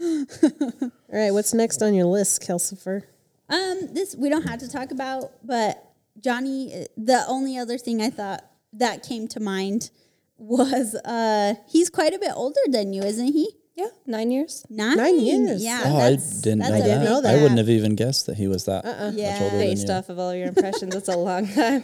All right, what's next on your list, Kelsifer?
Um, this we don't have to talk about, but Johnny. The only other thing I thought that came to mind [laughs] was uh, he's quite a bit older than you, isn't he?
Yeah, nine years.
Nine,
years.
Yeah,
Oh, I
that's-
didn't know
that's a
that.
big
I
gap.
wouldn't have even guessed that he was that
Uh-uh.
Yeah.
much older than
Based
you.
off of all your impressions, that's a
[laughs]
long time.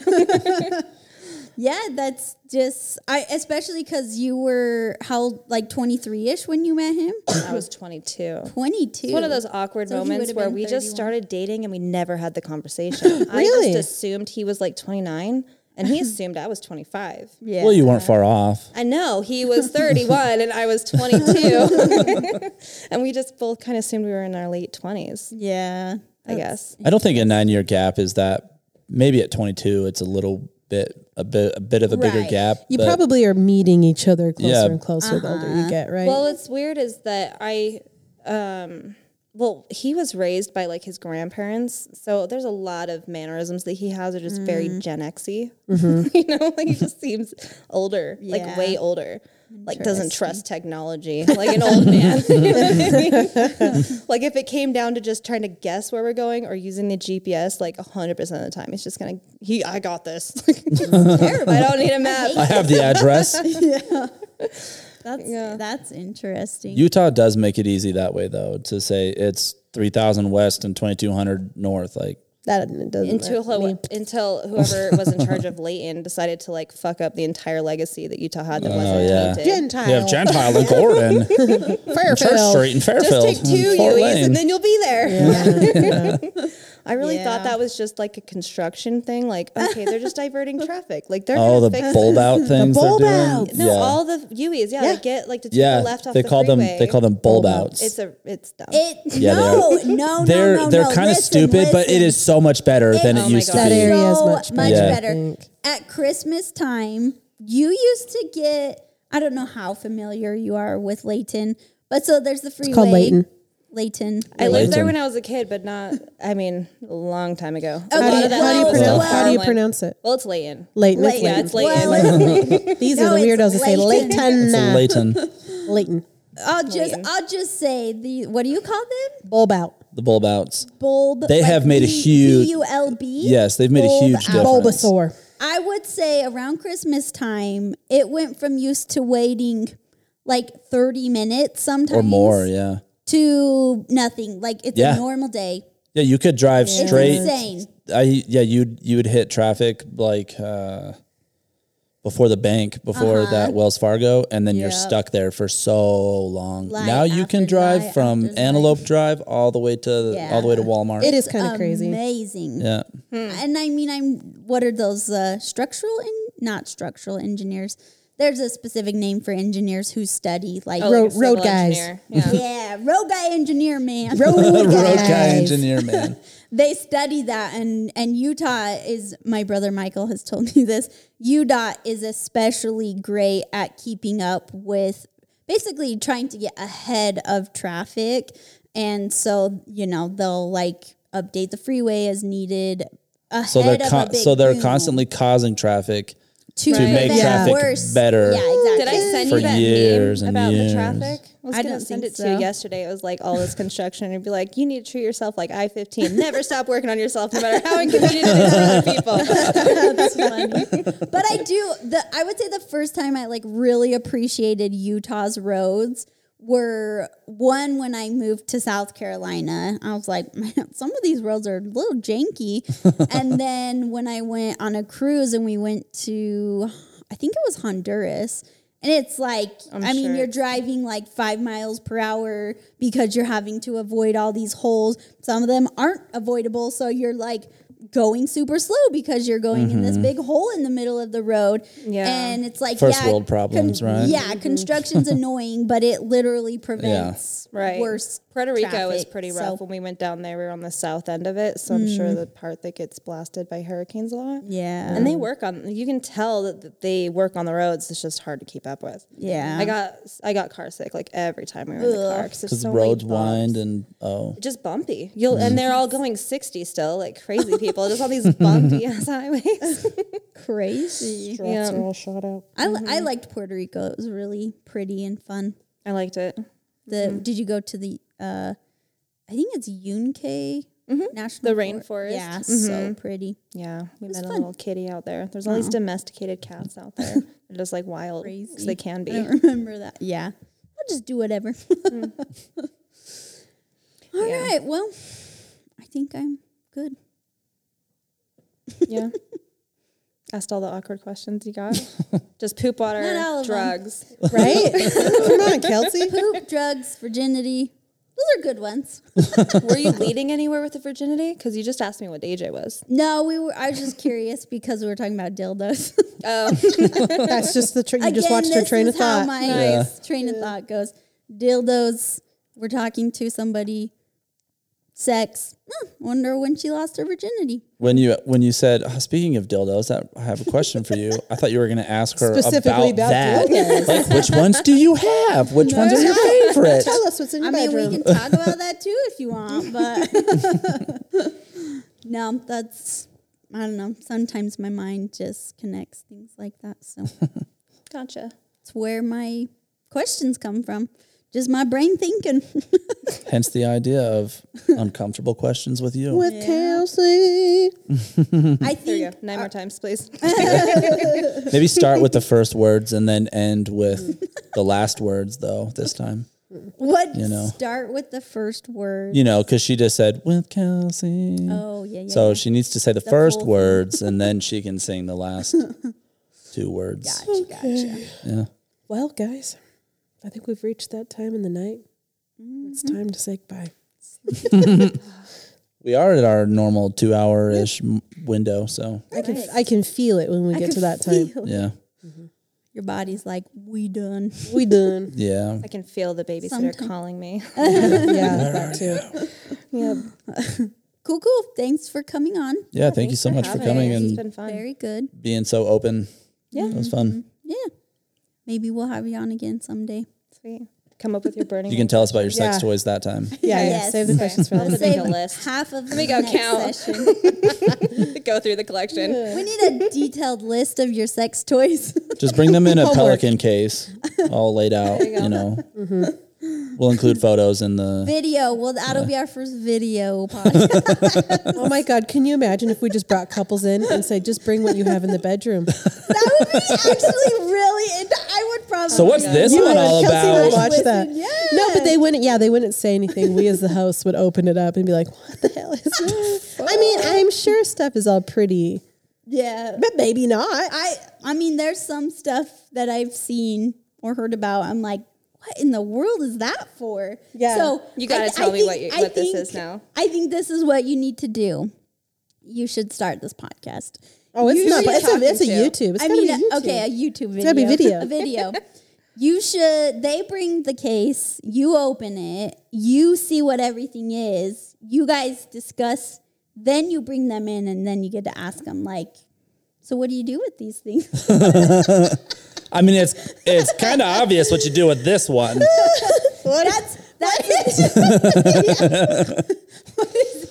Yeah, that's just I especially cuz you were how like 23ish when you
[coughs]
met him?
I [laughs] was 22.
22.
It's one of those awkward
So he
moments
would've
where
been
we just
31.
started dating and we never had
[laughs]
the conversation. I
Really?
just assumed he was like 29 and
[laughs]
he assumed I was 25.
yeah.
Well, you weren't far off.
I know he was 31 and I was
[laughs]
22. [laughs] and we just both kind of assumed we were in our late 20s,
yeah.
I guess.
I don't think a nine year gap is that. Maybe at 22, it's a little bit a bit a bit of a bigger
Right.
gap.
You
but-
probably are meeting each other closer
Yeah.
and closer the older you get, right?
Well, what's weird is that I, um, well, he was raised by like his grandparents, so there's a lot of mannerisms that he has are just very Gen X-y. [laughs] you know, like he just seems older, like
Yeah.
way older. Like doesn't trust technology, like an old man. [laughs] You know what I mean? like if it came down to just trying to guess where we're going or using the GPS, like hundred percent of the time, it's just gonna he. I got this. [laughs]
Terrible.
I don't need a map.
I have
[laughs]
the address.
That's that's interesting.
Utah does make it easy that way, though, to say it's 3,000 west and 2,200 north. Like,
that doesn't
until
[laughs]
who, until whoever was in charge of Layton decided to like fuck up the entire legacy that Utah had that wasn't
Oh, yeah.
tainted.
Gentile.
you have Gentile and
[laughs]
Gordon, and Church
Fairfield.
Street, and Fairfield.
Just take two
and Fort
U's
Lane.
and then you'll be there. I really thought
Yeah.
that was just like a construction thing. Like, okay, they're just diverting traffic. Like they're
Oh,
gonna
the
fix
bulb
[laughs]
out things they're
bulb
doing.
outs.
No,
yeah,
all the U's. Yeah,
Yeah.
they get like to take
yeah.
the left off
they
the
call them
freeway.
they call them bulb outs.
It's a it's dumb.
it
Yeah, they
no,
are.
no, no,
they're
no,
they're
no.
kind of
Listen,
stupid, but it
listen.
is so much better than
Oh
it
my
used to
gosh.
that
be.
area is
So
much better.
much
Yeah.
better.
I think.
At Christmas time, you used to get I don't know how familiar you are with Layton, but so there's the freeway.
called Layton.
Layton.
I lived there
Layton.
when I was a kid, but not. I mean, a long time ago. A
Okay,
lot
How do, you,
of that
how do you
stuff was
pronounce,
still
how do you
farmland.
pronounce it?
Well, it's Layton.
Leighton.
Layton.
Yeah, it's Layton.
Well,
[laughs] These
No,
are the
it's
weirdos that say
Leighton.
It's a
Leighton.
Layton,
Leighton.
I'll just I'll just say the what do you call them?
Bulb out.
the bulb outs.
Bulb.
They have made a huge-
B U L B.
Yes, they've made a
Bulb
huge
out.
difference. [laughs]
Bulbasaur.
I would say around Christmas time, it went from used to waiting like thirty minutes sometimes
or more. Yeah,
to nothing. Like it's
Yeah.
a normal day.
yeah. You could drive straight.
It's insane.
I yeah, you'd you would hit traffic like uh, before the bank, before that Wells Fargo, and then you're
Uh-huh. Yep.
stuck there for so long.
Light
now you can
after
drive
light
from
after light.
Antelope Drive all the way to all the way to
Yeah.
Walmart.
It is kind of crazy. Hmm.
Amazing. [laughs]
yeah.
And I mean, I'm what are those uh, structural and not structural engineers? There's a specific name for engineers who study like
Oh, like a
Road-
civil
road guys.
engineer. Yeah.
yeah, road guy engineer man.
Road
[laughs] Road guy
guys.
[laughs]
engineer man.
they study that and and utah is my brother michael has told me this udot is especially great at keeping up with basically trying to get ahead of traffic and so you know they'll like update the freeway as needed ahead
So they're
of a
con-
big
so they're
boom
constantly causing traffic
to,
to make
prevent
traffic
worse.
better.
yeah exactly
Did I send
For
you that
years
meme
and
about
years.
the traffic? I was
I
gonna
don't
send
think
it to
so.
you yesterday. It was like all this construction, and be like, "You need to treat yourself like I fifteen. Never stop working on yourself, no matter how inconvenient it is for other people."
[laughs] That's funny. But I do the I would say the first time I like really appreciated Utah's roads were one when I moved to South Carolina. I was like, man, some of these roads are a little janky. and then when I went on a cruise and we went to I think it was Honduras. And it's like, i mean,
sure.
you're driving like five miles per hour because you're having to avoid all these holes. Some of them aren't avoidable. So you're like going super slow because you're going in
Mm-hmm.
this big hole in the middle of the road.
Yeah. Mm-hmm.
And it's like,
First
yeah,
world problems, right?
Yeah.
[laughs]
Construction's annoying, but it literally prevents
Right.
worse.
Puerto Rico is
traffic,
pretty
so- Hmm.
rough. When we went down there, we were on the south end of it, so I'm sure the part that gets blasted by hurricanes a lot.
Yeah.
And they work on. You can tell that th- they work on the roads. It's just hard to keep up with.
Yeah.
I got I got car sick like every time we were in the car
because
because so
roads
many
wind
bumps.
and oh,
just bumpy. You'll and they're all going sixty still, like crazy people, just on these bumpy ass highways.
crazy.
[laughs] Yeah.
are all shot out.
I, I
Mm-hmm.
liked Puerto Rico. It was really pretty and fun.
I liked it.
The
Mm-hmm.
did you go to the uh I think it's Yunque National
Mm-hmm. The rainforest. Mm-hmm.
Yeah, so pretty.
Yeah, we met a little kitty out there. There's all these domesticated cats out there. They're just like wild 'cause
Crazy.
they can be. Mm.
I don't [laughs] remember that. Yeah. I'll just do whatever. [laughs] All right.
Yeah.
Well, I think I'm good.
Yeah. Asked all the awkward questions you got. Just poop
Not all
water,
of 'em.
drugs.
[laughs]
Right? Come on,
[laughs]
Kelsey.
[laughs]
Poop, drugs, virginity. Those are good ones.
Were you leading anywhere with the virginity? Because you just asked me what AJ was.
No, we were I was just curious because we were talking about dildos. [laughs]
Oh,
That's just the trick. You just watched her
this
train
is
of thought.
How my
Yeah.
train of thought goes. Dildos. We're talking to somebody. Sex. Hmm, wonder when she lost her virginity.
when you when you said oh, speaking of dildos, that, I have a question for you. I thought you were going to ask her about,
Specifically about
that.
dildos.
Like, which ones do you have? Which ones are your favorite?
Tell us what's in your
I mean,
bedroom.
we can talk about that too if you want, but [laughs] no, that's I don't know. Sometimes my mind just connects things like that,
[laughs]
so
gotcha.
it's where my questions come from. Just my
[laughs]
brain thinking.
Hence the idea of uncomfortable questions with you.
with Kelsey.
I
There you
think
go. Nine more times, please.
Maybe start with the first words and then end with the last words, though. This time,
what
You know.
start with the first word.
you know, because she just said with Kelsey.
Oh yeah, yeah.
So
yeah.
she needs to say the, first
full thing.
words and then she can sing the last two words.
gotcha, gotcha.
Yeah.
Well, guys, I think we've reached that time in the night. It's time to say goodbye.
We are at our normal two hour ish m window. So,
I can I can feel it when we get to that time.
yeah.
Your body's like, we done.
[laughs] We done.
Yeah.
I can feel the babysitter
Sometime.
calling me.
[laughs] yeah, that too.
yeah.
Cool, cool. Thanks for coming on.
Yeah. Thank you so much for coming
It's
and
been fun.
Very good.
being so open.
Yeah.
It was fun.
Mm-hmm.
Yeah. Maybe we'll have you on again someday.
Sweet. Come up with your burning.
You can tell us about your sex
Yeah.
toys that
[laughs]
time.
Yeah, yeah.
Yes.
Save the questions for
I'll
later.
have to make a
Save
list.
Half of Let
me go count. [laughs] go through the collection.
we need a detailed list of your sex toys. [laughs]
Just bring them in a
Homework.
pelican case all laid out, you, know.
Mm-hmm.
We'll include photos in the.
video. Well, that'll be our first video podcast.
Oh my God! Can you imagine if we just brought couples in and say, "Just bring what you have in
[laughs]
the bedroom"?
that
[laughs]
would be actually really. int- I would probably.
So, what's this
You
one
and
all
Kelsey would
about?
watch that. No, but they wouldn't. Yeah, they wouldn't say anything. We, as the host, would open it up and be like, "What the hell [laughs] is this?" I mean, I'm sure stuff is all pretty,
Yeah.
but maybe not.
I I mean, there's some stuff that I've seen or heard about. I'm like, what in the world is that for?
Yeah.
So
You gotta
I-
tell
I
me what
think-
you-
I
what this
think-
is now.
I think this is what you need to do. You should start this podcast.
Oh, it's
You
not.
should
But it's a
talk-
it's a
to.
YouTube. It's
I
gotta
mean,
be
a-
YouTube.
okay, a YouTube video.
gotta be
[laughs] a video. You should. They bring the case. You open it. You see what everything is. You guys discuss Then you bring them in and then you get to ask them, like, so what do you do with these things?
I mean, it's it's kind of obvious what you do with this one.
that's that's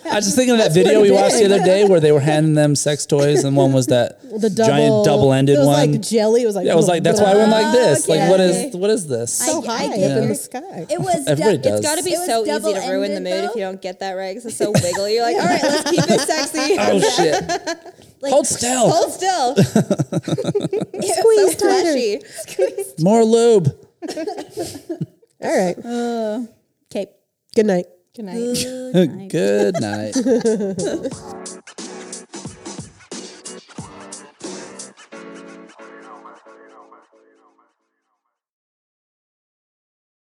I was just thinking of that video we watched the other day where they were handing them sex toys, and one was that
The double,
giant double-ended
it was
one.
Like jelly. It was like
yeah, I was like, that's why I went like this. Like, what
Okay.
is what is this?
I-
so high up
get
in
your-
the sky.
it was.
Everybody does.
It's got to be
It was
so easy to ruin the
double-ended,
mood if
though.
you don't get that right because it's so wiggly. You're like, all right, let's keep
[laughs]
it sexy.
oh
[laughs]
shit!
Like,
Hold still.
Hold [laughs] still. so
Squeeze tighter.
flashy.
More lube.
All right.
Okay.
Good night.
Good night.
Good night.